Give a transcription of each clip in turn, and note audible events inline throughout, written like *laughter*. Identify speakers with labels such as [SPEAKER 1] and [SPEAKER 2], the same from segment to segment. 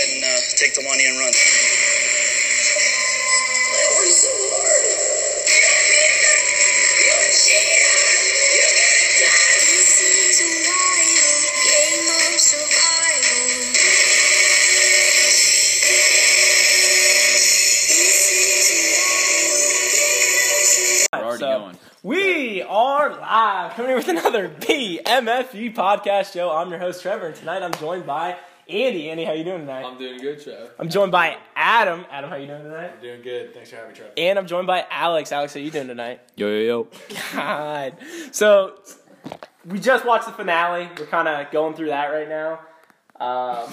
[SPEAKER 1] take the money and run.
[SPEAKER 2] I worked so hard. You bitter. You cheater. You got time. This is a wild game of survival. This is a wild game of survival.
[SPEAKER 3] We're already
[SPEAKER 4] So,
[SPEAKER 3] going.
[SPEAKER 4] We are live coming here with another BMFU podcast show. I'm your host Trevor, and tonight I'm joined by Andy. Andy, how you doing tonight?
[SPEAKER 5] I'm doing good, Trev.
[SPEAKER 4] I'm joined by Adam. Adam, how you doing tonight?
[SPEAKER 5] Doing good. Thanks for having me, Trev.
[SPEAKER 4] And I'm joined by Alex. Alex, how you doing tonight? *laughs*
[SPEAKER 3] Yo, yo, yo.
[SPEAKER 4] God. So we just watched the finale. We're kind of going through that right now.
[SPEAKER 3] *laughs*
[SPEAKER 4] Um,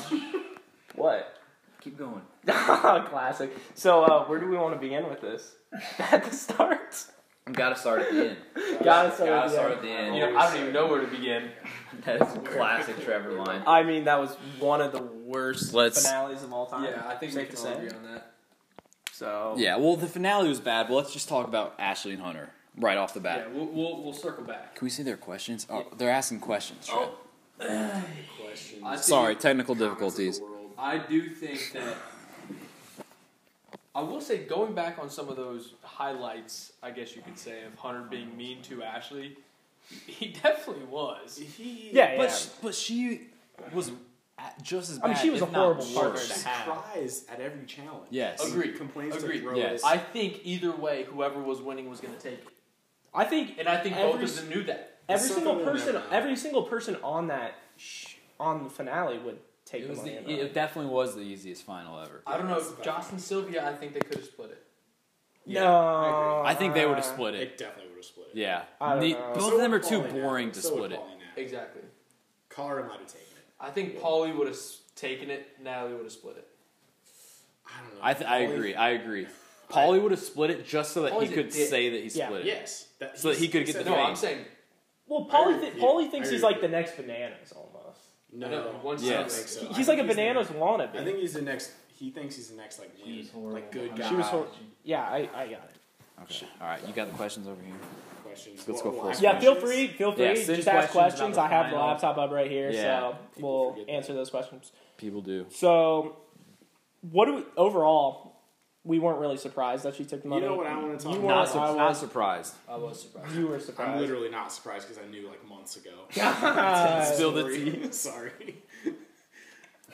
[SPEAKER 4] what?
[SPEAKER 3] Keep going.
[SPEAKER 4] *laughs* Classic. So uh, where do we want to begin with this? *laughs* At the start.
[SPEAKER 3] Gotta start at *laughs* the end.
[SPEAKER 4] Gotta start.
[SPEAKER 3] Uh, Gotta
[SPEAKER 4] with the
[SPEAKER 3] start
[SPEAKER 4] end.
[SPEAKER 3] at the end.
[SPEAKER 5] You know, I don't even know
[SPEAKER 4] where to begin.
[SPEAKER 3] That's a classic Trevor line.
[SPEAKER 4] I mean, that was one of the worst
[SPEAKER 3] Let's-
[SPEAKER 4] finales of all time.
[SPEAKER 5] Yeah, I think we
[SPEAKER 4] safe
[SPEAKER 5] can
[SPEAKER 4] to
[SPEAKER 5] all
[SPEAKER 4] say.
[SPEAKER 5] agree on that.
[SPEAKER 4] So
[SPEAKER 3] Yeah, well, the finale was bad, but let's just talk about Ashley and Hunter right off the bat.
[SPEAKER 5] Yeah, we'll, we'll, we'll circle back.
[SPEAKER 3] Can we see their questions? Oh, they're asking questions. Trev.
[SPEAKER 5] Questions.
[SPEAKER 3] Sorry, technical difficulties.
[SPEAKER 5] I do think that. I will say, going back on some of those highlights, I guess you could say, of Hunter being mean to Ashley, he definitely was.
[SPEAKER 4] yeah, yeah.
[SPEAKER 3] But she, but she was at- just as
[SPEAKER 4] I
[SPEAKER 3] bad.
[SPEAKER 4] mean, she was
[SPEAKER 3] if
[SPEAKER 4] a
[SPEAKER 3] not
[SPEAKER 4] horrible
[SPEAKER 3] worse.
[SPEAKER 4] partner to have.
[SPEAKER 6] Cries at every challenge.
[SPEAKER 3] Yes.
[SPEAKER 5] Agreed.
[SPEAKER 6] Complains
[SPEAKER 5] Agreed.
[SPEAKER 6] to throw
[SPEAKER 3] Yes.
[SPEAKER 6] it.
[SPEAKER 5] I think either way, whoever was winning was going to take it.
[SPEAKER 4] I think
[SPEAKER 5] And I think both
[SPEAKER 4] Every-
[SPEAKER 5] of them knew that.
[SPEAKER 4] every
[SPEAKER 6] something
[SPEAKER 4] single
[SPEAKER 6] we'll
[SPEAKER 4] person,
[SPEAKER 6] never know.
[SPEAKER 4] every single person on that sh- on the finale would take
[SPEAKER 3] It,
[SPEAKER 4] the
[SPEAKER 3] was
[SPEAKER 4] money.
[SPEAKER 3] the,
[SPEAKER 4] and run.
[SPEAKER 3] it definitely was the easiest final ever.
[SPEAKER 5] I don't know if Josh and Sylvia, I think they could have split it.
[SPEAKER 6] Yeah,
[SPEAKER 4] no,
[SPEAKER 3] I think they would have split it.
[SPEAKER 6] It definitely would have split. it.
[SPEAKER 3] Yeah.
[SPEAKER 4] I don't
[SPEAKER 3] Ne-
[SPEAKER 4] know.
[SPEAKER 3] Both
[SPEAKER 6] So
[SPEAKER 3] of them are
[SPEAKER 6] would
[SPEAKER 3] too
[SPEAKER 6] Pauline now.
[SPEAKER 3] boring to
[SPEAKER 6] So would
[SPEAKER 3] split it.
[SPEAKER 6] Pauline now.
[SPEAKER 5] Exactly.
[SPEAKER 6] Colorado might have taken it.
[SPEAKER 5] I think Polly would have s- taken it, Natalie would have split it.
[SPEAKER 6] I don't know.
[SPEAKER 3] I, th- I
[SPEAKER 6] Pauline-
[SPEAKER 3] agree. I agree. Paulie would have split it just so that
[SPEAKER 5] Paulie's
[SPEAKER 3] he
[SPEAKER 5] a
[SPEAKER 3] could
[SPEAKER 5] dick.
[SPEAKER 3] say that he
[SPEAKER 4] Yeah.
[SPEAKER 3] split it.
[SPEAKER 6] Yes. That,
[SPEAKER 3] So that he could get
[SPEAKER 6] said
[SPEAKER 3] the
[SPEAKER 5] No,
[SPEAKER 6] that.
[SPEAKER 3] fame.
[SPEAKER 5] I'm saying
[SPEAKER 4] Well,
[SPEAKER 6] I
[SPEAKER 4] Paulie,
[SPEAKER 6] agree
[SPEAKER 4] th-
[SPEAKER 6] with you.
[SPEAKER 4] Paulie
[SPEAKER 6] I
[SPEAKER 4] thinks
[SPEAKER 6] agree
[SPEAKER 4] he's
[SPEAKER 6] with
[SPEAKER 4] like
[SPEAKER 6] you.
[SPEAKER 4] the next bananas almost.
[SPEAKER 6] No,
[SPEAKER 5] No, one
[SPEAKER 6] I don't
[SPEAKER 3] Yes.
[SPEAKER 6] think so. I
[SPEAKER 4] he's
[SPEAKER 6] think
[SPEAKER 4] like a
[SPEAKER 6] the
[SPEAKER 4] bananas wannabe.
[SPEAKER 6] next- I think he's the next. He thinks he's the next like win, like good guy.
[SPEAKER 4] she was. Hor- yeah, I, I got it.
[SPEAKER 3] Okay. All right. You got the questions over here.
[SPEAKER 6] questions.
[SPEAKER 3] Let's go
[SPEAKER 6] Well,
[SPEAKER 3] first.
[SPEAKER 6] I-
[SPEAKER 4] Yeah, feel free, feel free.
[SPEAKER 3] Yeah, send
[SPEAKER 4] Just ask
[SPEAKER 3] questions about
[SPEAKER 4] questions.
[SPEAKER 3] the
[SPEAKER 4] I have the
[SPEAKER 3] final.
[SPEAKER 4] laptop up right here,
[SPEAKER 3] Yeah.
[SPEAKER 4] so we'll
[SPEAKER 6] forget that.
[SPEAKER 4] answer those questions.
[SPEAKER 3] People do.
[SPEAKER 4] So, what do we overall? We weren't really surprised that she took the
[SPEAKER 6] You
[SPEAKER 4] money.
[SPEAKER 6] know what I want to talk
[SPEAKER 4] You
[SPEAKER 6] about?
[SPEAKER 3] Not,
[SPEAKER 4] I
[SPEAKER 3] sur-
[SPEAKER 4] was-
[SPEAKER 3] not surprised.
[SPEAKER 5] I was surprised.
[SPEAKER 4] You were
[SPEAKER 6] I'm
[SPEAKER 4] surprised.
[SPEAKER 6] literally not surprised because I knew like months
[SPEAKER 3] *laughs*
[SPEAKER 6] ago.
[SPEAKER 4] God.
[SPEAKER 3] Spill the
[SPEAKER 6] Sorry. *laughs* Sorry.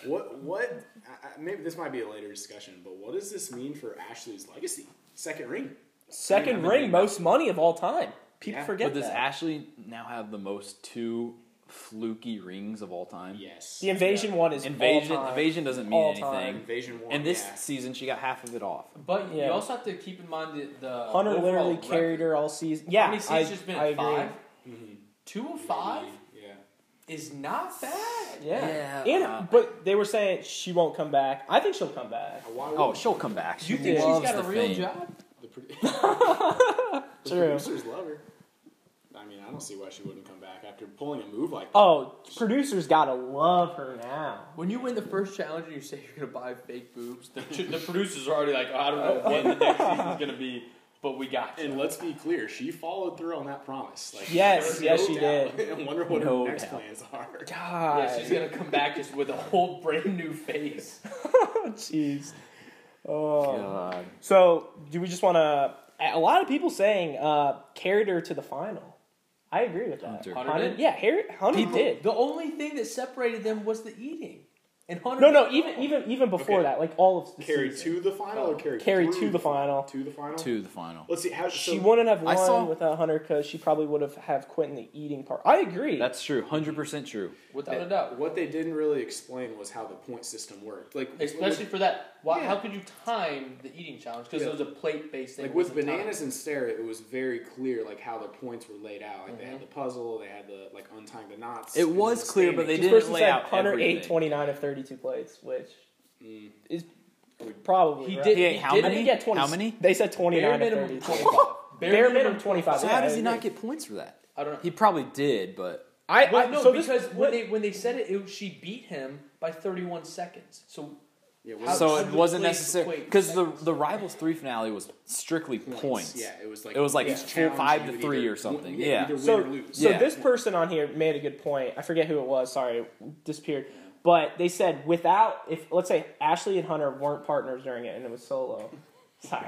[SPEAKER 6] what? What? I, I- maybe this might be a later discussion, but what does this mean for Ashley's legacy? Second ring.
[SPEAKER 4] *laughs* Second
[SPEAKER 3] Yeah,
[SPEAKER 4] ring,
[SPEAKER 3] but-
[SPEAKER 4] most money of all time. People
[SPEAKER 6] Yeah.
[SPEAKER 4] forget
[SPEAKER 3] But does
[SPEAKER 4] that.
[SPEAKER 3] Ashley now have the most two fluky rings of all time?
[SPEAKER 6] Yes.
[SPEAKER 4] the invasion one is
[SPEAKER 3] Invasion.
[SPEAKER 4] all time.
[SPEAKER 3] Invasion doesn't mean
[SPEAKER 4] All
[SPEAKER 3] anything.
[SPEAKER 4] time.
[SPEAKER 6] Invasion one.
[SPEAKER 3] And this
[SPEAKER 6] yeah.
[SPEAKER 3] season, she got half of it off.
[SPEAKER 5] But
[SPEAKER 4] Yeah.
[SPEAKER 5] you also have to keep in mind that the
[SPEAKER 4] Hunter
[SPEAKER 5] overall
[SPEAKER 4] literally
[SPEAKER 5] record.
[SPEAKER 4] carried her all season. Yeah,
[SPEAKER 5] How many
[SPEAKER 4] I,
[SPEAKER 5] seasons has been
[SPEAKER 4] I agree.
[SPEAKER 5] five?
[SPEAKER 6] Mhm.
[SPEAKER 5] Two of five
[SPEAKER 6] Yeah.
[SPEAKER 5] is not bad.
[SPEAKER 4] Yeah,
[SPEAKER 3] Yeah,
[SPEAKER 4] and
[SPEAKER 3] uh,
[SPEAKER 4] but they were saying she won't come back. I think she'll come back.
[SPEAKER 6] Why would
[SPEAKER 3] Oh, she'll come back.
[SPEAKER 5] You think she's
[SPEAKER 3] loves
[SPEAKER 5] got a
[SPEAKER 3] the
[SPEAKER 5] real
[SPEAKER 3] fame.
[SPEAKER 5] job?
[SPEAKER 6] the, pro-
[SPEAKER 4] *laughs*
[SPEAKER 6] the
[SPEAKER 4] True.
[SPEAKER 6] producers love her? I mean, I don't see why she wouldn't come back after pulling a move like that.
[SPEAKER 4] Oh, producers gotta love her now.
[SPEAKER 5] When you win the first challenge and you say you're gonna buy fake boobs, the, the producers are already like, "Oh, I don't know what the next *laughs* season's gonna be, but we got you.
[SPEAKER 6] And let's be clear, she followed through on that promise. Like,
[SPEAKER 4] Yes,
[SPEAKER 6] there's
[SPEAKER 4] yes, she
[SPEAKER 6] doubt. *laughs* I wonder what
[SPEAKER 3] No
[SPEAKER 6] her next
[SPEAKER 3] doubt.
[SPEAKER 6] plans are.
[SPEAKER 4] God,
[SPEAKER 5] *laughs* Yeah, she's gonna come back just with a whole brand new face.
[SPEAKER 4] *laughs* Jeez. Oh.
[SPEAKER 3] God.
[SPEAKER 4] So, do we just want to? A lot of people saying uh, carried her to the final. I agree with that.
[SPEAKER 3] Hunter.
[SPEAKER 5] Hunter did?
[SPEAKER 4] yeah, Harry, Hunter did.
[SPEAKER 5] The only thing that separated them was the eating. And Hunter
[SPEAKER 4] No,
[SPEAKER 5] did
[SPEAKER 4] no,
[SPEAKER 5] well.
[SPEAKER 4] even even even before
[SPEAKER 6] Okay.
[SPEAKER 4] that, like all of the
[SPEAKER 6] *laughs* Carry
[SPEAKER 4] season.
[SPEAKER 6] to the final or carry
[SPEAKER 4] Carry
[SPEAKER 6] through
[SPEAKER 4] to the final.
[SPEAKER 6] To the final?
[SPEAKER 3] To the final.
[SPEAKER 6] Let's see. How, so,
[SPEAKER 4] She wouldn't have
[SPEAKER 3] I
[SPEAKER 4] won
[SPEAKER 3] saw-
[SPEAKER 4] without Hunter because she probably would have have quit in the eating part. I agree.
[SPEAKER 3] That's true. Hundred percent true.
[SPEAKER 5] without a doubt.
[SPEAKER 6] What they didn't really explain was how the point system worked. Like,
[SPEAKER 5] Especially for that. Why,
[SPEAKER 6] Yeah.
[SPEAKER 5] How could you time the eating challenge? Because
[SPEAKER 6] Yeah.
[SPEAKER 5] it was a plate based thing.
[SPEAKER 6] like
[SPEAKER 5] it
[SPEAKER 6] with
[SPEAKER 5] wasn't timed.
[SPEAKER 6] bananas and Sarah, it was very clear like how the points were laid out. Like they had the puzzle, they had the like untying the knots.
[SPEAKER 3] It
[SPEAKER 6] and
[SPEAKER 3] was
[SPEAKER 6] the
[SPEAKER 3] clear, but
[SPEAKER 6] standing.
[SPEAKER 3] they
[SPEAKER 4] This
[SPEAKER 3] didn't
[SPEAKER 4] person
[SPEAKER 3] lay
[SPEAKER 4] said
[SPEAKER 3] out
[SPEAKER 4] Hunter ate
[SPEAKER 3] everything.
[SPEAKER 4] twenty nine of thirty two plates, which is probably
[SPEAKER 5] He
[SPEAKER 4] right.
[SPEAKER 5] did-
[SPEAKER 3] He ate how
[SPEAKER 5] did-
[SPEAKER 4] I
[SPEAKER 3] many?
[SPEAKER 4] think he had 20,
[SPEAKER 3] How many?
[SPEAKER 4] They said twenty
[SPEAKER 5] Bare
[SPEAKER 4] nine of
[SPEAKER 5] minimum
[SPEAKER 4] thirty two.
[SPEAKER 5] 25.
[SPEAKER 4] *laughs* Bare, minimum twenty five.
[SPEAKER 3] So how does he not get points for that?
[SPEAKER 5] I don't know.
[SPEAKER 3] He probably did, but
[SPEAKER 4] I,
[SPEAKER 5] Well,
[SPEAKER 4] I
[SPEAKER 5] no,
[SPEAKER 4] so this-
[SPEAKER 5] because when they when they said it, it was- she beat him by 31 seconds. So
[SPEAKER 6] Yeah,
[SPEAKER 5] How-
[SPEAKER 6] well,
[SPEAKER 3] so
[SPEAKER 5] how
[SPEAKER 3] it
[SPEAKER 5] do
[SPEAKER 3] wasn't
[SPEAKER 5] plates
[SPEAKER 3] necessary
[SPEAKER 5] equate
[SPEAKER 3] because the the rivals three finale was strictly points.
[SPEAKER 6] Yeah, it was like
[SPEAKER 3] It was like
[SPEAKER 6] yeah,
[SPEAKER 3] four-
[SPEAKER 6] challenge,
[SPEAKER 3] five
[SPEAKER 6] you
[SPEAKER 3] to
[SPEAKER 6] would
[SPEAKER 3] three
[SPEAKER 6] either
[SPEAKER 3] or something,
[SPEAKER 6] win-
[SPEAKER 3] yeah.
[SPEAKER 6] either win
[SPEAKER 4] So,
[SPEAKER 6] or lose.
[SPEAKER 4] so
[SPEAKER 3] Yeah.
[SPEAKER 4] this person on here made a good point. I forget who it was. Sorry, disappeared. But they said without if let's say Ashley and Hunter weren't partners during it and it was solo. *laughs* Sorry,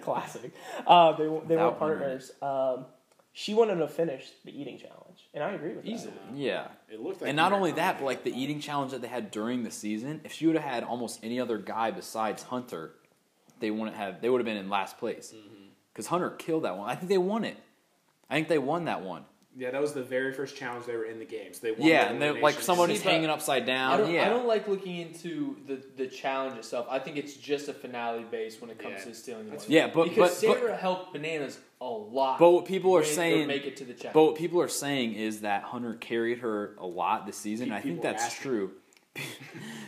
[SPEAKER 4] classic. Uh, they w- they weren't
[SPEAKER 3] Without Hunter.
[SPEAKER 4] partners. Um, she wanted to finish the eating challenge, and I agree with
[SPEAKER 5] Easily.
[SPEAKER 3] Yeah.
[SPEAKER 6] It looked like
[SPEAKER 3] And not only that, but like the eating challenge that they had during the season, if she would have had almost any other guy besides Hunter, they wouldn't have. They would have been in last place
[SPEAKER 5] Mm-hmm.
[SPEAKER 3] because Hunter killed that one. I think they won it. I think they won that one.
[SPEAKER 6] yeah, that was the very first challenge they were in the game. So they won
[SPEAKER 3] yeah,
[SPEAKER 6] the
[SPEAKER 3] and they're, like
[SPEAKER 6] elimination.
[SPEAKER 3] somebody's
[SPEAKER 5] See, but
[SPEAKER 3] hanging upside
[SPEAKER 5] I
[SPEAKER 3] down.
[SPEAKER 5] don't,
[SPEAKER 3] Yeah,
[SPEAKER 5] I don't like looking into the, the challenge itself. I think it's just a finale base when it comes
[SPEAKER 6] Yeah.
[SPEAKER 5] to stealing the
[SPEAKER 6] That's
[SPEAKER 5] one.
[SPEAKER 3] yeah, but
[SPEAKER 5] because
[SPEAKER 3] but, but
[SPEAKER 5] Sarah helped bananas a lot.
[SPEAKER 3] But what people are
[SPEAKER 5] win or
[SPEAKER 3] saying-
[SPEAKER 5] make it to the challenge.
[SPEAKER 3] But what people are saying is that Hunter carried her a lot this season. and I think
[SPEAKER 6] People are
[SPEAKER 3] that's
[SPEAKER 6] asking.
[SPEAKER 3] true. *laughs*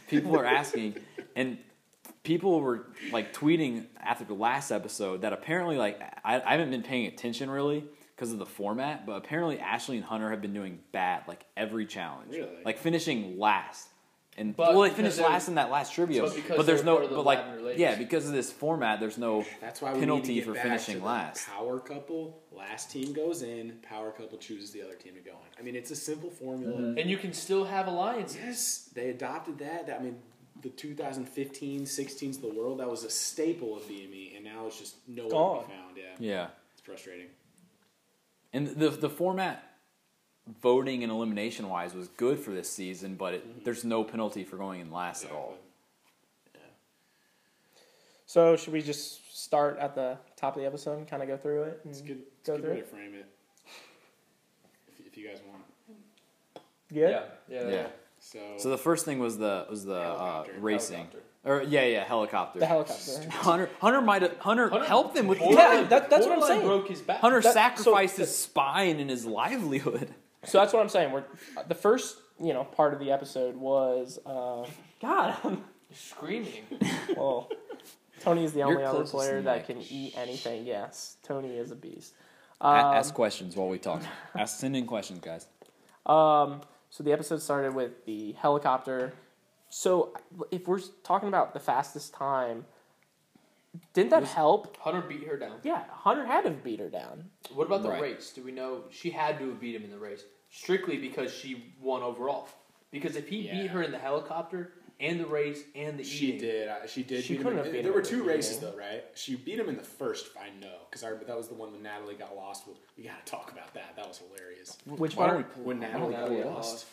[SPEAKER 3] people are asking, and people were like tweeting after the last episode that apparently, like, I, I haven't been paying attention really because of the format, but apparently Ashley and Hunter have been doing bad like every challenge,
[SPEAKER 6] Really?
[SPEAKER 3] like finishing last. And
[SPEAKER 5] But
[SPEAKER 3] well, they
[SPEAKER 5] because
[SPEAKER 3] finished
[SPEAKER 5] they're-
[SPEAKER 3] last in that last trivia,
[SPEAKER 5] but because
[SPEAKER 3] there's
[SPEAKER 5] they're
[SPEAKER 3] no,
[SPEAKER 5] part of the
[SPEAKER 3] but like,
[SPEAKER 5] Lavender Ladies.
[SPEAKER 3] yeah, because of this format, there's no
[SPEAKER 6] That's why we
[SPEAKER 3] penalty
[SPEAKER 6] need to get
[SPEAKER 3] for
[SPEAKER 6] back
[SPEAKER 3] finishing
[SPEAKER 6] to the
[SPEAKER 3] last.
[SPEAKER 6] Power couple, last team goes in. Power couple chooses the other team to go in. I mean, it's a simple formula.
[SPEAKER 5] and you can still have alliances.
[SPEAKER 6] Yes, they adopted that. That- I mean, the 2015, 16s of the world. That was a staple of BME, and now it's just nowhere to
[SPEAKER 4] Gone.
[SPEAKER 6] be found. Yeah,
[SPEAKER 3] Yeah.
[SPEAKER 6] it's frustrating.
[SPEAKER 3] And the the format voting and elimination wise was good for this season, but it, there's no penalty for going in last at all.
[SPEAKER 4] So should we just start at the top of the episode and kind of go through it? And
[SPEAKER 6] It's good. It's
[SPEAKER 4] Go
[SPEAKER 6] a good
[SPEAKER 4] through
[SPEAKER 6] way to
[SPEAKER 4] it.
[SPEAKER 6] frame it. If, if you guys want.
[SPEAKER 4] Good?
[SPEAKER 5] yeah, yeah.
[SPEAKER 3] Yeah.
[SPEAKER 6] So,
[SPEAKER 3] So the first thing was the was the uh,
[SPEAKER 6] Helicopter.
[SPEAKER 3] racing
[SPEAKER 5] Helicopter.
[SPEAKER 3] or yeah yeah helicopter.
[SPEAKER 4] The
[SPEAKER 3] *laughs*
[SPEAKER 4] helicopter.
[SPEAKER 3] Hunter Hunter might have Hunter,
[SPEAKER 5] Hunter-
[SPEAKER 3] helped them with
[SPEAKER 4] Yeah,
[SPEAKER 5] Borderline-
[SPEAKER 4] that- that's what I'm
[SPEAKER 5] Borderline
[SPEAKER 4] saying.
[SPEAKER 5] Broke his back.
[SPEAKER 3] Hunter
[SPEAKER 4] That- so-
[SPEAKER 3] sacrificed his spine and his livelihood.
[SPEAKER 4] So that's what I'm saying. We're the first, you know, part of the episode was uh,
[SPEAKER 3] *laughs*
[SPEAKER 4] God. I'm-
[SPEAKER 5] screaming.
[SPEAKER 4] well, Tony is the
[SPEAKER 3] You're
[SPEAKER 4] only other
[SPEAKER 3] closest
[SPEAKER 4] player
[SPEAKER 3] in
[SPEAKER 4] that
[SPEAKER 3] mic.
[SPEAKER 4] can eat anything. Yes, Tony is a beast.
[SPEAKER 3] A-
[SPEAKER 4] Um,
[SPEAKER 3] ask questions while we
[SPEAKER 4] *laughs*
[SPEAKER 3] talk. ask send in questions, guys.
[SPEAKER 4] Um, so the episode started with the helicopter. So if we're talking about the fastest time, didn't that help?
[SPEAKER 5] Hunter beat her down.
[SPEAKER 4] Yeah, Hunter had to beat her down.
[SPEAKER 5] What about the
[SPEAKER 3] Right.
[SPEAKER 5] race? Do we know she had to have beat him in the race strictly because she won overall? Because if he
[SPEAKER 6] Yeah.
[SPEAKER 5] beat her in the helicopter and the race and the
[SPEAKER 6] she
[SPEAKER 5] eating,
[SPEAKER 6] did. I- She did.
[SPEAKER 4] She
[SPEAKER 6] beat him
[SPEAKER 4] couldn't
[SPEAKER 6] in-
[SPEAKER 4] have beat
[SPEAKER 6] There
[SPEAKER 4] him
[SPEAKER 6] were
[SPEAKER 4] in the
[SPEAKER 6] two races though,
[SPEAKER 4] beginning.
[SPEAKER 6] right? She beat him in the first. I know because I that was the one that Natalie got lost with. We gotta talk about that. That was hilarious.
[SPEAKER 4] Which
[SPEAKER 3] Why don't
[SPEAKER 4] part?
[SPEAKER 3] we pull-
[SPEAKER 6] When Natalie got
[SPEAKER 5] Natalie got
[SPEAKER 6] lost.
[SPEAKER 5] lost.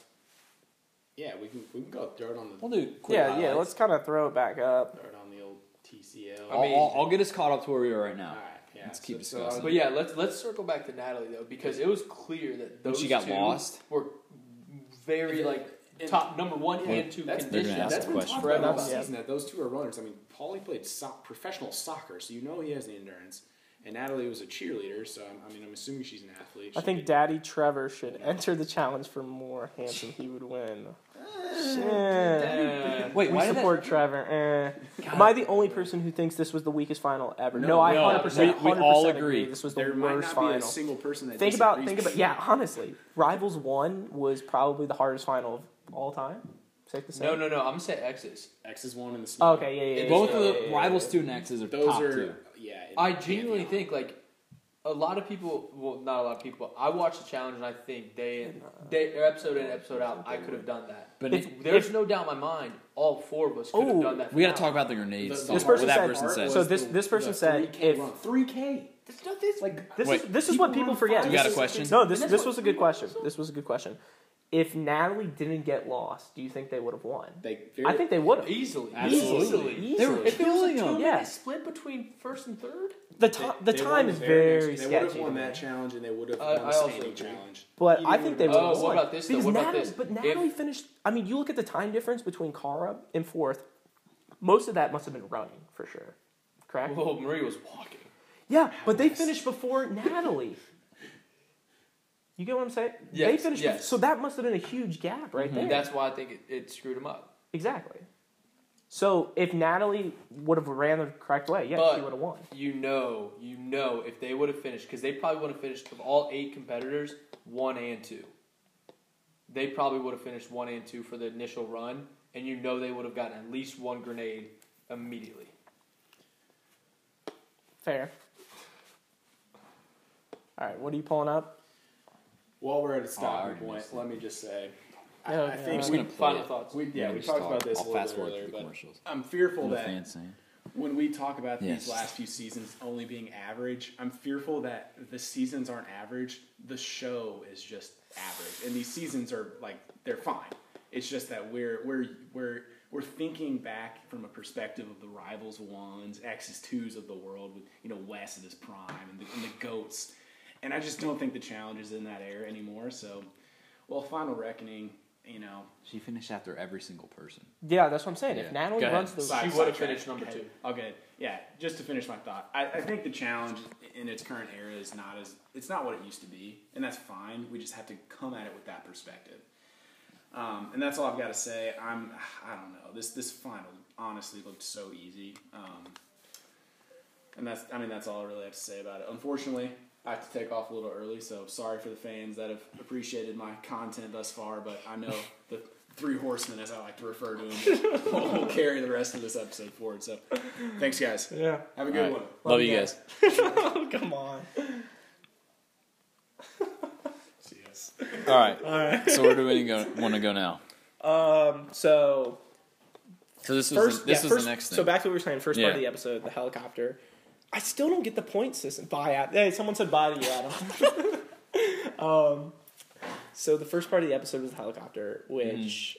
[SPEAKER 6] Yeah, we can we can go throw it on the
[SPEAKER 3] We'll do quick
[SPEAKER 4] Yeah, yeah.
[SPEAKER 3] highlights.
[SPEAKER 4] Let's kind of throw it back up.
[SPEAKER 6] throw it on the old TCL.
[SPEAKER 5] I
[SPEAKER 3] I'll,
[SPEAKER 5] mean-
[SPEAKER 3] I'll, I'll get us caught up to where we are right now.
[SPEAKER 6] All right, yeah. uh,
[SPEAKER 3] Let's keep
[SPEAKER 6] I was-
[SPEAKER 3] discussing.
[SPEAKER 5] But yeah, let's let's circle back to Natalie though because it was clear that
[SPEAKER 3] When
[SPEAKER 5] those
[SPEAKER 3] she got
[SPEAKER 5] two
[SPEAKER 3] lost?
[SPEAKER 5] were very like top number one
[SPEAKER 6] Yeah,
[SPEAKER 5] and two
[SPEAKER 6] that's,
[SPEAKER 3] they're gonna
[SPEAKER 5] conditions.
[SPEAKER 3] ask
[SPEAKER 6] that's
[SPEAKER 3] a
[SPEAKER 6] been
[SPEAKER 3] question.
[SPEAKER 6] talked about all
[SPEAKER 4] Yeah.
[SPEAKER 6] season that those two are runners. I mean, Paulie played so- professional soccer, so you know he has the endurance. And Natalie was a cheerleader, so I'm, I mean, I'm assuming she's an athlete.
[SPEAKER 4] I
[SPEAKER 6] She
[SPEAKER 4] think
[SPEAKER 6] did-
[SPEAKER 4] Daddy Trevor should *laughs* enter the challenge for more handsome. He would win. Shit.
[SPEAKER 5] Yeah.
[SPEAKER 3] Wait,
[SPEAKER 4] we
[SPEAKER 3] why did that-
[SPEAKER 4] support Trevor. Eh. Am I the only person who thinks this was the weakest final ever? No,
[SPEAKER 6] No,
[SPEAKER 4] I
[SPEAKER 6] no,
[SPEAKER 4] hundred percent.
[SPEAKER 3] we- we all agree.
[SPEAKER 4] This was the
[SPEAKER 6] there might
[SPEAKER 4] worst
[SPEAKER 6] not be a
[SPEAKER 4] final.
[SPEAKER 6] single person that
[SPEAKER 4] Think about,
[SPEAKER 6] disagrees
[SPEAKER 4] think about.
[SPEAKER 6] with
[SPEAKER 4] Yeah, honestly, Rivals One was probably the hardest final of all time. Safe to say.
[SPEAKER 5] No, no, no. I'm gonna say X's.
[SPEAKER 6] you. X is one and the
[SPEAKER 4] Oh,
[SPEAKER 6] small.
[SPEAKER 4] okay, yeah, yeah. yeah
[SPEAKER 3] Both
[SPEAKER 4] yeah,
[SPEAKER 3] of
[SPEAKER 4] yeah,
[SPEAKER 3] the
[SPEAKER 4] yeah,
[SPEAKER 3] rival
[SPEAKER 4] yeah.
[SPEAKER 3] student X's are
[SPEAKER 6] Those
[SPEAKER 3] top
[SPEAKER 6] are
[SPEAKER 3] two.
[SPEAKER 6] yeah. in
[SPEAKER 5] I
[SPEAKER 6] the
[SPEAKER 5] genuinely
[SPEAKER 6] pantheon.
[SPEAKER 5] think like a lot of people. Well, not a lot of people. I watched the challenge and I think day in, day or episode in, episode out, I could have done that.
[SPEAKER 3] But
[SPEAKER 4] If-
[SPEAKER 3] it-
[SPEAKER 5] There's no doubt in my mind. All four of us could have
[SPEAKER 4] Oh,
[SPEAKER 5] done that.
[SPEAKER 3] we got to
[SPEAKER 5] finale.
[SPEAKER 3] talk about the grenades.
[SPEAKER 6] The-
[SPEAKER 4] This
[SPEAKER 6] the
[SPEAKER 4] person
[SPEAKER 3] what that
[SPEAKER 4] said-
[SPEAKER 3] person
[SPEAKER 6] art
[SPEAKER 3] said.
[SPEAKER 6] was
[SPEAKER 4] So this-
[SPEAKER 6] the-
[SPEAKER 4] this person
[SPEAKER 6] the
[SPEAKER 4] said
[SPEAKER 6] 3K
[SPEAKER 4] if-
[SPEAKER 6] run. 3K.
[SPEAKER 5] There's no this like
[SPEAKER 4] This is
[SPEAKER 3] Wait.
[SPEAKER 4] this is what people forget.
[SPEAKER 3] You
[SPEAKER 4] This
[SPEAKER 3] got a
[SPEAKER 4] is-
[SPEAKER 3] question?
[SPEAKER 4] No, this
[SPEAKER 5] And that's
[SPEAKER 4] this
[SPEAKER 5] what-
[SPEAKER 4] was a good question. This was a good question. If Natalie didn't get lost, do you think they would have won?
[SPEAKER 6] They
[SPEAKER 4] I think they would have.
[SPEAKER 5] easily,
[SPEAKER 6] Absolutely.
[SPEAKER 5] easily.
[SPEAKER 3] They were
[SPEAKER 4] Easily.
[SPEAKER 5] If it was a
[SPEAKER 3] killing
[SPEAKER 5] two
[SPEAKER 3] them.
[SPEAKER 5] minute
[SPEAKER 4] Yeah.
[SPEAKER 5] split between first and third,
[SPEAKER 4] The time the time is very
[SPEAKER 6] They would have
[SPEAKER 4] sketchy.
[SPEAKER 6] won that challenge, and they would have
[SPEAKER 5] I-
[SPEAKER 6] won the
[SPEAKER 5] I also
[SPEAKER 6] standing
[SPEAKER 5] agree.
[SPEAKER 6] challenge.
[SPEAKER 4] But
[SPEAKER 6] Either
[SPEAKER 4] I
[SPEAKER 6] would've
[SPEAKER 4] think they
[SPEAKER 6] been
[SPEAKER 4] would have
[SPEAKER 5] Oh, what
[SPEAKER 4] won.
[SPEAKER 5] about this, though?
[SPEAKER 4] Because
[SPEAKER 5] What about
[SPEAKER 4] Natalie,
[SPEAKER 5] this?
[SPEAKER 4] But
[SPEAKER 5] If-
[SPEAKER 4] Natalie finished. I mean, you look at the time difference between Kara and fourth. Most of that must have been running for sure. Correct.
[SPEAKER 5] well, Marie was walking.
[SPEAKER 4] yeah, but they finished before Natalie. You get what I'm saying? they
[SPEAKER 5] Yes,
[SPEAKER 4] finished. bef-
[SPEAKER 5] yes. Mm-hmm.
[SPEAKER 4] so that must have been a huge gap right there.
[SPEAKER 5] And that's why I think it, it screwed him up.
[SPEAKER 4] exactly. So if Natalie would have ran the correct way, yeah, she
[SPEAKER 5] But-
[SPEAKER 4] would have won.
[SPEAKER 5] You know, you know, if they would have finished, because they probably would have finished of all eight competitors, one and two. They probably would have finished one and two for the initial run, and you know they would have gotten at least one grenade immediately.
[SPEAKER 4] Fair. All right, what are you pulling up?
[SPEAKER 6] While we're at a
[SPEAKER 3] Oh, I
[SPEAKER 6] stopping
[SPEAKER 3] Oh, already
[SPEAKER 6] point,
[SPEAKER 3] missed it.
[SPEAKER 6] let me just say I,
[SPEAKER 4] Oh,
[SPEAKER 6] I
[SPEAKER 4] God.
[SPEAKER 6] think
[SPEAKER 3] just
[SPEAKER 6] we,
[SPEAKER 3] gonna play
[SPEAKER 5] Final
[SPEAKER 3] it.
[SPEAKER 5] thoughts.
[SPEAKER 6] we- yeah,
[SPEAKER 3] And
[SPEAKER 6] we
[SPEAKER 3] just
[SPEAKER 6] talked
[SPEAKER 3] talk-
[SPEAKER 6] about this
[SPEAKER 3] I'll
[SPEAKER 6] a little
[SPEAKER 3] fast
[SPEAKER 6] bit
[SPEAKER 3] forward
[SPEAKER 6] earlier,
[SPEAKER 3] through the
[SPEAKER 6] but
[SPEAKER 3] commercials.
[SPEAKER 6] I'm fearful
[SPEAKER 3] And the
[SPEAKER 6] that
[SPEAKER 3] fans saying.
[SPEAKER 6] when we talk about
[SPEAKER 3] Yes.
[SPEAKER 6] these last few seasons only being average, I'm fearful that the seasons aren't average. The show is just average, and these seasons are like they're fine. It's just that we're we're we're we're thinking back from a perspective of the rivals ones, X's twos of the world, with you know West at his prime and the, and the goats, and I just don't think the challenge is in that air anymore. So, well, final reckoning, you know,
[SPEAKER 3] She finished after every single person.
[SPEAKER 4] Yeah, that's what I'm saying.
[SPEAKER 3] Yeah.
[SPEAKER 4] If Natalie
[SPEAKER 3] Go ahead.
[SPEAKER 4] runs those,
[SPEAKER 5] Side-
[SPEAKER 6] Side-
[SPEAKER 5] She would've
[SPEAKER 6] sidetrack.
[SPEAKER 5] finished number
[SPEAKER 6] Okay.
[SPEAKER 5] two.
[SPEAKER 6] Okay, yeah. Just to finish my thought, I, I think the challenge in its current era is not as it's not what it used to be, and that's fine. We just have to come at it with that perspective, um, and that's all I've got to say. I'm I don't know this this final honestly looked so easy, um, and that's I mean that's all I really have to say about it. Unfortunately. I have to take off a little early, so sorry for the fans that have appreciated my content thus far. But I *laughs* know the three horsemen, as I like to refer to them, will, will carry the rest of this episode forward. So, thanks, guys.
[SPEAKER 4] yeah.
[SPEAKER 6] Have a good
[SPEAKER 3] All right.
[SPEAKER 6] one.
[SPEAKER 3] Love you guys.
[SPEAKER 4] *laughs* Come on.
[SPEAKER 3] All right. All right. So where do we go, want to go now?
[SPEAKER 4] Um. So
[SPEAKER 3] So this was
[SPEAKER 4] first,
[SPEAKER 3] the, this
[SPEAKER 4] yeah,
[SPEAKER 3] was
[SPEAKER 4] first,
[SPEAKER 3] the next thing.
[SPEAKER 4] So back to what we were saying. First part
[SPEAKER 3] Yeah.
[SPEAKER 4] of the episode, the helicopter. I still don't get the point system. Bye, Adam. Hey, someone said bye to you, Adam. um. *laughs* So the first part of the episode was the helicopter, which.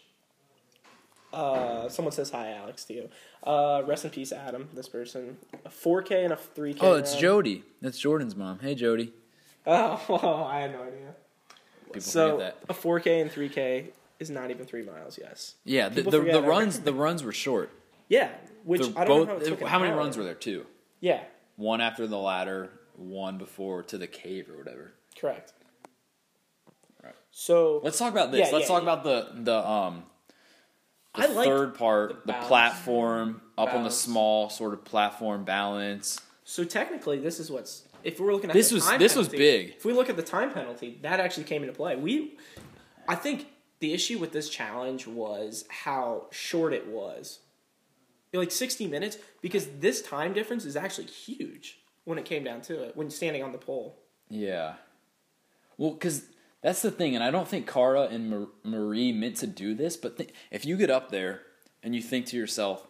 [SPEAKER 4] Uh, someone says hi, Alex. To you, uh, rest in peace, Adam. This person, a 4K and a 3K.
[SPEAKER 3] oh, it's
[SPEAKER 4] run.
[SPEAKER 3] Jody. That's Jordan's mom. Hey, Jody.
[SPEAKER 4] *laughs* Oh, I had no idea.
[SPEAKER 3] People
[SPEAKER 4] so
[SPEAKER 3] forget that.
[SPEAKER 4] a 4K and 3K is not even three miles. Yes.
[SPEAKER 3] Yeah, the,
[SPEAKER 4] people
[SPEAKER 3] the,
[SPEAKER 4] forget
[SPEAKER 3] the
[SPEAKER 4] everything.
[SPEAKER 3] runs the runs were short.
[SPEAKER 4] Yeah. Which
[SPEAKER 3] The,
[SPEAKER 4] I don't
[SPEAKER 3] both,
[SPEAKER 4] know how, it took an
[SPEAKER 3] how many
[SPEAKER 4] hour.
[SPEAKER 3] runs were there? Two.
[SPEAKER 4] Yeah.
[SPEAKER 3] One after the ladder, one before to the cave or whatever.
[SPEAKER 4] Correct. So
[SPEAKER 3] Let's talk about this.
[SPEAKER 4] Yeah,
[SPEAKER 3] Let's
[SPEAKER 4] yeah,
[SPEAKER 3] talk about the the um the
[SPEAKER 4] I liked
[SPEAKER 3] third
[SPEAKER 5] the
[SPEAKER 3] part, the,
[SPEAKER 5] balance.
[SPEAKER 3] platform up on the
[SPEAKER 5] Balance.
[SPEAKER 3] small sort of platform balance.
[SPEAKER 4] so technically, this is what's if we're looking at
[SPEAKER 3] This
[SPEAKER 4] the
[SPEAKER 3] was-
[SPEAKER 4] time
[SPEAKER 3] this was
[SPEAKER 4] penalty-
[SPEAKER 3] big.
[SPEAKER 4] If we look at the time penalty, that actually came into play. We, I think the issue with this challenge was how short it was, like sixty minutes, because this time difference is actually huge when it came down to it when standing on the pole.
[SPEAKER 3] Yeah. Well, because that's the thing, and I don't think Kara and Mar- Marie meant to do this, but th- if you get up there and you think to yourself,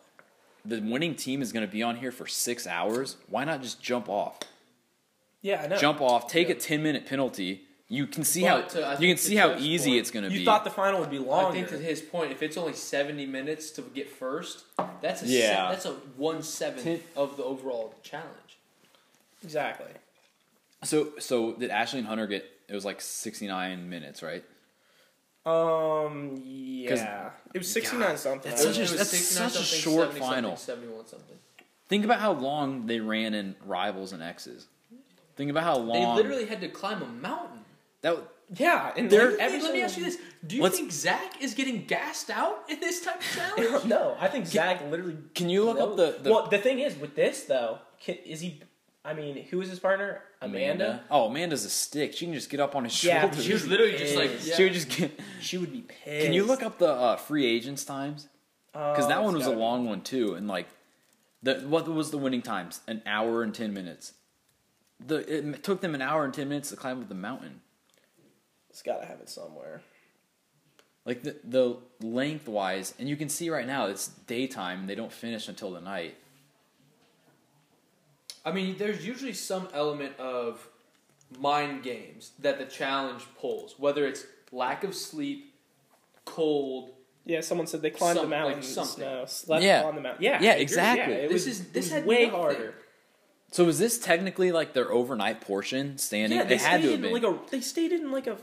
[SPEAKER 3] the winning team is going to be on here for six hours, why not just jump off?
[SPEAKER 4] Yeah, I know.
[SPEAKER 3] Jump off, take a 10 minute penalty. You can see
[SPEAKER 5] But to- I
[SPEAKER 3] how you
[SPEAKER 5] think
[SPEAKER 3] can
[SPEAKER 5] to
[SPEAKER 3] see how
[SPEAKER 5] Jeff's
[SPEAKER 3] easy
[SPEAKER 5] point,
[SPEAKER 3] it's going to be.
[SPEAKER 4] You thought the final would be longer.
[SPEAKER 5] I think to his point, if it's only seventy minutes to get first, that's a
[SPEAKER 3] Yeah.
[SPEAKER 5] se- that's a one seventh
[SPEAKER 3] Ten-
[SPEAKER 5] of the overall challenge.
[SPEAKER 4] exactly.
[SPEAKER 3] so so did Ashley and Hunter get? It was like 69 minutes, right?
[SPEAKER 4] Um. Yeah. It was sixty nine
[SPEAKER 3] God,
[SPEAKER 4] something.
[SPEAKER 3] that's
[SPEAKER 4] I
[SPEAKER 3] such a-
[SPEAKER 5] It was
[SPEAKER 3] that's
[SPEAKER 5] 69
[SPEAKER 3] such a
[SPEAKER 5] something,
[SPEAKER 3] short
[SPEAKER 5] 70
[SPEAKER 3] final.
[SPEAKER 5] Something, Seventy-one something.
[SPEAKER 3] Think about how long they ran in rivals and X's. Think about how long
[SPEAKER 5] They literally had to climb a mountain.
[SPEAKER 3] that.
[SPEAKER 4] yeah. And
[SPEAKER 3] They're-
[SPEAKER 4] like,
[SPEAKER 5] Let
[SPEAKER 4] every
[SPEAKER 5] me, let me
[SPEAKER 4] single-
[SPEAKER 5] ask you this: Do you
[SPEAKER 3] Let's-
[SPEAKER 5] think Zach is getting gassed out in this
[SPEAKER 3] *laughs*
[SPEAKER 5] type of
[SPEAKER 4] *laughs*
[SPEAKER 5] challenge?
[SPEAKER 4] no, I think Zach literally.
[SPEAKER 3] Can you look up the, the
[SPEAKER 4] well, the thing is with this though, can, is he? I mean, who is his partner? Amanda.
[SPEAKER 3] Oh, Amanda's a stick. She can just get up on his
[SPEAKER 4] Yeah,
[SPEAKER 3] shoulders.
[SPEAKER 5] she was literally just like,
[SPEAKER 4] Pissed.
[SPEAKER 5] yeah.
[SPEAKER 3] *laughs* She would just get.
[SPEAKER 4] She would be pissed.
[SPEAKER 3] Can you look up the uh, free agents times? Because that
[SPEAKER 4] Oh,
[SPEAKER 3] one
[SPEAKER 4] it's
[SPEAKER 3] was a
[SPEAKER 4] gotta be-
[SPEAKER 3] long one too, and like, the what was the winning times? An hour and ten minutes. The it m- took them an hour and ten minutes to climb up the mountain.
[SPEAKER 4] It's gotta have it somewhere.
[SPEAKER 3] Like the the lengthwise, and you can see right now it's daytime. They don't finish until the night.
[SPEAKER 5] I mean, there's usually some element of mind games that the challenge pulls, whether it's lack of sleep, cold.
[SPEAKER 4] Yeah, someone said they climbed
[SPEAKER 5] Some-
[SPEAKER 4] the mountain
[SPEAKER 5] like
[SPEAKER 4] in the
[SPEAKER 5] something.
[SPEAKER 4] snow, slept
[SPEAKER 3] Yeah.
[SPEAKER 4] on the mountain. Yeah,
[SPEAKER 3] Yeah,
[SPEAKER 4] I agree.
[SPEAKER 3] exactly.
[SPEAKER 4] Yeah, it was,
[SPEAKER 5] This is-
[SPEAKER 4] it
[SPEAKER 5] this
[SPEAKER 4] was
[SPEAKER 5] had
[SPEAKER 4] way
[SPEAKER 5] nothing.
[SPEAKER 4] harder.
[SPEAKER 3] So is this technically like their overnight portion standing?
[SPEAKER 4] Yeah, they,
[SPEAKER 3] had to
[SPEAKER 4] stayed
[SPEAKER 3] have
[SPEAKER 4] in
[SPEAKER 3] been.
[SPEAKER 4] like a. They stayed in like a,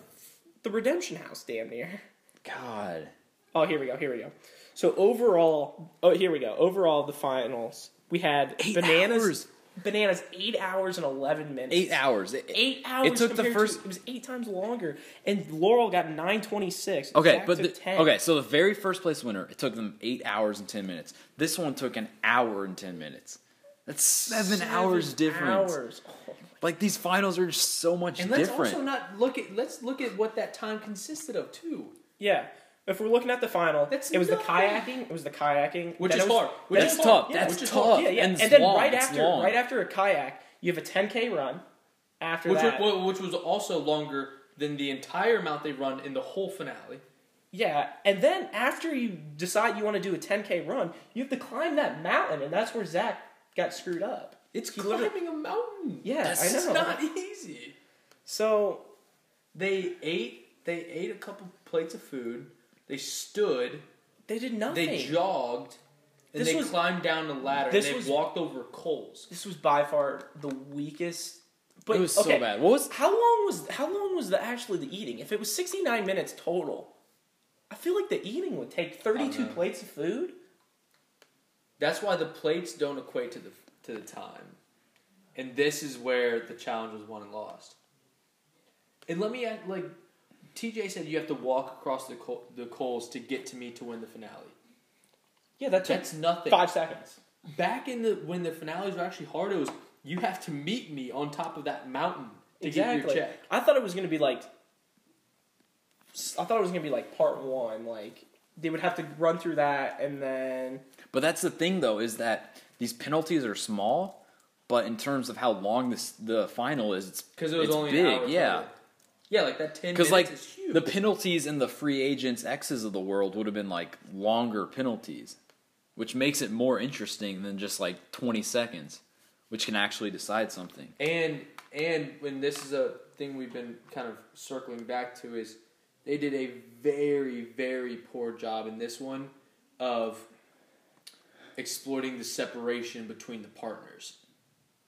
[SPEAKER 4] the redemption house, damn near.
[SPEAKER 3] God.
[SPEAKER 4] Oh, here we go. Here we go. So overall, oh, here we go. Overall, the finals we had
[SPEAKER 3] Eight
[SPEAKER 4] bananas.
[SPEAKER 3] hours.
[SPEAKER 4] Bananas, eight hours and eleven minutes.
[SPEAKER 3] Eight hours. It-
[SPEAKER 4] Eight hours.
[SPEAKER 3] It took the
[SPEAKER 4] compared to-
[SPEAKER 3] first
[SPEAKER 4] it was eight times longer, and Laurel got nine twenty six.
[SPEAKER 3] Okay, but the,
[SPEAKER 4] 10.
[SPEAKER 3] okay, so the very first place winner, it took them eight hours and ten minutes. This one took an hour and ten minutes. That's seven, hours difference.
[SPEAKER 4] Hours. *laughs* Oh,
[SPEAKER 3] Like these finals are just so much
[SPEAKER 5] And let's
[SPEAKER 3] different.
[SPEAKER 5] also not look at let's look at what that time consisted of too.
[SPEAKER 4] yeah. If we're looking at the final,
[SPEAKER 5] That's
[SPEAKER 4] it was the
[SPEAKER 5] nothing.
[SPEAKER 4] kayaking. It was the kayaking,
[SPEAKER 5] Which
[SPEAKER 4] then
[SPEAKER 5] is
[SPEAKER 4] it was-
[SPEAKER 5] hard. Which
[SPEAKER 4] then
[SPEAKER 3] That's
[SPEAKER 4] it
[SPEAKER 3] tough.
[SPEAKER 4] was hard, yeah.
[SPEAKER 3] That's
[SPEAKER 5] which is
[SPEAKER 3] tough.
[SPEAKER 5] hard.
[SPEAKER 4] Yeah, yeah.
[SPEAKER 3] And,
[SPEAKER 4] And,
[SPEAKER 3] it's
[SPEAKER 4] then
[SPEAKER 3] long.
[SPEAKER 4] right
[SPEAKER 3] It's
[SPEAKER 4] after,
[SPEAKER 3] long.
[SPEAKER 4] right after a kayak, you have a 10k run. After
[SPEAKER 5] Which
[SPEAKER 4] that,
[SPEAKER 5] was, which was also longer than the entire amount they run in the whole finale.
[SPEAKER 4] Yeah, and then after you decide you want to do a 10k run, you have to climb that mountain, and that's where Zach got screwed up.
[SPEAKER 5] It's
[SPEAKER 4] He literally-
[SPEAKER 5] climbing a mountain.
[SPEAKER 4] Yeah,
[SPEAKER 5] That's
[SPEAKER 4] I
[SPEAKER 5] just
[SPEAKER 4] know.
[SPEAKER 5] not *laughs* easy.
[SPEAKER 4] So
[SPEAKER 5] They ate. They ate a couple plates of food. They stood.
[SPEAKER 4] they did nothing.
[SPEAKER 5] They jogged. And
[SPEAKER 4] This
[SPEAKER 5] they
[SPEAKER 4] was-
[SPEAKER 5] climbed down the ladder.
[SPEAKER 4] this
[SPEAKER 5] and they
[SPEAKER 4] was-
[SPEAKER 5] walked over coals.
[SPEAKER 4] this was by far the weakest. But
[SPEAKER 3] it was
[SPEAKER 4] okay,
[SPEAKER 3] so bad. What was
[SPEAKER 4] How long was how long was the actually the eating? If it was 69 minutes total, I feel like the eating would take 32
[SPEAKER 5] know.
[SPEAKER 4] plates of food.
[SPEAKER 5] That's why the plates don't equate to the to the time, and this is where the challenge was won and lost. And let me add, like TJ said, you have to walk across the coal, the coals to get to me to win the finale.
[SPEAKER 4] Yeah, that took
[SPEAKER 5] That's nothing.
[SPEAKER 4] five seconds.
[SPEAKER 5] Back in the when the finales were actually hard, it was you have to meet me on top of that mountain to get your check.
[SPEAKER 4] I thought it was gonna be like. I thought it was gonna be like part one. Like they would have to run through that, and then
[SPEAKER 3] But that's the thing, though, is that these penalties are small, but in terms of how long this the final is, it's
[SPEAKER 5] Because it was
[SPEAKER 3] it's
[SPEAKER 5] only
[SPEAKER 3] big,
[SPEAKER 5] an hour
[SPEAKER 3] yeah.
[SPEAKER 5] later. yeah, like that ten
[SPEAKER 3] Because
[SPEAKER 5] minutes
[SPEAKER 3] like
[SPEAKER 5] is huge.
[SPEAKER 3] the penalties in the free agents X's of the world would have been like longer penalties, which makes it more interesting than just like twenty seconds, which can actually decide something.
[SPEAKER 5] And and when this is a thing we've been kind of circling back to is they did a very very poor job in this one of exploiting the separation between the partners.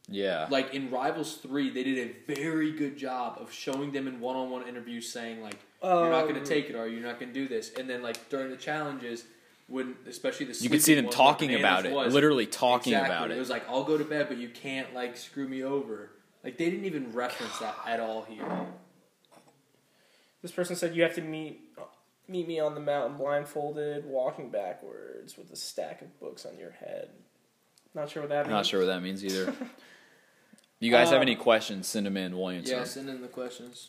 [SPEAKER 3] Yeah,
[SPEAKER 5] Like in Rivals 3, they did a very good job of showing them in one-on-one interviews saying like you're not going
[SPEAKER 4] Um,
[SPEAKER 5] to take it or you're not going to do this. And then like during the challenges when especially the
[SPEAKER 3] you could
[SPEAKER 5] sleeping
[SPEAKER 3] see them
[SPEAKER 5] ones,
[SPEAKER 3] talking
[SPEAKER 5] like
[SPEAKER 3] about
[SPEAKER 5] Anna's
[SPEAKER 3] it,
[SPEAKER 5] was,
[SPEAKER 3] literally talking
[SPEAKER 5] Exactly.
[SPEAKER 3] about
[SPEAKER 5] It was
[SPEAKER 3] it.
[SPEAKER 5] like, I'll go to bed, but you can't like screw me over. Like they didn't even reference that at all here.
[SPEAKER 4] this person said you have to meet meet me on the mountain blindfolded, walking backwards with a stack of books on your head. Not sure what that
[SPEAKER 3] I'm
[SPEAKER 4] means.
[SPEAKER 3] not sure what that means either.
[SPEAKER 5] *laughs*
[SPEAKER 3] you guys
[SPEAKER 4] Uh,
[SPEAKER 3] have any questions? Send them in, Williamson.
[SPEAKER 5] Yeah, send in the questions.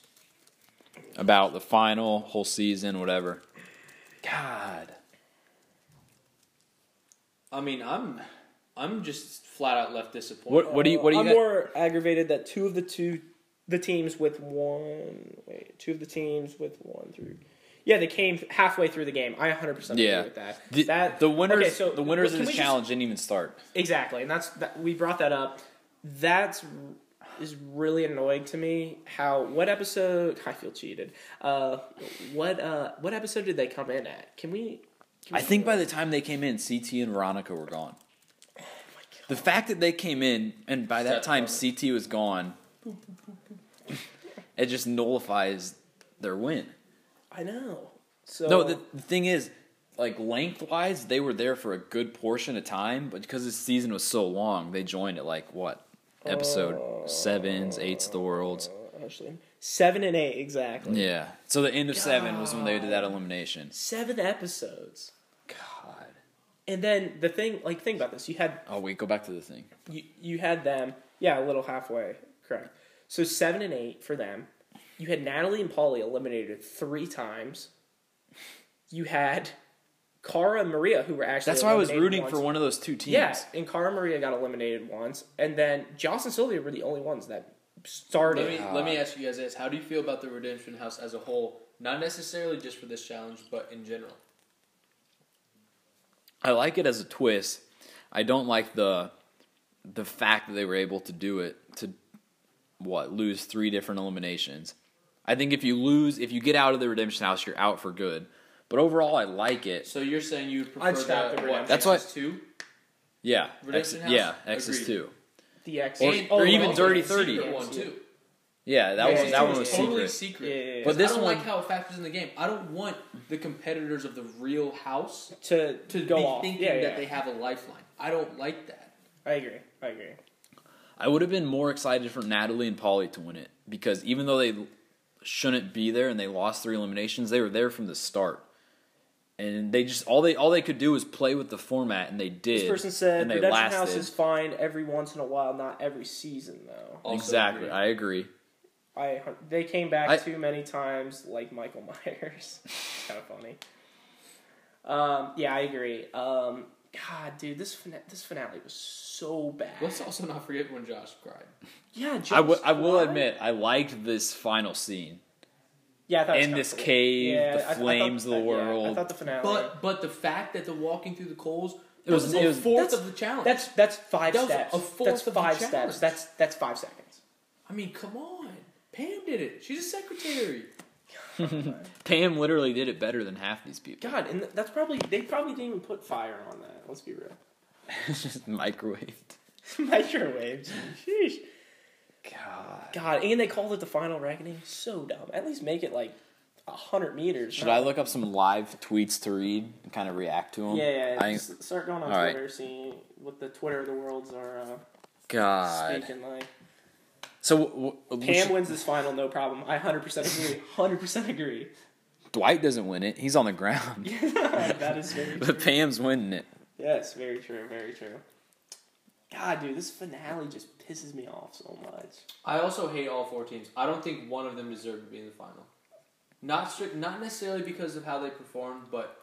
[SPEAKER 3] about the final whole season, whatever. God,
[SPEAKER 5] I mean, I'm I'm just flat out left disappointed.
[SPEAKER 3] what what do you what do you
[SPEAKER 4] I'm
[SPEAKER 3] got-
[SPEAKER 4] more aggravated that two of the two the teams with one wait two of the teams with one through. Yeah, they came halfway through the game. I 100 percent agree
[SPEAKER 3] Yeah.
[SPEAKER 4] with that.
[SPEAKER 3] The,
[SPEAKER 4] that
[SPEAKER 3] the winners,
[SPEAKER 4] okay, so
[SPEAKER 3] the winners
[SPEAKER 4] can
[SPEAKER 3] of
[SPEAKER 4] we
[SPEAKER 3] this
[SPEAKER 4] just-
[SPEAKER 3] challenge didn't even start.
[SPEAKER 4] Exactly, and that's that, we brought that up. That's is really annoying to me. How what episode? *laughs* I feel cheated. Uh, what uh, what episode did they come in at? Can we? Can
[SPEAKER 3] I
[SPEAKER 4] we
[SPEAKER 3] think by the time they came in, CT and Veronica were gone.
[SPEAKER 4] Oh
[SPEAKER 3] The fact that they came in and by that
[SPEAKER 5] Step
[SPEAKER 3] time
[SPEAKER 5] on it.
[SPEAKER 3] CT was gone, it just nullifies their win.
[SPEAKER 4] I know. So
[SPEAKER 3] No, the, the thing is, like lengthwise, they were there for a good portion of time, but because this season was so long, they joined at like what episode sevens, eights of the worlds.
[SPEAKER 4] actually seven and eight exactly.
[SPEAKER 3] Yeah. So the end of seven was when they did
[SPEAKER 4] Oh.
[SPEAKER 3] that elimination.
[SPEAKER 4] Seven episodes,
[SPEAKER 3] God.
[SPEAKER 4] and then the thing like think about this. You had
[SPEAKER 3] Oh wait, go back to the thing.
[SPEAKER 4] you, you had them yeah a little halfway correct so seven and eight for them you had natalie and polly eliminated three times you had cara and maria who were actually
[SPEAKER 3] That's why I was
[SPEAKER 4] eliminated
[SPEAKER 3] rooting
[SPEAKER 4] once.
[SPEAKER 3] for one of those two teams.
[SPEAKER 4] yeah and cara and maria got eliminated once and then joss and sylvia were the only ones that started
[SPEAKER 5] Let me let me ask you guys this: How do you feel about the Redemption House as a whole? Not necessarily just for this challenge, but in general.
[SPEAKER 3] I like it as a twist. I don't like the the fact that they were able to do it to what lose three different eliminations. I think if you lose, if you get out of the redemption house, you're out for good. But overall, I like it.
[SPEAKER 5] So you're saying you prefer
[SPEAKER 4] I'd stop
[SPEAKER 5] the,
[SPEAKER 4] the
[SPEAKER 5] what,
[SPEAKER 4] Redemption
[SPEAKER 3] That's why-
[SPEAKER 5] X's two,
[SPEAKER 3] Yeah, X,
[SPEAKER 5] Redemption House?
[SPEAKER 3] yeah, X is
[SPEAKER 5] Agreed.
[SPEAKER 3] two.
[SPEAKER 4] the x
[SPEAKER 3] Or-
[SPEAKER 5] And-
[SPEAKER 3] or
[SPEAKER 5] oh,
[SPEAKER 3] even
[SPEAKER 5] also the
[SPEAKER 3] Dirty
[SPEAKER 5] secret
[SPEAKER 3] 30.
[SPEAKER 5] one too.
[SPEAKER 3] Yeah, that
[SPEAKER 4] Yeah,
[SPEAKER 3] was
[SPEAKER 4] yeah,
[SPEAKER 3] that
[SPEAKER 4] yeah.
[SPEAKER 3] one was
[SPEAKER 5] totally
[SPEAKER 3] secret.
[SPEAKER 5] secret.
[SPEAKER 4] Yeah, yeah, yeah.
[SPEAKER 5] But
[SPEAKER 3] But this
[SPEAKER 5] I don't
[SPEAKER 3] one-
[SPEAKER 5] like how it factors in the game. I don't want the competitors of the real house
[SPEAKER 4] to,
[SPEAKER 5] to
[SPEAKER 4] go
[SPEAKER 5] be
[SPEAKER 4] off
[SPEAKER 5] thinking
[SPEAKER 4] yeah, yeah.
[SPEAKER 5] that they have a lifeline. I don't like that.
[SPEAKER 4] i agree i agree
[SPEAKER 3] I would have been more excited for Natalie and Polly to win it because even though they shouldn't be there and they lost three eliminations, they were there from the start. And they just all they all they could do was play with the format, and they did.
[SPEAKER 4] this person said
[SPEAKER 3] and they
[SPEAKER 4] redemption
[SPEAKER 3] lasted.
[SPEAKER 4] house is fine every once in a while not every season though
[SPEAKER 5] Also
[SPEAKER 3] exactly.
[SPEAKER 5] agree.
[SPEAKER 3] I agree.
[SPEAKER 4] I they came back
[SPEAKER 3] I-
[SPEAKER 4] too many times, like Michael *laughs* Myers. kind of funny. Um, yeah, I agree. Um, God, dude, this fina- this finale was so bad.
[SPEAKER 5] Let's also not forget when Josh cried.
[SPEAKER 4] yeah,
[SPEAKER 3] I
[SPEAKER 4] Josh
[SPEAKER 3] wi- I will
[SPEAKER 4] Brolin?
[SPEAKER 3] admit I liked this final scene
[SPEAKER 4] Yeah, I thought it was
[SPEAKER 3] in this
[SPEAKER 4] kinda cool.
[SPEAKER 3] cave,
[SPEAKER 4] Yeah,
[SPEAKER 3] the
[SPEAKER 4] I- I thought-
[SPEAKER 3] flames of the
[SPEAKER 4] yeah,
[SPEAKER 3] world.
[SPEAKER 4] I thought the finale.
[SPEAKER 5] But but the fact that the walking through the coals
[SPEAKER 3] It was-
[SPEAKER 5] a
[SPEAKER 3] it was-
[SPEAKER 5] fourth
[SPEAKER 4] That's-
[SPEAKER 5] of the challenge.
[SPEAKER 4] that's that's five
[SPEAKER 5] That was
[SPEAKER 4] steps.
[SPEAKER 5] a fourth
[SPEAKER 4] that's
[SPEAKER 5] of the
[SPEAKER 4] five
[SPEAKER 5] challenge.
[SPEAKER 4] steps. That's that's five seconds.
[SPEAKER 5] I mean, come on. Pam did it. She's a secretary.
[SPEAKER 3] Pam literally did it better than half these people.
[SPEAKER 4] God, and that's probably they probably didn't even put fire on that. Let's be real. *laughs*
[SPEAKER 3] It's *laughs* just microwaved.
[SPEAKER 4] Microwaves. Sheesh.
[SPEAKER 3] God.
[SPEAKER 4] God, and they called it the final reckoning. So dumb. At least make it like hundred meters.
[SPEAKER 3] Should
[SPEAKER 4] No.
[SPEAKER 3] I look up some live tweets to read and kind of react to them?
[SPEAKER 4] Yeah, yeah.
[SPEAKER 3] I,
[SPEAKER 4] s- start going on
[SPEAKER 3] all right.
[SPEAKER 4] Twitter, see what the Twitter of the worlds are uh,
[SPEAKER 3] God.
[SPEAKER 4] speaking like.
[SPEAKER 3] So w- w-
[SPEAKER 4] Pam
[SPEAKER 3] should-
[SPEAKER 4] wins this final, no problem. I hundred percent
[SPEAKER 3] *laughs*
[SPEAKER 4] agree. Hundred percent agree. *laughs*
[SPEAKER 3] Dwight doesn't win it. He's on the ground.
[SPEAKER 4] that is very
[SPEAKER 3] *laughs*
[SPEAKER 4] true.
[SPEAKER 3] But Pam's winning it.
[SPEAKER 4] Yes, very true, very true. God, dude, this finale just pisses me off so much.
[SPEAKER 5] I also hate all four teams. I don't think one of them deserved to be in the final. Not strict, not necessarily because of how they performed, but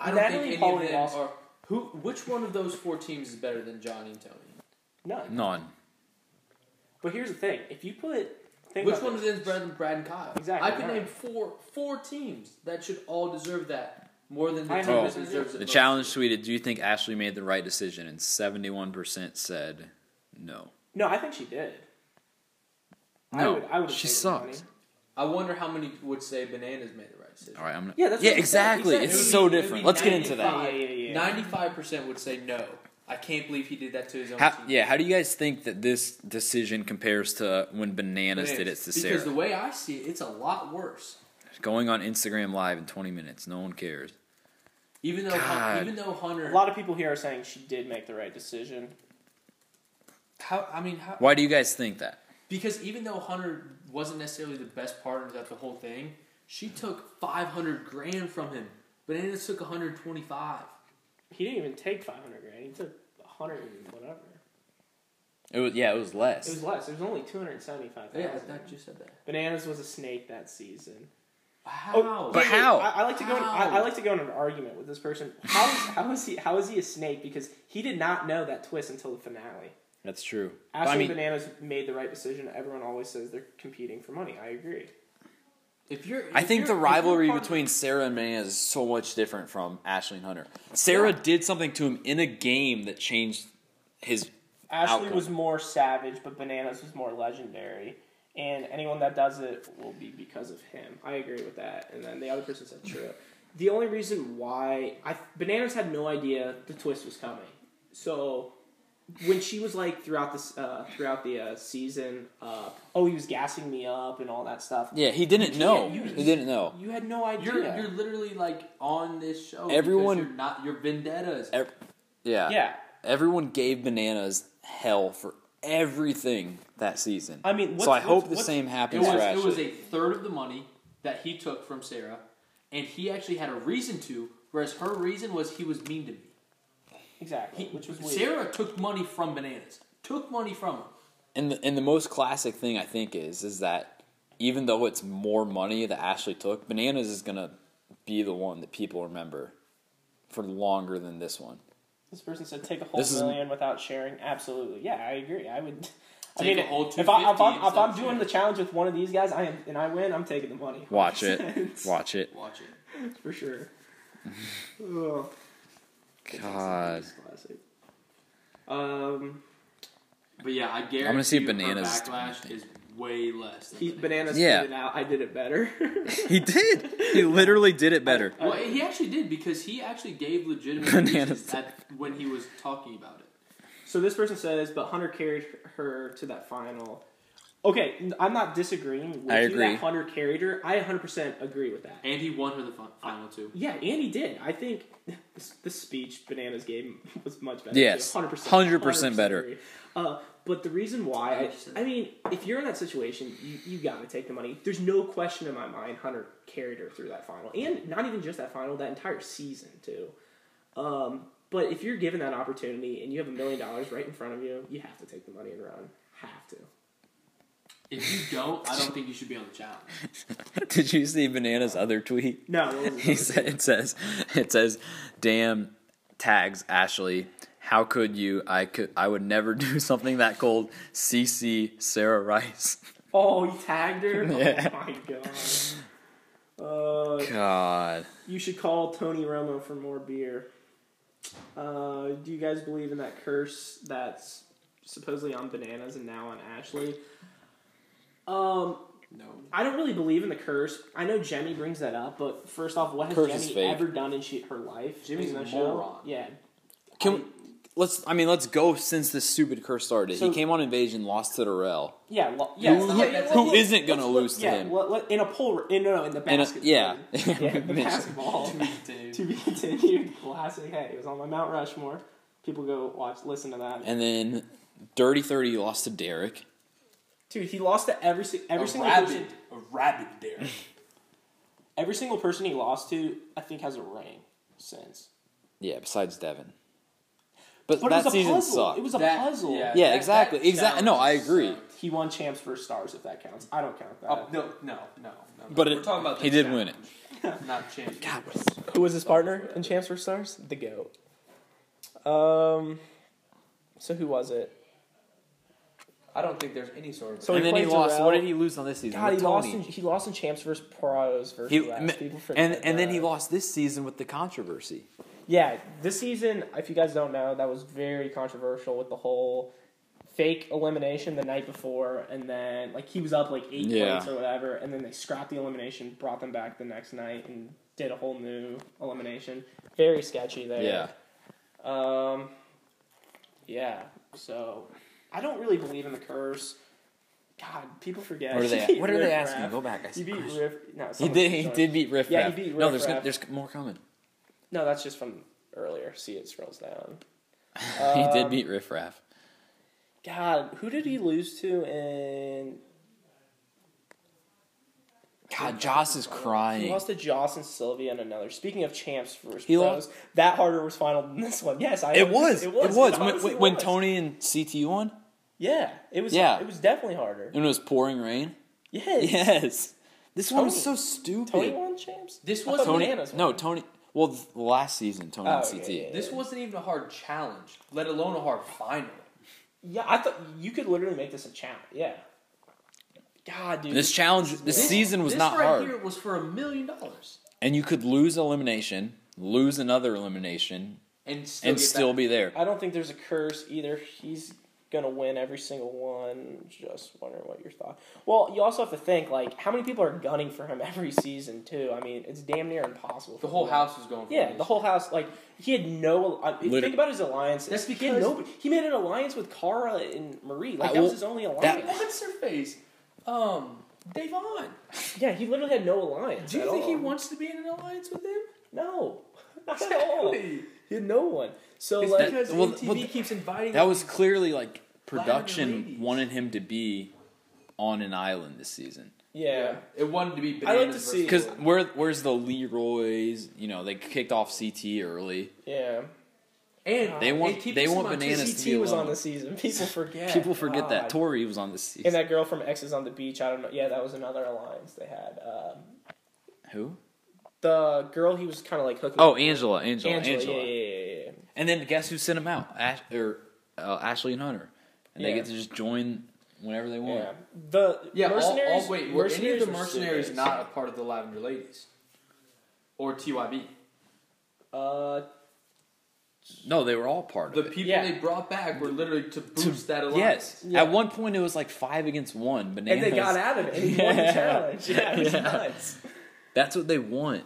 [SPEAKER 5] I don't
[SPEAKER 4] Natalie
[SPEAKER 5] think any
[SPEAKER 4] Polly
[SPEAKER 5] of them
[SPEAKER 4] lost.
[SPEAKER 5] are. Who? Which one of those four teams is better than Johnny and Tony?
[SPEAKER 4] None.
[SPEAKER 3] None.
[SPEAKER 4] But here's the thing: if you put, think
[SPEAKER 5] Which
[SPEAKER 4] about
[SPEAKER 5] one of
[SPEAKER 4] this.
[SPEAKER 5] them is better than Brad and Kyle?
[SPEAKER 4] Exactly,
[SPEAKER 5] I could
[SPEAKER 4] none.
[SPEAKER 5] name four four teams that should all deserve that more than the
[SPEAKER 4] I
[SPEAKER 5] team that
[SPEAKER 3] 100%
[SPEAKER 5] deserves
[SPEAKER 3] The
[SPEAKER 5] it. most.
[SPEAKER 3] challenge tweeted, "Do you think Ashley made the right decision?" And seventy-one percent said no.
[SPEAKER 4] No, I think she did. I
[SPEAKER 3] No,
[SPEAKER 4] would, I would have
[SPEAKER 3] she
[SPEAKER 4] taken the
[SPEAKER 3] sucked.
[SPEAKER 4] money.
[SPEAKER 5] I wonder how many would say Bananas made the right decision.
[SPEAKER 3] All right, I'm gonna.
[SPEAKER 4] Yeah, that's
[SPEAKER 3] yeah,
[SPEAKER 4] what I'm saying.
[SPEAKER 3] exactly.
[SPEAKER 4] Exactly.
[SPEAKER 3] It's
[SPEAKER 4] It
[SPEAKER 3] so
[SPEAKER 5] would be- it would
[SPEAKER 3] different.
[SPEAKER 5] be
[SPEAKER 3] Let's get into that.
[SPEAKER 5] 95.
[SPEAKER 4] Yeah, yeah, yeah.
[SPEAKER 5] Ninety-five percent would say no. I can't believe he did that to his own
[SPEAKER 3] How,
[SPEAKER 5] team.
[SPEAKER 3] yeah, how do you guys think that this decision compares to when Bananas, did it to
[SPEAKER 5] because
[SPEAKER 3] Sarah?
[SPEAKER 5] the way I see it, it's a lot worse.
[SPEAKER 3] Going on Instagram Live in 20 minutes, no one cares.
[SPEAKER 5] Even though,
[SPEAKER 3] God.
[SPEAKER 5] even though Hunter,
[SPEAKER 4] A lot of people here are saying she did make the right decision.
[SPEAKER 5] how I mean, how,
[SPEAKER 3] Why do you guys think that?
[SPEAKER 5] because even though Hunter wasn't necessarily the best partner throughout the whole thing, she took five hundred grand from him. Bananas took one hundred twenty-five.
[SPEAKER 4] He didn't even take five hundred grand. He took hundred and whatever.
[SPEAKER 3] It was yeah, it was less.
[SPEAKER 4] It was less. It was only two hundred seventy-five thousand.
[SPEAKER 5] Yeah, I thought you said that.
[SPEAKER 4] Bananas was a snake that season.
[SPEAKER 5] How?
[SPEAKER 4] Oh,
[SPEAKER 3] But
[SPEAKER 4] wait, wait,
[SPEAKER 3] how?
[SPEAKER 4] I, I like to go. In, I,
[SPEAKER 5] How?
[SPEAKER 4] I like to go in an argument with this person. How is, how is he? How is he a snake? Because he did not know that twist until the finale.
[SPEAKER 3] That's true. But
[SPEAKER 4] Ashley
[SPEAKER 3] I mean,
[SPEAKER 4] Bananas made the right decision. Everyone always says they're competing for money. I agree.
[SPEAKER 5] if you're,
[SPEAKER 3] I think
[SPEAKER 5] if
[SPEAKER 3] the
[SPEAKER 5] you're- if you're
[SPEAKER 3] rivalry
[SPEAKER 5] partner-
[SPEAKER 3] between Sarah and Bananas is so much different from Ashley and Hunter. Sarah did something to him in a game that changed his
[SPEAKER 4] Ashley
[SPEAKER 3] outcome.
[SPEAKER 4] was more savage, but Bananas was more legendary. And anyone that does it will be because of him. I agree with that. And then the other person said true. The only reason why I Bananas had no idea the twist was coming. So when she was like throughout this uh, throughout the uh, season, uh, oh he was gassing me up and all that stuff.
[SPEAKER 3] Yeah, he didn't know.
[SPEAKER 5] you-
[SPEAKER 3] he didn't know.
[SPEAKER 4] You had no idea.
[SPEAKER 5] You're, you're literally like on this show. because
[SPEAKER 3] Everyone-
[SPEAKER 5] you're not your vendettas.
[SPEAKER 3] Ev- yeah.
[SPEAKER 4] yeah,
[SPEAKER 3] Everyone gave Bananas hell for everything that season.
[SPEAKER 4] I mean, what's-
[SPEAKER 3] so I
[SPEAKER 4] what's-
[SPEAKER 3] hope the
[SPEAKER 4] what's-
[SPEAKER 3] same
[SPEAKER 5] It
[SPEAKER 3] happens
[SPEAKER 5] was,
[SPEAKER 3] for
[SPEAKER 5] it
[SPEAKER 3] Ashley.
[SPEAKER 5] was a third of the money that he took from Sarah, and he actually had a reason to, whereas her reason was he was mean to me.
[SPEAKER 4] exactly.
[SPEAKER 5] He,
[SPEAKER 4] Which was weird.
[SPEAKER 5] Sarah took money from bananas, took money from him.
[SPEAKER 3] and the, and the most classic thing I think is is that even though it's more money that Ashley took, Bananas is gonna be the one that people remember for longer than this one.
[SPEAKER 4] This person said, "Take a whole
[SPEAKER 3] This is-
[SPEAKER 4] million without sharing." Absolutely, yeah, I agree. I would. I
[SPEAKER 5] Take
[SPEAKER 4] mean,
[SPEAKER 5] a whole
[SPEAKER 4] if, I, if
[SPEAKER 5] 250
[SPEAKER 4] I'm, if I'm
[SPEAKER 5] instead of
[SPEAKER 4] doing the challenge with one of these guys, I am, and I win, I'm taking the money.
[SPEAKER 3] Watch
[SPEAKER 4] *laughs*
[SPEAKER 3] it. Watch it.
[SPEAKER 5] Watch it.
[SPEAKER 4] for
[SPEAKER 3] *laughs*
[SPEAKER 4] sure. Ugh.
[SPEAKER 3] God.
[SPEAKER 4] classic. Um,
[SPEAKER 5] But yeah, I guarantee
[SPEAKER 3] gonna see
[SPEAKER 5] you her
[SPEAKER 3] Bananas is doing
[SPEAKER 5] backlash
[SPEAKER 3] anything.
[SPEAKER 5] is way less. Than
[SPEAKER 4] he,
[SPEAKER 5] Bananas.
[SPEAKER 4] bananas
[SPEAKER 3] Yeah.
[SPEAKER 4] yeah. it out. I did it better.
[SPEAKER 3] *laughs*
[SPEAKER 4] *laughs*
[SPEAKER 3] He did. He literally did it better.
[SPEAKER 5] Well, he actually did because he actually
[SPEAKER 3] *laughs*
[SPEAKER 5] gave legitimate
[SPEAKER 3] Bananas.
[SPEAKER 5] reasons at, when he was talking about it.
[SPEAKER 4] so this person says, "But Hunter carried her to that final." Okay, n- I'm not disagreeing with
[SPEAKER 3] I
[SPEAKER 4] you
[SPEAKER 3] agree.
[SPEAKER 4] that Hunter carried her. I 100% agree with that.
[SPEAKER 5] And he won her the fi- final two.
[SPEAKER 4] Yeah, and he did. I think this, this speech Bananas gave him was much better.
[SPEAKER 3] Yes,
[SPEAKER 4] 100%,
[SPEAKER 3] 100% better.
[SPEAKER 4] agree. Uh, but the reason why,
[SPEAKER 5] 100%.
[SPEAKER 4] I, I mean, if you're in that situation, you, you got to take the money. There's no question in my mind Hunter carried her through that final. And not even just that final, that entire season, too. Um, but if you're given that opportunity and you have a million dollars right in front of you, you have to take the money and run. Have to.
[SPEAKER 5] If you don't, I don't think you should be on the challenge.
[SPEAKER 3] *laughs* Did you see Bananas' other tweet? *laughs*
[SPEAKER 4] No, what was
[SPEAKER 3] He
[SPEAKER 4] it?
[SPEAKER 3] said, it says, it says, damn tags Ashley. How *laughs* could you? I could. I would never do something that cold. CC Sarah Rice. *laughs*
[SPEAKER 4] Oh, he tagged her.
[SPEAKER 3] Yeah.
[SPEAKER 4] Oh my god. Uh,
[SPEAKER 3] God.
[SPEAKER 4] you should call Tony Romo for more beer. Uh, do you guys believe in that curse that's supposedly on bananas and now on Ashley? Um,
[SPEAKER 5] No.
[SPEAKER 4] I don't really believe in the curse. I know Jenny brings that up, but first off, what has
[SPEAKER 3] Curse is
[SPEAKER 4] Jenny
[SPEAKER 3] fake.
[SPEAKER 4] ever done in she, her life?
[SPEAKER 5] Jimmy's
[SPEAKER 4] In
[SPEAKER 5] a
[SPEAKER 4] the show?
[SPEAKER 5] moron.
[SPEAKER 4] Yeah,
[SPEAKER 3] Can let's? I mean, let's go since this stupid curse started.
[SPEAKER 4] So-
[SPEAKER 3] he came on Invasion, lost to Darrell.
[SPEAKER 4] yeah, well, yeah.
[SPEAKER 3] Who-
[SPEAKER 4] yeah, yeah,
[SPEAKER 3] who
[SPEAKER 4] yeah,
[SPEAKER 3] isn't gonna
[SPEAKER 4] let's look-
[SPEAKER 3] lose to
[SPEAKER 4] yeah,
[SPEAKER 3] him?
[SPEAKER 4] let- let- in a poll, in, no, no, in the
[SPEAKER 3] And uh,
[SPEAKER 4] basketball.
[SPEAKER 3] yeah, *laughs*
[SPEAKER 4] yeah, the basketball.
[SPEAKER 5] *laughs*
[SPEAKER 4] *laughs*
[SPEAKER 5] Dude.
[SPEAKER 4] to be continued. Classic. Hey, it was on my Mount Rushmore. People go watch, listen to that.
[SPEAKER 3] and then Dirty Thirty lost to Derek.
[SPEAKER 4] Dude, he lost to every si- every
[SPEAKER 5] A
[SPEAKER 4] single person.
[SPEAKER 5] rabid, a rabid *laughs* Derek.
[SPEAKER 4] Every single person he lost to, I think, has a ring since.
[SPEAKER 3] Yeah, besides Devin. But,
[SPEAKER 4] But it
[SPEAKER 3] that
[SPEAKER 4] was a
[SPEAKER 3] season
[SPEAKER 4] puzzle.
[SPEAKER 3] sucked.
[SPEAKER 4] It was a
[SPEAKER 5] That-
[SPEAKER 4] puzzle.
[SPEAKER 3] Yeah, exactly. Exact- no, I
[SPEAKER 5] challenge
[SPEAKER 3] agree.
[SPEAKER 5] sucked.
[SPEAKER 4] He won champs versus stars, if that counts. I don't count that.
[SPEAKER 5] Oh, no, no, no, no.
[SPEAKER 3] But
[SPEAKER 5] no.
[SPEAKER 3] it-
[SPEAKER 5] we're talking about
[SPEAKER 3] he
[SPEAKER 5] the
[SPEAKER 3] did win it.
[SPEAKER 5] challenge, Not champion.
[SPEAKER 3] God,
[SPEAKER 4] Who was his partner in champs versus stars? The goat. Um. So who was it?
[SPEAKER 5] I don't think there's any sort of.
[SPEAKER 4] So-
[SPEAKER 3] and
[SPEAKER 4] he
[SPEAKER 3] then he
[SPEAKER 4] played
[SPEAKER 3] lost. What
[SPEAKER 4] Darrell.
[SPEAKER 3] did he lose on this season?
[SPEAKER 4] God, he
[SPEAKER 3] With
[SPEAKER 4] lost.
[SPEAKER 3] Tony.
[SPEAKER 4] In, he lost in champs versus pros versus
[SPEAKER 3] He-
[SPEAKER 4] refs.
[SPEAKER 3] m-
[SPEAKER 4] People forget
[SPEAKER 3] and and then he
[SPEAKER 4] that.
[SPEAKER 3] lost this season with the controversy.
[SPEAKER 4] Yeah, this season, if you guys don't know, that was very controversial with the whole fake elimination the night before, and then like he was up like eight
[SPEAKER 3] Yeah.
[SPEAKER 4] points or whatever, and then they scrapped the elimination, brought them back the next night, and did a whole new elimination. Very sketchy there. Um, yeah. So I don't really believe in the curse. God, people forget. *laughs*
[SPEAKER 3] What are
[SPEAKER 4] You
[SPEAKER 3] they?
[SPEAKER 4] beat
[SPEAKER 3] What are they
[SPEAKER 4] Riff
[SPEAKER 3] asking?
[SPEAKER 4] Raff.
[SPEAKER 3] Go back. I
[SPEAKER 4] You
[SPEAKER 3] said
[SPEAKER 4] beat
[SPEAKER 3] question.
[SPEAKER 4] Riff. No,
[SPEAKER 3] He
[SPEAKER 4] someone-
[SPEAKER 3] did. He
[SPEAKER 4] sorry.
[SPEAKER 3] did beat Riff.
[SPEAKER 4] Yeah, he
[SPEAKER 3] Raff.
[SPEAKER 4] beat
[SPEAKER 3] No,
[SPEAKER 4] Riff
[SPEAKER 3] there's gonna,
[SPEAKER 4] Raff.
[SPEAKER 3] there's more coming. *laughs*
[SPEAKER 4] No, that's just from earlier. See, it scrolls down.
[SPEAKER 3] he did
[SPEAKER 4] Um,
[SPEAKER 3] beat Riff Raff.
[SPEAKER 4] God, who did he lose to in?
[SPEAKER 3] God, Joss is
[SPEAKER 4] He
[SPEAKER 3] crying.
[SPEAKER 4] lost to Joss and Sylvia in another. Speaking of champs versus
[SPEAKER 3] He
[SPEAKER 4] pros,
[SPEAKER 3] lost-
[SPEAKER 4] that harder was final than this one. Yes, I.
[SPEAKER 3] It was. It was. When,
[SPEAKER 4] honestly
[SPEAKER 3] when- when
[SPEAKER 4] was.
[SPEAKER 3] Tony and CT won,
[SPEAKER 4] Yeah, it was.
[SPEAKER 3] Yeah.
[SPEAKER 4] it was definitely harder.
[SPEAKER 3] and it was pouring rain.
[SPEAKER 4] Yes.
[SPEAKER 3] Yes. This one was so
[SPEAKER 4] Tony.
[SPEAKER 3] stupid.
[SPEAKER 4] Tony won champs.
[SPEAKER 5] This
[SPEAKER 4] I
[SPEAKER 5] was
[SPEAKER 4] thought
[SPEAKER 3] Tony-
[SPEAKER 4] Bananas won.
[SPEAKER 3] no, Tony. Well, th- last season, Tony
[SPEAKER 4] Oh,
[SPEAKER 3] and
[SPEAKER 4] okay,
[SPEAKER 3] CT.
[SPEAKER 4] yeah, yeah.
[SPEAKER 5] This wasn't even a hard challenge, let alone a hard final.
[SPEAKER 4] Yeah, I thought you could literally make this a challenge. Yeah. God, dude.
[SPEAKER 3] This challenge, this, season was
[SPEAKER 5] this
[SPEAKER 3] not
[SPEAKER 5] right
[SPEAKER 3] hard,
[SPEAKER 5] Here was for a million dollars,
[SPEAKER 3] and you could lose elimination, lose another elimination,
[SPEAKER 5] and still
[SPEAKER 3] and
[SPEAKER 5] get
[SPEAKER 3] still
[SPEAKER 5] back.
[SPEAKER 3] be there.
[SPEAKER 4] I don't think there's a curse either. He's gonna win every single one. Just wondering what your thought. Well, you also have to think like how many people are gunning for him *laughs* every season too. I mean, it's damn near impossible. For
[SPEAKER 5] the whole
[SPEAKER 4] him.
[SPEAKER 5] house was going. For
[SPEAKER 4] Yeah,
[SPEAKER 5] this.
[SPEAKER 4] the whole house. Like he had no. I mean,
[SPEAKER 3] Liter-
[SPEAKER 4] think about his alliances.
[SPEAKER 5] That's
[SPEAKER 4] He had
[SPEAKER 5] because-
[SPEAKER 4] nobody- he made an alliance with Kara and Marie. Like
[SPEAKER 3] I-
[SPEAKER 4] that was
[SPEAKER 3] well,
[SPEAKER 4] his only
[SPEAKER 3] that-
[SPEAKER 4] alliance.
[SPEAKER 3] *laughs*
[SPEAKER 5] What's her face? Um, Davon.
[SPEAKER 4] yeah, he literally had no alliance.
[SPEAKER 5] Do you
[SPEAKER 4] at
[SPEAKER 5] think he
[SPEAKER 4] all.
[SPEAKER 5] wants to be in an alliance with him?
[SPEAKER 4] No, *laughs* not at all. He had no one. So
[SPEAKER 5] It's
[SPEAKER 4] like.
[SPEAKER 5] because
[SPEAKER 3] well,
[SPEAKER 5] MTV
[SPEAKER 3] well,
[SPEAKER 5] keeps inviting.
[SPEAKER 3] That was clearly like
[SPEAKER 5] ladies.
[SPEAKER 3] production wanted him to be on an island this season.
[SPEAKER 4] yeah.
[SPEAKER 5] It wanted to be.
[SPEAKER 4] I like
[SPEAKER 5] bananas
[SPEAKER 4] to
[SPEAKER 5] versus
[SPEAKER 4] see-
[SPEAKER 3] Because
[SPEAKER 5] Jordan.
[SPEAKER 3] where where's the Leroy's? You know, they kicked off CT early.
[SPEAKER 4] Yeah,
[SPEAKER 5] and
[SPEAKER 3] They want-
[SPEAKER 5] it keeps
[SPEAKER 3] they
[SPEAKER 5] us
[SPEAKER 3] want
[SPEAKER 5] on
[SPEAKER 3] bananas
[SPEAKER 5] TCT.
[SPEAKER 3] to
[SPEAKER 4] T
[SPEAKER 3] be
[SPEAKER 4] was
[SPEAKER 3] alone.
[SPEAKER 4] on the season. People forget.
[SPEAKER 3] People forget that
[SPEAKER 4] God.
[SPEAKER 3] Tori was on this season.
[SPEAKER 4] And that girl from X is on the beach. I don't know. Yeah, that was another alliance they had. Um,
[SPEAKER 3] Who?
[SPEAKER 4] the girl he was kind of like hooking.
[SPEAKER 3] Oh,
[SPEAKER 4] up with.
[SPEAKER 3] Angela, Angela, Angela.
[SPEAKER 4] Angela. Yeah, yeah, yeah, yeah.
[SPEAKER 3] And then guess who sent him out? Ash, or uh, Ashley and Hunter, and they
[SPEAKER 4] Yeah.
[SPEAKER 3] get to just join whenever they
[SPEAKER 4] yeah.
[SPEAKER 3] want.
[SPEAKER 4] The
[SPEAKER 5] Yeah, all,
[SPEAKER 4] mercenaries.
[SPEAKER 5] all, wait, were any
[SPEAKER 4] mercenaries
[SPEAKER 5] of the
[SPEAKER 4] were
[SPEAKER 5] mercenaries
[SPEAKER 4] stupid.
[SPEAKER 5] not a part of the Lavender Ladies? Or TYB?
[SPEAKER 4] Uh,
[SPEAKER 3] No, they were all part
[SPEAKER 5] The
[SPEAKER 3] of it.
[SPEAKER 5] people
[SPEAKER 4] Yeah.
[SPEAKER 5] they brought back were literally to boost that alliance.
[SPEAKER 3] Yes.
[SPEAKER 4] Yeah.
[SPEAKER 3] At one point, it was like five against one.
[SPEAKER 4] and
[SPEAKER 3] Bananas.
[SPEAKER 4] they got out of it. And he won the
[SPEAKER 3] Yeah.
[SPEAKER 4] challenge. Yeah, it was
[SPEAKER 3] Yeah.
[SPEAKER 4] nuts.
[SPEAKER 3] That's what they want.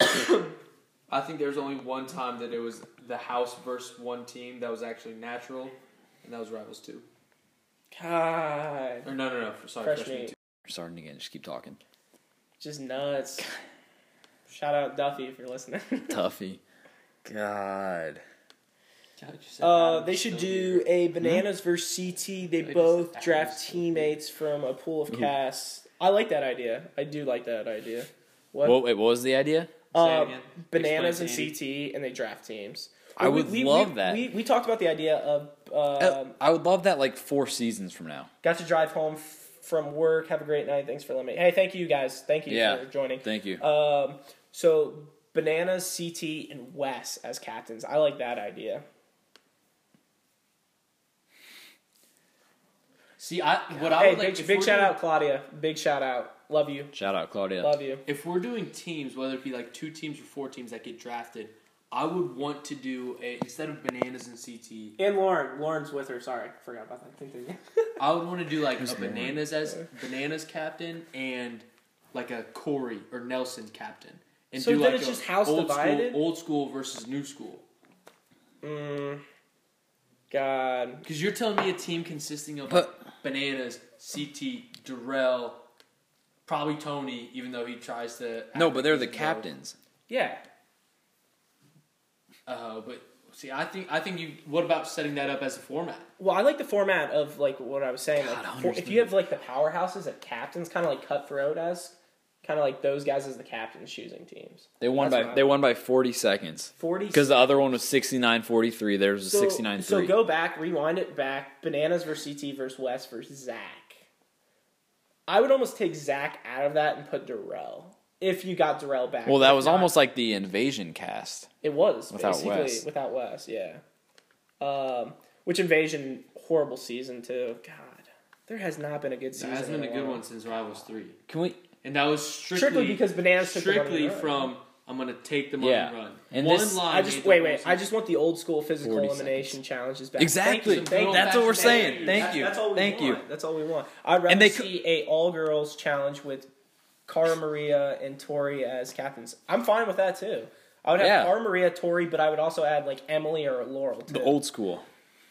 [SPEAKER 5] I think there was only one time that it was the house versus one team that was actually natural, and that was Rivals 2.
[SPEAKER 4] God,
[SPEAKER 5] Or no, no, no. Sorry,
[SPEAKER 4] fresh
[SPEAKER 5] Freshman
[SPEAKER 4] meat.
[SPEAKER 5] 2.
[SPEAKER 3] We're starting again. Just keep talking.
[SPEAKER 4] just nuts. Shout out Duffy if you're listening.
[SPEAKER 3] Tuffy. God.
[SPEAKER 4] Uh, they should do a bananas versus CT. They
[SPEAKER 5] just-
[SPEAKER 4] both
[SPEAKER 5] that
[SPEAKER 4] draft
[SPEAKER 5] was-
[SPEAKER 4] teammates from a pool of casts. I like that idea. I do like that idea. What?
[SPEAKER 3] What, wait, what was the idea?
[SPEAKER 5] Say it
[SPEAKER 4] uh,
[SPEAKER 5] again.
[SPEAKER 4] bananas and
[SPEAKER 5] Explain
[SPEAKER 4] CT, and they draft teams.
[SPEAKER 3] I
[SPEAKER 4] We-
[SPEAKER 3] would
[SPEAKER 4] we-
[SPEAKER 3] love
[SPEAKER 4] we,
[SPEAKER 3] that. Uh,
[SPEAKER 4] We, we talked about the idea of um,
[SPEAKER 3] I would love that like four seasons from now.
[SPEAKER 4] got to drive home f- from work. Have a great night. Thanks for letting me. Hey, thank you guys. Thank you
[SPEAKER 3] Yeah.
[SPEAKER 4] for joining.
[SPEAKER 3] Thank you.
[SPEAKER 4] Um, so bananas, CT, and Wes as captains. I like that idea.
[SPEAKER 5] See, I what I
[SPEAKER 4] Hey,
[SPEAKER 5] would like
[SPEAKER 4] big,
[SPEAKER 5] if
[SPEAKER 4] big
[SPEAKER 5] we're
[SPEAKER 4] shout
[SPEAKER 5] doing-
[SPEAKER 4] out, Claudia. Big shout out. Love you.
[SPEAKER 3] Shout out Claudia.
[SPEAKER 4] Love you.
[SPEAKER 5] If we're doing teams, whether it be like two teams or four teams that get drafted, I would want to do a instead of bananas and CT,
[SPEAKER 4] And Lauren. Lauren's with her. Sorry, forgot about that. I think *laughs* they're-
[SPEAKER 5] I would want to do like
[SPEAKER 3] Who's
[SPEAKER 5] a
[SPEAKER 3] Lauren?
[SPEAKER 5] bananas as bananas captain and like a Corey or Nelson captain. And
[SPEAKER 4] So
[SPEAKER 5] do
[SPEAKER 4] then
[SPEAKER 5] like
[SPEAKER 4] it's
[SPEAKER 5] a
[SPEAKER 4] just house
[SPEAKER 5] old
[SPEAKER 4] divided?
[SPEAKER 5] school, old school versus new school.
[SPEAKER 4] Mm, God.
[SPEAKER 5] Because you're telling me a team consisting of like, bananas, CT, Darrell, probably Tony, even though he tries to.
[SPEAKER 3] No,
[SPEAKER 5] act
[SPEAKER 3] but
[SPEAKER 5] like
[SPEAKER 3] they're
[SPEAKER 5] he's
[SPEAKER 3] the
[SPEAKER 5] a no.
[SPEAKER 3] captains.
[SPEAKER 4] Yeah.
[SPEAKER 5] Uh, but see, I think I think you. What about setting that up as a format?
[SPEAKER 4] Well, I like the format of like what I was saying.
[SPEAKER 3] God,
[SPEAKER 4] Like,
[SPEAKER 3] I
[SPEAKER 4] for- if
[SPEAKER 3] understand.
[SPEAKER 4] you have like the powerhouses of captains, kind of like cutthroat esque, kind of like those guys as the captains choosing teams.
[SPEAKER 3] They won
[SPEAKER 4] That's
[SPEAKER 3] by
[SPEAKER 4] right.
[SPEAKER 3] they won by 40 seconds.
[SPEAKER 4] Forty.
[SPEAKER 3] Because the other one was 69-43. Theirs was
[SPEAKER 4] So-
[SPEAKER 3] 69-3.
[SPEAKER 4] So go back, rewind it back. Bananas versus CT versus West versus Zach. I would almost take Zach out of that and put Darrell. If you got Darrell back.
[SPEAKER 3] well, that
[SPEAKER 4] If
[SPEAKER 3] was
[SPEAKER 4] not-
[SPEAKER 3] almost like the invasion cast.
[SPEAKER 4] It was
[SPEAKER 3] Without
[SPEAKER 4] basically
[SPEAKER 3] Wes.
[SPEAKER 4] without Wes, yeah. Um, which invasion horrible season too. God, there has not been a good season.
[SPEAKER 5] There hasn't been
[SPEAKER 4] in
[SPEAKER 5] a good
[SPEAKER 4] while.
[SPEAKER 5] one since Rivals Three,
[SPEAKER 3] Can we?
[SPEAKER 5] and that was strictly,
[SPEAKER 4] Strictly because Bananas took the money
[SPEAKER 5] strictly
[SPEAKER 4] run.
[SPEAKER 5] from I'm gonna take the money
[SPEAKER 3] Yeah.
[SPEAKER 5] and run.
[SPEAKER 3] And
[SPEAKER 5] One
[SPEAKER 3] this-
[SPEAKER 5] line.
[SPEAKER 4] I just
[SPEAKER 5] made the
[SPEAKER 4] wait,
[SPEAKER 5] whole
[SPEAKER 4] wait. I
[SPEAKER 5] season.
[SPEAKER 4] just want the old school physical
[SPEAKER 3] 40
[SPEAKER 4] elimination challenges back.
[SPEAKER 3] Exactly.
[SPEAKER 4] Thank you, thank you.
[SPEAKER 3] That's what we're saying.
[SPEAKER 5] Thank
[SPEAKER 3] Thank you.
[SPEAKER 4] That's all we
[SPEAKER 3] Thank
[SPEAKER 4] want.
[SPEAKER 3] you.
[SPEAKER 4] That's all we want. I'd rather
[SPEAKER 3] And they cou-
[SPEAKER 4] see a all girls challenge with Cara Maria and Tori as captains. I'm fine with that too. I would have
[SPEAKER 3] Yeah.
[SPEAKER 4] Cara Maria, Tori, but I would also add like Emily or Laurel. Too.
[SPEAKER 3] The old school.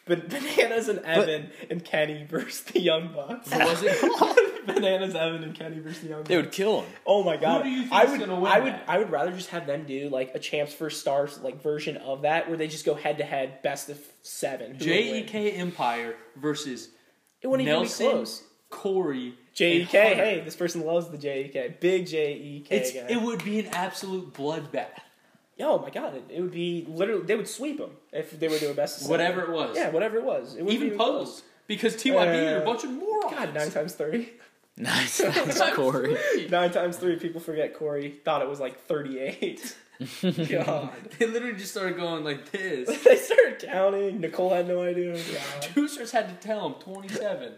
[SPEAKER 4] Ban- Bananas and Evan and Kenny versus the Young
[SPEAKER 3] *laughs*
[SPEAKER 4] Bucks. *laughs*
[SPEAKER 5] But was it-
[SPEAKER 4] Bananas, Evan, and Kenny versus the Young Bucks.
[SPEAKER 3] They would kill
[SPEAKER 4] *laughs*
[SPEAKER 3] him.
[SPEAKER 4] oh my god!
[SPEAKER 5] do you think's
[SPEAKER 4] I would,
[SPEAKER 5] gonna win
[SPEAKER 4] I would,
[SPEAKER 5] that?
[SPEAKER 4] I would rather just have them do like a champs for stars like version of that, where they just go head to head, best of seven. Who would win?
[SPEAKER 5] JEK E Empire versus
[SPEAKER 4] It wouldn't
[SPEAKER 5] Nelson,
[SPEAKER 4] even be close.
[SPEAKER 5] Corey,
[SPEAKER 4] JEK,
[SPEAKER 5] and Hunter.
[SPEAKER 4] E hey, this person loves the JEK. Big JEK.
[SPEAKER 5] It's
[SPEAKER 4] guy.
[SPEAKER 5] it would be an absolute bloodbath.
[SPEAKER 4] oh my god! It, it would be literally they would sweep them if they were doing best. Of seven.
[SPEAKER 5] Whatever it was.
[SPEAKER 4] Yeah, whatever it was. It wouldn't
[SPEAKER 5] Even
[SPEAKER 4] be
[SPEAKER 5] puzzles. Because TYB
[SPEAKER 4] Uh,
[SPEAKER 5] are a bunch of morons.
[SPEAKER 4] close. God, nine times thirty.
[SPEAKER 5] *laughs*
[SPEAKER 3] *laughs* Nice, nice Corey.
[SPEAKER 4] Nine times three, people forget Corey thought it was like *laughs* 38. God. *laughs*
[SPEAKER 5] *laughs* They literally just started going like this.
[SPEAKER 4] they started counting. Nicole had no idea. God.
[SPEAKER 5] Producers had to tell him 27.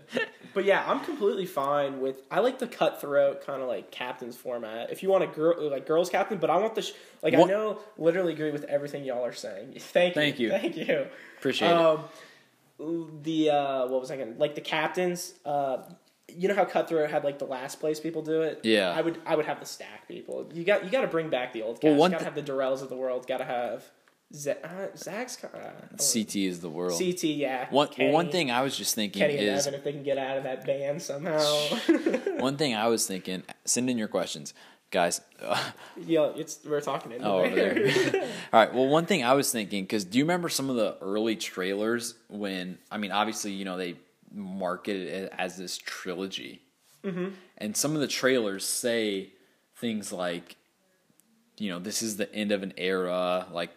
[SPEAKER 4] But yeah, I'm completely fine with. I like the cutthroat kind of like captain's format. If you want a girl, like girls captain, but I want the sh- like
[SPEAKER 3] What-
[SPEAKER 4] I know literally agree with everything y'all are saying. *laughs* Thank you,
[SPEAKER 3] Thank you.
[SPEAKER 4] thank you.
[SPEAKER 3] Appreciate it.
[SPEAKER 4] Um, the uh, what was I gonna like the captains? Uh, you know how cutthroat had like the last place people do it.
[SPEAKER 3] Yeah.
[SPEAKER 4] I would I would have the stack people. You got you got to bring back the old. Cast.
[SPEAKER 3] Well, one
[SPEAKER 4] you got to
[SPEAKER 3] thi-
[SPEAKER 4] have the Durrells of the world. Got to have Z- uh, Zach's kind of
[SPEAKER 3] CT is the world.
[SPEAKER 4] CT. Yeah,
[SPEAKER 3] One well,
[SPEAKER 4] Kenny-
[SPEAKER 3] one thing I was just thinking
[SPEAKER 4] Kenny and
[SPEAKER 3] is
[SPEAKER 4] Evan if they can get out of that band somehow.
[SPEAKER 3] one thing I was thinking. Send in your questions, guys.
[SPEAKER 4] *laughs*
[SPEAKER 3] uh,
[SPEAKER 4] yeah, it's we're talking anyway.
[SPEAKER 3] Oh, over there. All right. Well, one thing I was thinking because do you remember some of the early trailers when I mean, obviously, you know they marketed it as this trilogy, and some of the trailers say things like, you know, this is the end of an era, like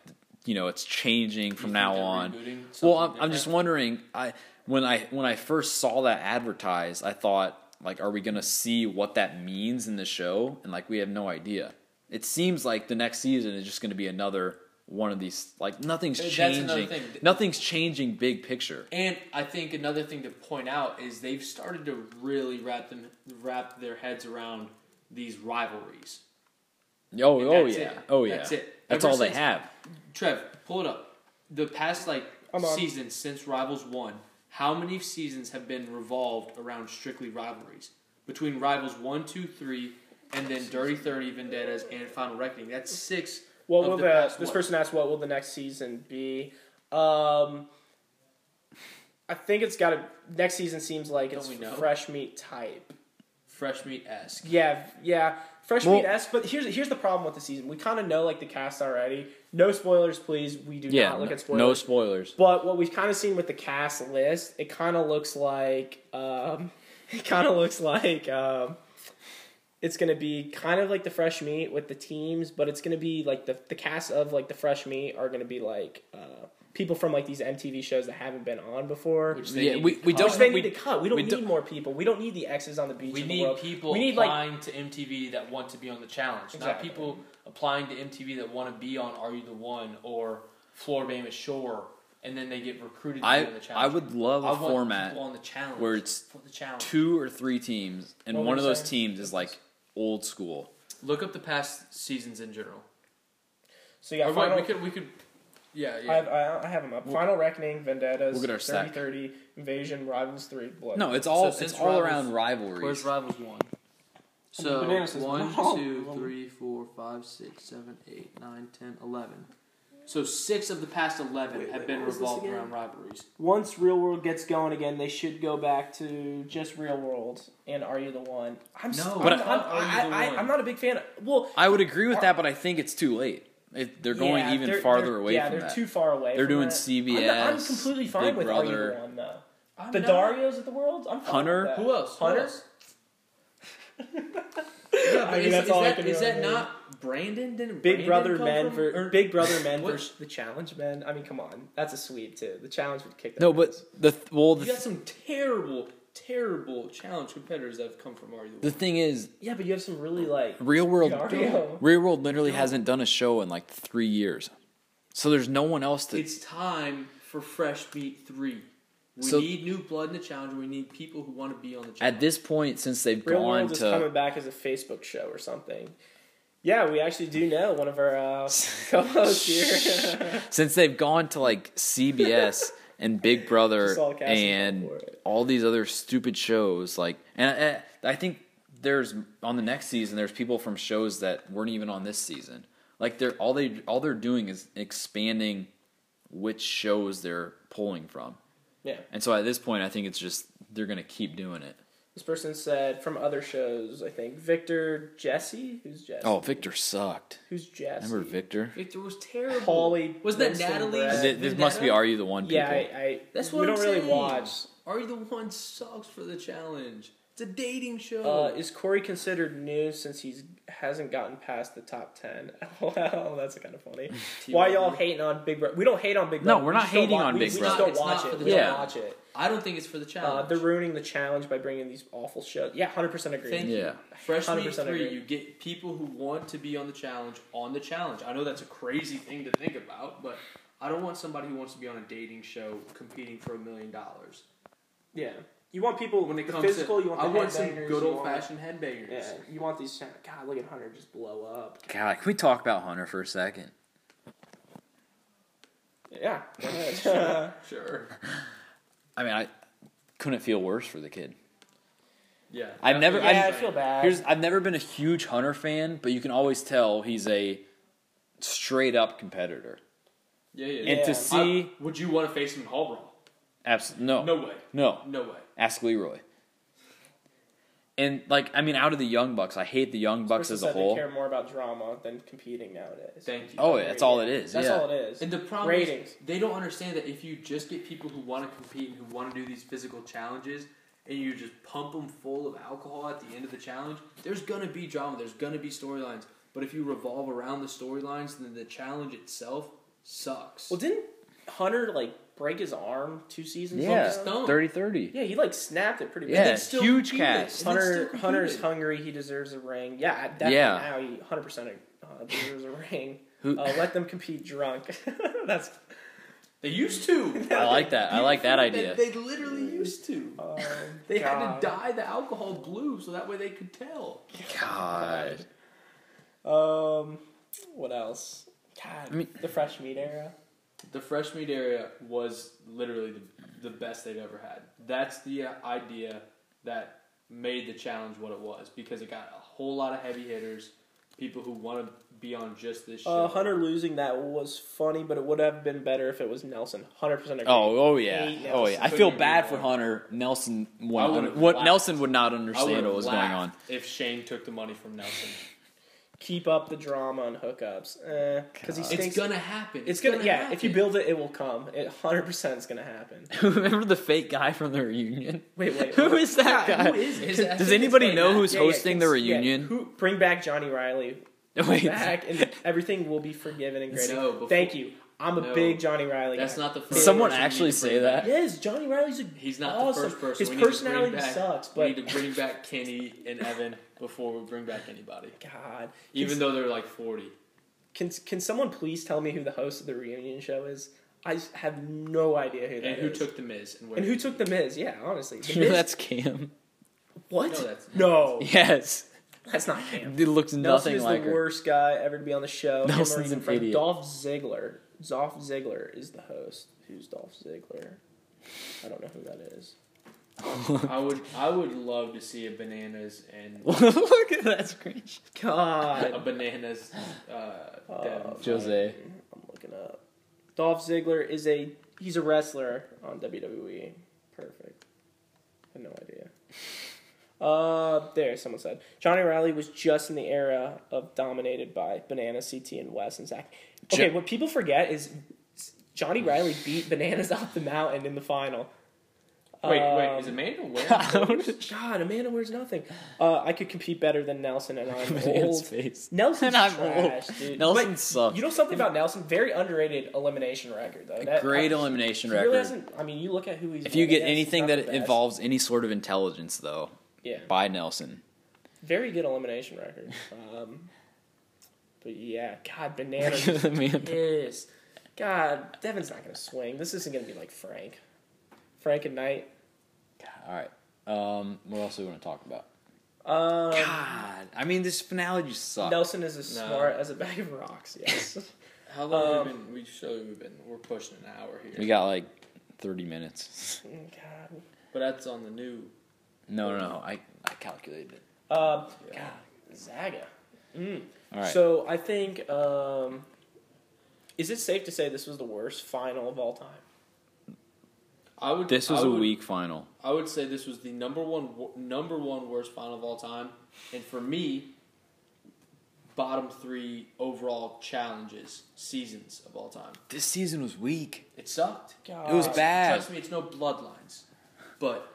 [SPEAKER 3] you know, it's changing from
[SPEAKER 5] think
[SPEAKER 3] now
[SPEAKER 5] they're
[SPEAKER 3] on.
[SPEAKER 5] rebooting
[SPEAKER 3] Well,
[SPEAKER 5] something
[SPEAKER 3] I'm, I'm just
[SPEAKER 5] different?
[SPEAKER 3] wondering. I when I when I first saw that advertised, I thought like, are we gonna see what that means in the show? And like, we have no idea. It seems like the next season is just gonna be another one of these. Like nothing's
[SPEAKER 5] That's
[SPEAKER 3] changing.
[SPEAKER 5] another thing.
[SPEAKER 3] Nothing's changing. Big picture.
[SPEAKER 5] And I think another thing to point out is they've started to really wrap them wrap their heads around these rivalries.
[SPEAKER 3] Oh,
[SPEAKER 5] And
[SPEAKER 3] oh
[SPEAKER 5] that's
[SPEAKER 3] yeah.
[SPEAKER 5] it.
[SPEAKER 3] Oh yeah.
[SPEAKER 5] That's it.
[SPEAKER 3] That's
[SPEAKER 5] Ever
[SPEAKER 3] all they
[SPEAKER 5] since-
[SPEAKER 3] have.
[SPEAKER 5] Trev, pull it up. The past like
[SPEAKER 4] I'm on.
[SPEAKER 5] seasons since Rivals one, how many seasons have been revolved around strictly rivalries between Rivals one, two, three, and then Dirty Thirty, Vendettas, and Final Reckoning? That's six.
[SPEAKER 4] *laughs* What
[SPEAKER 5] of
[SPEAKER 4] will
[SPEAKER 5] the
[SPEAKER 4] the,
[SPEAKER 5] past
[SPEAKER 4] this
[SPEAKER 5] what?
[SPEAKER 4] person asked? What will the next season be? Um, I think it's got to next season seems like it's
[SPEAKER 5] Don't we know?
[SPEAKER 4] fresh meat type.
[SPEAKER 5] Fresh meat esque.
[SPEAKER 4] Yeah, yeah, fresh
[SPEAKER 3] Well-
[SPEAKER 4] meat esque. But here's here's the problem with the season. We kind of know like the cast already. No spoilers, please. We do
[SPEAKER 3] Yeah.
[SPEAKER 4] not look
[SPEAKER 3] no-
[SPEAKER 4] at spoilers.
[SPEAKER 3] No spoilers.
[SPEAKER 4] But what we've kind of seen with the cast list, it kind of looks like um, *laughs* it kind of looks like um, it's gonna be kind of like the fresh meat with the teams, but it's gonna be like the the cast of like the fresh meat are gonna be like uh, people from like these MTV shows that haven't been on before.
[SPEAKER 5] Which
[SPEAKER 4] Which
[SPEAKER 5] they
[SPEAKER 3] Yeah,
[SPEAKER 5] need
[SPEAKER 3] we-
[SPEAKER 5] to
[SPEAKER 3] we
[SPEAKER 5] cut.
[SPEAKER 3] don't-
[SPEAKER 4] they need
[SPEAKER 3] we-
[SPEAKER 4] to cut. We don't
[SPEAKER 3] we
[SPEAKER 4] need
[SPEAKER 3] don't-
[SPEAKER 4] more people. We don't need the X's on the beach.
[SPEAKER 5] We
[SPEAKER 4] in the
[SPEAKER 5] need
[SPEAKER 4] world.
[SPEAKER 5] people
[SPEAKER 4] We need like
[SPEAKER 5] applying to MTV that want to be on the challenge, not
[SPEAKER 4] Exactly.
[SPEAKER 5] people applying to MTV that want to be on Are You the One or Floor Bama Shore and then they get recruited to be
[SPEAKER 3] I
[SPEAKER 5] on the challenge.
[SPEAKER 3] I would love
[SPEAKER 5] I
[SPEAKER 3] a
[SPEAKER 5] want
[SPEAKER 3] format
[SPEAKER 5] people on the challenge
[SPEAKER 3] where it's
[SPEAKER 5] for the challenge.
[SPEAKER 3] two or three teams, and
[SPEAKER 5] What
[SPEAKER 3] one
[SPEAKER 5] were
[SPEAKER 3] of
[SPEAKER 5] you
[SPEAKER 3] those
[SPEAKER 5] saying?
[SPEAKER 3] teams is like old school.
[SPEAKER 5] Look up the past seasons in general.
[SPEAKER 4] So yeah,
[SPEAKER 5] Or wait,
[SPEAKER 4] final,
[SPEAKER 5] we could we could yeah
[SPEAKER 4] I,
[SPEAKER 5] yeah.
[SPEAKER 4] have, I I have them up. Final Reckoning, Vendettas,
[SPEAKER 3] We'll get our stack.
[SPEAKER 4] 30-30, Invasion, Rivals 3, Blood.
[SPEAKER 3] No, it's all
[SPEAKER 5] since
[SPEAKER 3] it's all
[SPEAKER 5] Rivals-
[SPEAKER 3] around rivalries.
[SPEAKER 5] Where's Rivals one? So
[SPEAKER 4] Banana says
[SPEAKER 5] one,
[SPEAKER 4] no.
[SPEAKER 5] two, three, four, five, six, seven, eight, nine, ten, eleven. So six of the past eleven
[SPEAKER 4] Wait,
[SPEAKER 5] have
[SPEAKER 4] wait,
[SPEAKER 5] been
[SPEAKER 4] what was this
[SPEAKER 5] revolved
[SPEAKER 4] again?
[SPEAKER 5] around rivalries.
[SPEAKER 4] Once Real World gets going again, they should go back to just Real World and Are You the One? I'm s-
[SPEAKER 5] No,
[SPEAKER 4] I'm,
[SPEAKER 5] but
[SPEAKER 4] I'm,
[SPEAKER 5] I-
[SPEAKER 4] I,
[SPEAKER 5] Are You the
[SPEAKER 4] I,
[SPEAKER 5] One?
[SPEAKER 4] am not a big fan. Of, well,
[SPEAKER 3] I would agree with that, but I think it's too late. It, they're going
[SPEAKER 4] yeah,
[SPEAKER 3] even
[SPEAKER 4] they're-
[SPEAKER 3] farther
[SPEAKER 4] they're-
[SPEAKER 3] away
[SPEAKER 4] Yeah,
[SPEAKER 3] from
[SPEAKER 4] they're
[SPEAKER 3] that.
[SPEAKER 4] too far away.
[SPEAKER 3] They're
[SPEAKER 4] from
[SPEAKER 3] doing
[SPEAKER 4] that.
[SPEAKER 3] CBS,
[SPEAKER 4] I'm, I'm completely fine
[SPEAKER 3] Big
[SPEAKER 4] with Are You
[SPEAKER 3] Brother.
[SPEAKER 4] the One though.
[SPEAKER 5] I'm
[SPEAKER 4] The
[SPEAKER 5] not-
[SPEAKER 4] Darios of the world. I'm fine
[SPEAKER 3] Hunter?
[SPEAKER 4] With that.
[SPEAKER 5] Who else?
[SPEAKER 4] Hunter? *laughs*
[SPEAKER 5] Who else? Yeah, but
[SPEAKER 4] I mean,
[SPEAKER 5] is,
[SPEAKER 4] that's
[SPEAKER 5] is
[SPEAKER 4] all I
[SPEAKER 5] that,
[SPEAKER 4] can
[SPEAKER 5] is that
[SPEAKER 4] remember.
[SPEAKER 5] not Brandon? Didn't
[SPEAKER 4] Big
[SPEAKER 5] Brandon
[SPEAKER 4] Brother
[SPEAKER 5] come
[SPEAKER 4] men
[SPEAKER 5] from-
[SPEAKER 4] for
[SPEAKER 5] or-
[SPEAKER 4] Big
[SPEAKER 5] *laughs*
[SPEAKER 4] Brother men
[SPEAKER 5] What?
[SPEAKER 4] versus the Challenge men. I mean, come on, that's a sweep too. The Challenge would kick.
[SPEAKER 3] No,
[SPEAKER 4] their
[SPEAKER 3] but
[SPEAKER 4] ass.
[SPEAKER 3] the th- well
[SPEAKER 5] You
[SPEAKER 3] the,
[SPEAKER 5] got some terrible, terrible challenge competitors that have come from Are You the
[SPEAKER 3] the
[SPEAKER 5] One.
[SPEAKER 3] thing is,
[SPEAKER 4] yeah, but you have some really like
[SPEAKER 3] real
[SPEAKER 4] *laughs*
[SPEAKER 3] world
[SPEAKER 4] Dario.
[SPEAKER 3] real world literally hasn't done a show in like three years, so there's no one else to.
[SPEAKER 5] It's time for fresh beat three. We
[SPEAKER 3] So-
[SPEAKER 5] need new blood in the challenge. We need people who want to be on the challenge.
[SPEAKER 3] At this point, since they've
[SPEAKER 4] Real
[SPEAKER 3] gone
[SPEAKER 4] World is coming
[SPEAKER 3] to
[SPEAKER 4] back as a Facebook show or something. Yeah, we actually do know one of our
[SPEAKER 3] *laughs*
[SPEAKER 4] uh, co-hosts here.
[SPEAKER 3] since they've gone to like
[SPEAKER 4] *laughs*
[SPEAKER 3] CBS and Big
[SPEAKER 4] Just all
[SPEAKER 3] Brother
[SPEAKER 4] casting
[SPEAKER 3] and
[SPEAKER 4] for it.
[SPEAKER 3] all these other stupid shows, like, and uh, I, I think there's on the next season there's people from shows that weren't even on this season. Like they're all they all they're doing is expanding which shows they're pulling from,
[SPEAKER 4] yeah,
[SPEAKER 3] and so at this point I think it's just they're gonna keep doing it.
[SPEAKER 4] this person said from other shows. I think Victor Jesse. Who's Jesse?
[SPEAKER 3] Oh, Victor sucked.
[SPEAKER 4] who's Jesse?
[SPEAKER 3] Remember Victor?
[SPEAKER 5] Victor was terrible.
[SPEAKER 4] Pauly,
[SPEAKER 5] was that
[SPEAKER 4] Winston,
[SPEAKER 5] Natalie?
[SPEAKER 4] Brad.
[SPEAKER 3] Th- This must be Are You the One? People.
[SPEAKER 4] Yeah, I, I.
[SPEAKER 5] That's
[SPEAKER 4] we
[SPEAKER 5] what I'm
[SPEAKER 4] don't really
[SPEAKER 5] saying.
[SPEAKER 4] watch.
[SPEAKER 5] Are You the One sucks for the challenge. It's a dating show.
[SPEAKER 4] Uh, is Corey considered new since he's hasn't gotten past the top ten? *laughs* Well, that's kind of
[SPEAKER 3] *laughs*
[SPEAKER 4] funny. Why y'all hating on Big Brother? We don't hate on Big
[SPEAKER 3] No,
[SPEAKER 4] Brother.
[SPEAKER 3] we're
[SPEAKER 4] We
[SPEAKER 3] not
[SPEAKER 4] just don't
[SPEAKER 3] hating
[SPEAKER 4] wa-
[SPEAKER 3] on
[SPEAKER 4] we-
[SPEAKER 3] Big
[SPEAKER 4] we
[SPEAKER 3] Brother.
[SPEAKER 4] just don't watch
[SPEAKER 5] It's not
[SPEAKER 4] it. We
[SPEAKER 5] for the
[SPEAKER 4] don't
[SPEAKER 3] challenge.
[SPEAKER 4] watch it.
[SPEAKER 5] I don't think it's for the
[SPEAKER 4] Uh,
[SPEAKER 5] challenge.
[SPEAKER 4] they're ruining the challenge by bringing these awful shows. Yeah, hundred percent agree.
[SPEAKER 5] Thank
[SPEAKER 3] Yeah.
[SPEAKER 5] you. Fresh meat
[SPEAKER 4] 100%
[SPEAKER 5] three,
[SPEAKER 4] agree.
[SPEAKER 5] you get people who want to be on the challenge on the challenge. I know that's a crazy thing to think about, but I don't want somebody who wants to be on a dating show competing for a million dollars.
[SPEAKER 4] Yeah, you want people
[SPEAKER 5] When it
[SPEAKER 4] the
[SPEAKER 5] comes
[SPEAKER 4] physical.
[SPEAKER 5] to,
[SPEAKER 4] you want
[SPEAKER 5] I
[SPEAKER 4] the
[SPEAKER 5] want some
[SPEAKER 4] headbangers,
[SPEAKER 5] good
[SPEAKER 4] you
[SPEAKER 5] old
[SPEAKER 4] want-
[SPEAKER 5] fashioned headbangers.
[SPEAKER 4] Yeah, you want these. sound- God, look at Hunter just blow up.
[SPEAKER 3] God, can we talk about Hunter for a second?
[SPEAKER 4] Yeah, *laughs* go ahead.
[SPEAKER 5] Sure.
[SPEAKER 3] I mean, I couldn't feel worse for the kid.
[SPEAKER 5] Yeah.
[SPEAKER 3] I've never.
[SPEAKER 4] yeah, I *laughs*
[SPEAKER 3] I've,
[SPEAKER 4] feel bad.
[SPEAKER 3] Here's, I've never been a huge Hunter fan, but you can always tell he's a straight up competitor.
[SPEAKER 5] Yeah, yeah.
[SPEAKER 3] And
[SPEAKER 4] Yeah.
[SPEAKER 3] to see,
[SPEAKER 5] I- would you want to face him in Hall Brawl?
[SPEAKER 3] abs- no,
[SPEAKER 5] No way.
[SPEAKER 3] no,
[SPEAKER 5] No way.
[SPEAKER 3] ask Leroy. And like, I mean, out of the Young Bucks, I hate the Young Bucks
[SPEAKER 4] Person
[SPEAKER 3] as a
[SPEAKER 4] said they
[SPEAKER 3] whole.
[SPEAKER 4] care more about drama than competing nowadays.
[SPEAKER 5] Thank you.
[SPEAKER 3] Oh, yeah, that's all it is.
[SPEAKER 4] That's
[SPEAKER 3] yeah.
[SPEAKER 4] all it is.
[SPEAKER 5] And the problem
[SPEAKER 4] Ratings.
[SPEAKER 5] is they don't understand that if you just get people who want to compete and who want to do these physical challenges and you just pump them full of alcohol at the end of the challenge, there's going to be drama, there's going to be storylines. But if you revolve around the storylines, then the challenge itself sucks.
[SPEAKER 4] Well, didn't Hunter like break his arm two seasons?
[SPEAKER 3] Yeah,
[SPEAKER 4] ago?
[SPEAKER 5] Stone.
[SPEAKER 3] 30-30.
[SPEAKER 4] Yeah, he like snapped it pretty.
[SPEAKER 3] Yeah,
[SPEAKER 4] bad.
[SPEAKER 5] It's still
[SPEAKER 3] huge
[SPEAKER 5] competed,
[SPEAKER 3] cast.
[SPEAKER 5] and it's still
[SPEAKER 4] Hunter Hunter's
[SPEAKER 5] competed.
[SPEAKER 4] hungry. He deserves a ring. Yeah, I- definitely
[SPEAKER 3] Yeah.
[SPEAKER 4] now he hundred percent uh, deserves a *laughs* ring.
[SPEAKER 3] Who-
[SPEAKER 4] Uh, let them compete drunk. *laughs* That's
[SPEAKER 5] They used to.
[SPEAKER 3] I like that. *laughs* I like that
[SPEAKER 5] They-
[SPEAKER 3] idea.
[SPEAKER 5] They, literally used to.
[SPEAKER 4] *laughs* um,
[SPEAKER 5] They had
[SPEAKER 4] God.
[SPEAKER 5] to dye the alcohol blue so that way they could tell.
[SPEAKER 3] God,
[SPEAKER 4] Um, what else? God,
[SPEAKER 3] I mean-
[SPEAKER 4] the fresh meat era.
[SPEAKER 5] The fresh meat area was literally the, the best they've ever had. That's the uh, idea that made the challenge what it was because it got a whole lot of heavy hitters, people who want to be on just this show.
[SPEAKER 4] Uh, Hunter losing that was funny, but it would have been better if it was Nelson. Hundred percent agree.
[SPEAKER 3] Oh, oh yeah,
[SPEAKER 4] Hate
[SPEAKER 3] oh
[SPEAKER 4] Nelson.
[SPEAKER 3] yeah. I feel
[SPEAKER 5] Couldn't
[SPEAKER 3] bad
[SPEAKER 5] agree
[SPEAKER 3] for
[SPEAKER 5] more.
[SPEAKER 3] Hunter. Nelson, would
[SPEAKER 5] I would've
[SPEAKER 3] what
[SPEAKER 5] laughed.
[SPEAKER 3] Nelson would not
[SPEAKER 5] I
[SPEAKER 3] understand
[SPEAKER 5] would've
[SPEAKER 3] what was going on.
[SPEAKER 5] laughed If Shane took the money
[SPEAKER 4] *laughs*
[SPEAKER 5] from Nelson,
[SPEAKER 4] Keep up the drama on hookups, because he
[SPEAKER 3] God.
[SPEAKER 4] stinks.
[SPEAKER 5] it's gonna happen.
[SPEAKER 4] It's gonna, yeah. If you
[SPEAKER 5] happen.
[SPEAKER 4] build it, it will come. It hundred percent is gonna happen.
[SPEAKER 3] *laughs* Remember the fake guy from the reunion?
[SPEAKER 4] *laughs* Wait, wait.
[SPEAKER 3] Who is that guy?
[SPEAKER 5] who is
[SPEAKER 4] *laughs*
[SPEAKER 5] it? I think
[SPEAKER 3] Does
[SPEAKER 5] it's
[SPEAKER 3] anybody
[SPEAKER 5] like
[SPEAKER 3] know
[SPEAKER 5] that.
[SPEAKER 3] who's
[SPEAKER 4] Yeah, yeah,
[SPEAKER 3] hosting the
[SPEAKER 4] it's- yeah,
[SPEAKER 3] reunion?
[SPEAKER 4] who bring back Johnny Riley
[SPEAKER 3] *laughs* Wait,
[SPEAKER 4] back,
[SPEAKER 3] *laughs*
[SPEAKER 4] and everything will be forgiven and graded.
[SPEAKER 5] No, before-
[SPEAKER 4] Thank you. I'm a
[SPEAKER 5] No.
[SPEAKER 4] big Johnny Riley.
[SPEAKER 5] that's
[SPEAKER 4] guy.
[SPEAKER 5] not the first.
[SPEAKER 3] did someone
[SPEAKER 5] person we
[SPEAKER 3] actually
[SPEAKER 5] need to bring
[SPEAKER 3] say
[SPEAKER 5] back.
[SPEAKER 3] that?
[SPEAKER 4] Yes, Johnny Riley's a.
[SPEAKER 5] He's not
[SPEAKER 4] awesome.
[SPEAKER 5] the first person.
[SPEAKER 4] His
[SPEAKER 5] We need to bring
[SPEAKER 4] personality
[SPEAKER 5] back-
[SPEAKER 4] sucks,
[SPEAKER 5] we
[SPEAKER 4] but
[SPEAKER 5] need to bring back Kenny and Evan before we bring back anybody,
[SPEAKER 4] God,
[SPEAKER 5] even
[SPEAKER 4] can,
[SPEAKER 5] though they're like forty.
[SPEAKER 4] can can someone please tell me who the host of the reunion show is? I s- have no idea who that
[SPEAKER 5] And who
[SPEAKER 4] is.
[SPEAKER 5] took the Miz and where?
[SPEAKER 4] and who took the Miz? Yeah,
[SPEAKER 3] *laughs*
[SPEAKER 4] honestly, the
[SPEAKER 3] Sure,
[SPEAKER 4] Miz.
[SPEAKER 3] that's Cam.
[SPEAKER 4] what?
[SPEAKER 5] No, that's-
[SPEAKER 3] *laughs*
[SPEAKER 4] no,
[SPEAKER 3] Yes,
[SPEAKER 4] that's not Cam.
[SPEAKER 3] it looks
[SPEAKER 4] Nelson
[SPEAKER 3] nothing
[SPEAKER 4] is
[SPEAKER 3] like
[SPEAKER 4] the
[SPEAKER 3] her.
[SPEAKER 4] worst guy ever to be on the show. Him or
[SPEAKER 3] Nelson's
[SPEAKER 4] even
[SPEAKER 3] an
[SPEAKER 4] Frank-
[SPEAKER 3] idiot.
[SPEAKER 4] Dolph Ziggler. Dolph Ziggler is the host. Who's Dolph Ziggler? I don't know who that is.
[SPEAKER 5] I would I would love to see a bananas and
[SPEAKER 3] *laughs* Look at that screenshot.
[SPEAKER 5] a
[SPEAKER 4] God,
[SPEAKER 5] bananas uh, dev.
[SPEAKER 3] *laughs* Jose.
[SPEAKER 4] I'm looking up. Dolph Ziggler is a he's a wrestler on WWE. Perfect. I had no idea. *laughs* Uh, there, someone said Johnny Riley was just in the era of dominated by Banana, CT, and Wes and Zach. Okay,
[SPEAKER 3] Jo-
[SPEAKER 4] what people forget is Johnny Riley beat Bananas *laughs* off the mountain in the final.
[SPEAKER 5] Wait,
[SPEAKER 4] Um,
[SPEAKER 5] wait, is
[SPEAKER 4] *laughs*
[SPEAKER 5] Amanda wearing? those?
[SPEAKER 4] God, Amanda wears nothing. Uh, I could compete better than Nelson, and
[SPEAKER 3] *laughs*
[SPEAKER 4] I'm
[SPEAKER 3] Bananas
[SPEAKER 4] old.
[SPEAKER 3] face. *laughs*
[SPEAKER 4] Nelson's
[SPEAKER 3] And I'm
[SPEAKER 4] trash,
[SPEAKER 3] old.
[SPEAKER 4] dude.
[SPEAKER 3] Nelson
[SPEAKER 4] But
[SPEAKER 3] sucks.
[SPEAKER 4] You know something about Nelson? Very underrated elimination record, though. That-
[SPEAKER 3] Great
[SPEAKER 4] I-
[SPEAKER 3] elimination
[SPEAKER 4] he really
[SPEAKER 3] record.
[SPEAKER 4] hasn't- I mean, you look at who he's.
[SPEAKER 3] if you
[SPEAKER 4] won
[SPEAKER 3] get
[SPEAKER 4] against, he's
[SPEAKER 3] anything
[SPEAKER 4] not
[SPEAKER 3] that
[SPEAKER 4] the best.
[SPEAKER 3] involves any sort of intelligence, though,
[SPEAKER 4] yeah,
[SPEAKER 3] by Nelson.
[SPEAKER 4] very good elimination record. Um, but yeah,
[SPEAKER 3] *laughs*
[SPEAKER 4] God, bananas.
[SPEAKER 3] Man.
[SPEAKER 4] pissed. God, Devin's not gonna swing. This isn't gonna be like Frank. Frank and Knight.
[SPEAKER 3] All right. Um, what else do we want to talk about?
[SPEAKER 4] Um,
[SPEAKER 3] God, I mean, this finale just sucks.
[SPEAKER 4] Nelson is as
[SPEAKER 5] No.
[SPEAKER 4] smart as a bag of rocks. Yes. *laughs*
[SPEAKER 5] How long
[SPEAKER 4] Um,
[SPEAKER 5] have we been? We surely we've been. We're pushing an hour here.
[SPEAKER 3] We got like 30 minutes. *laughs*
[SPEAKER 4] God.
[SPEAKER 5] but that's on the new.
[SPEAKER 3] No, no, no. I, I calculated it.
[SPEAKER 4] Um, God, Zaga. Mm.
[SPEAKER 3] All right.
[SPEAKER 4] So I think, um, is it safe to say this was the worst final of all time?
[SPEAKER 5] I would.
[SPEAKER 3] this was
[SPEAKER 5] I
[SPEAKER 3] a
[SPEAKER 5] would-
[SPEAKER 3] weak final.
[SPEAKER 5] I would say this was the number one wo- number one worst final of all time, and for me, bottom three overall challenges seasons of all time.
[SPEAKER 3] This season was weak.
[SPEAKER 5] It sucked.
[SPEAKER 4] God.
[SPEAKER 3] It was bad.
[SPEAKER 5] Trust me, it's no bloodlines, but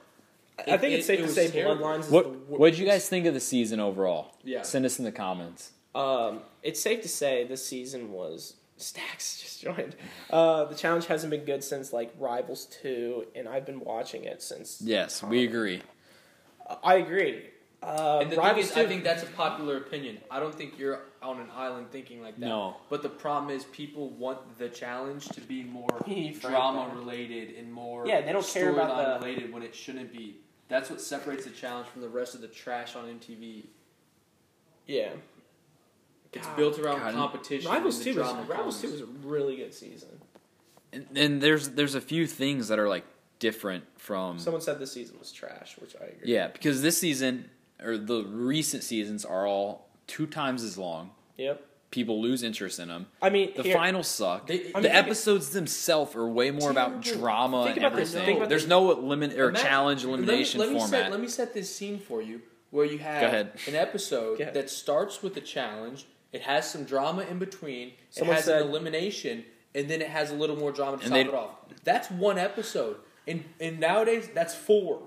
[SPEAKER 4] I think it's safe to
[SPEAKER 5] was
[SPEAKER 4] say
[SPEAKER 5] terrible.
[SPEAKER 4] Bloodlines is the
[SPEAKER 3] What
[SPEAKER 4] wor-
[SPEAKER 3] What did you guys think of the season overall?
[SPEAKER 5] Yeah.
[SPEAKER 3] Send us in the comments.
[SPEAKER 4] Um, it's safe to say this season was Stacks *laughs* just joined. Uh, the challenge hasn't been good since like Rivals two, and I've been watching it since.
[SPEAKER 3] Yes,
[SPEAKER 4] Uh,
[SPEAKER 3] we agree.
[SPEAKER 4] I agree. Uh,
[SPEAKER 5] And the
[SPEAKER 4] Rivals
[SPEAKER 5] thing is, I
[SPEAKER 4] 2
[SPEAKER 5] think that's a popular opinion. I don't think you're on an island thinking like that.
[SPEAKER 3] No.
[SPEAKER 5] But the problem is, people want the challenge to be more
[SPEAKER 4] He framed
[SPEAKER 5] drama
[SPEAKER 4] that.
[SPEAKER 5] related and more
[SPEAKER 4] Yeah, they don't care about
[SPEAKER 5] storyline
[SPEAKER 4] the-
[SPEAKER 5] related when it shouldn't be. That's what separates the challenge from the rest of the trash on MTV.
[SPEAKER 4] yeah.
[SPEAKER 5] It's
[SPEAKER 4] God.
[SPEAKER 5] built around
[SPEAKER 3] God, and
[SPEAKER 5] competition.
[SPEAKER 4] Rivals
[SPEAKER 5] and the
[SPEAKER 4] two was
[SPEAKER 5] drama
[SPEAKER 4] Rivals two
[SPEAKER 5] comes.
[SPEAKER 4] was a really good season.
[SPEAKER 3] And, and there's there's a few things that are like different from
[SPEAKER 4] Someone said this season was trash, which I agree.
[SPEAKER 3] yeah because this season or the recent seasons are all two times as long.
[SPEAKER 4] Yep.
[SPEAKER 3] People lose interest in them.
[SPEAKER 4] I mean,
[SPEAKER 3] The
[SPEAKER 4] here-
[SPEAKER 3] finals suck.
[SPEAKER 5] They- I
[SPEAKER 3] the
[SPEAKER 5] mean, think-
[SPEAKER 3] episodes themselves are way more about
[SPEAKER 4] Terrible.
[SPEAKER 3] drama
[SPEAKER 4] Think
[SPEAKER 3] and
[SPEAKER 4] about this,
[SPEAKER 3] everything.
[SPEAKER 4] think about
[SPEAKER 3] There's
[SPEAKER 4] this.
[SPEAKER 3] no elimina- or
[SPEAKER 5] Imagine-
[SPEAKER 3] challenge
[SPEAKER 5] let me-
[SPEAKER 3] elimination
[SPEAKER 5] let me,
[SPEAKER 3] format.
[SPEAKER 5] Set, let me set this scene for you where you have
[SPEAKER 3] Go ahead.
[SPEAKER 5] an episode
[SPEAKER 4] Go ahead.
[SPEAKER 5] that starts with a challenge, it has some drama in between,
[SPEAKER 4] Someone
[SPEAKER 5] it has
[SPEAKER 4] said-
[SPEAKER 5] an elimination, and then it has a little more drama to
[SPEAKER 3] And
[SPEAKER 5] top
[SPEAKER 3] they-
[SPEAKER 5] it off. That's one episode. And, and nowadays, that's four.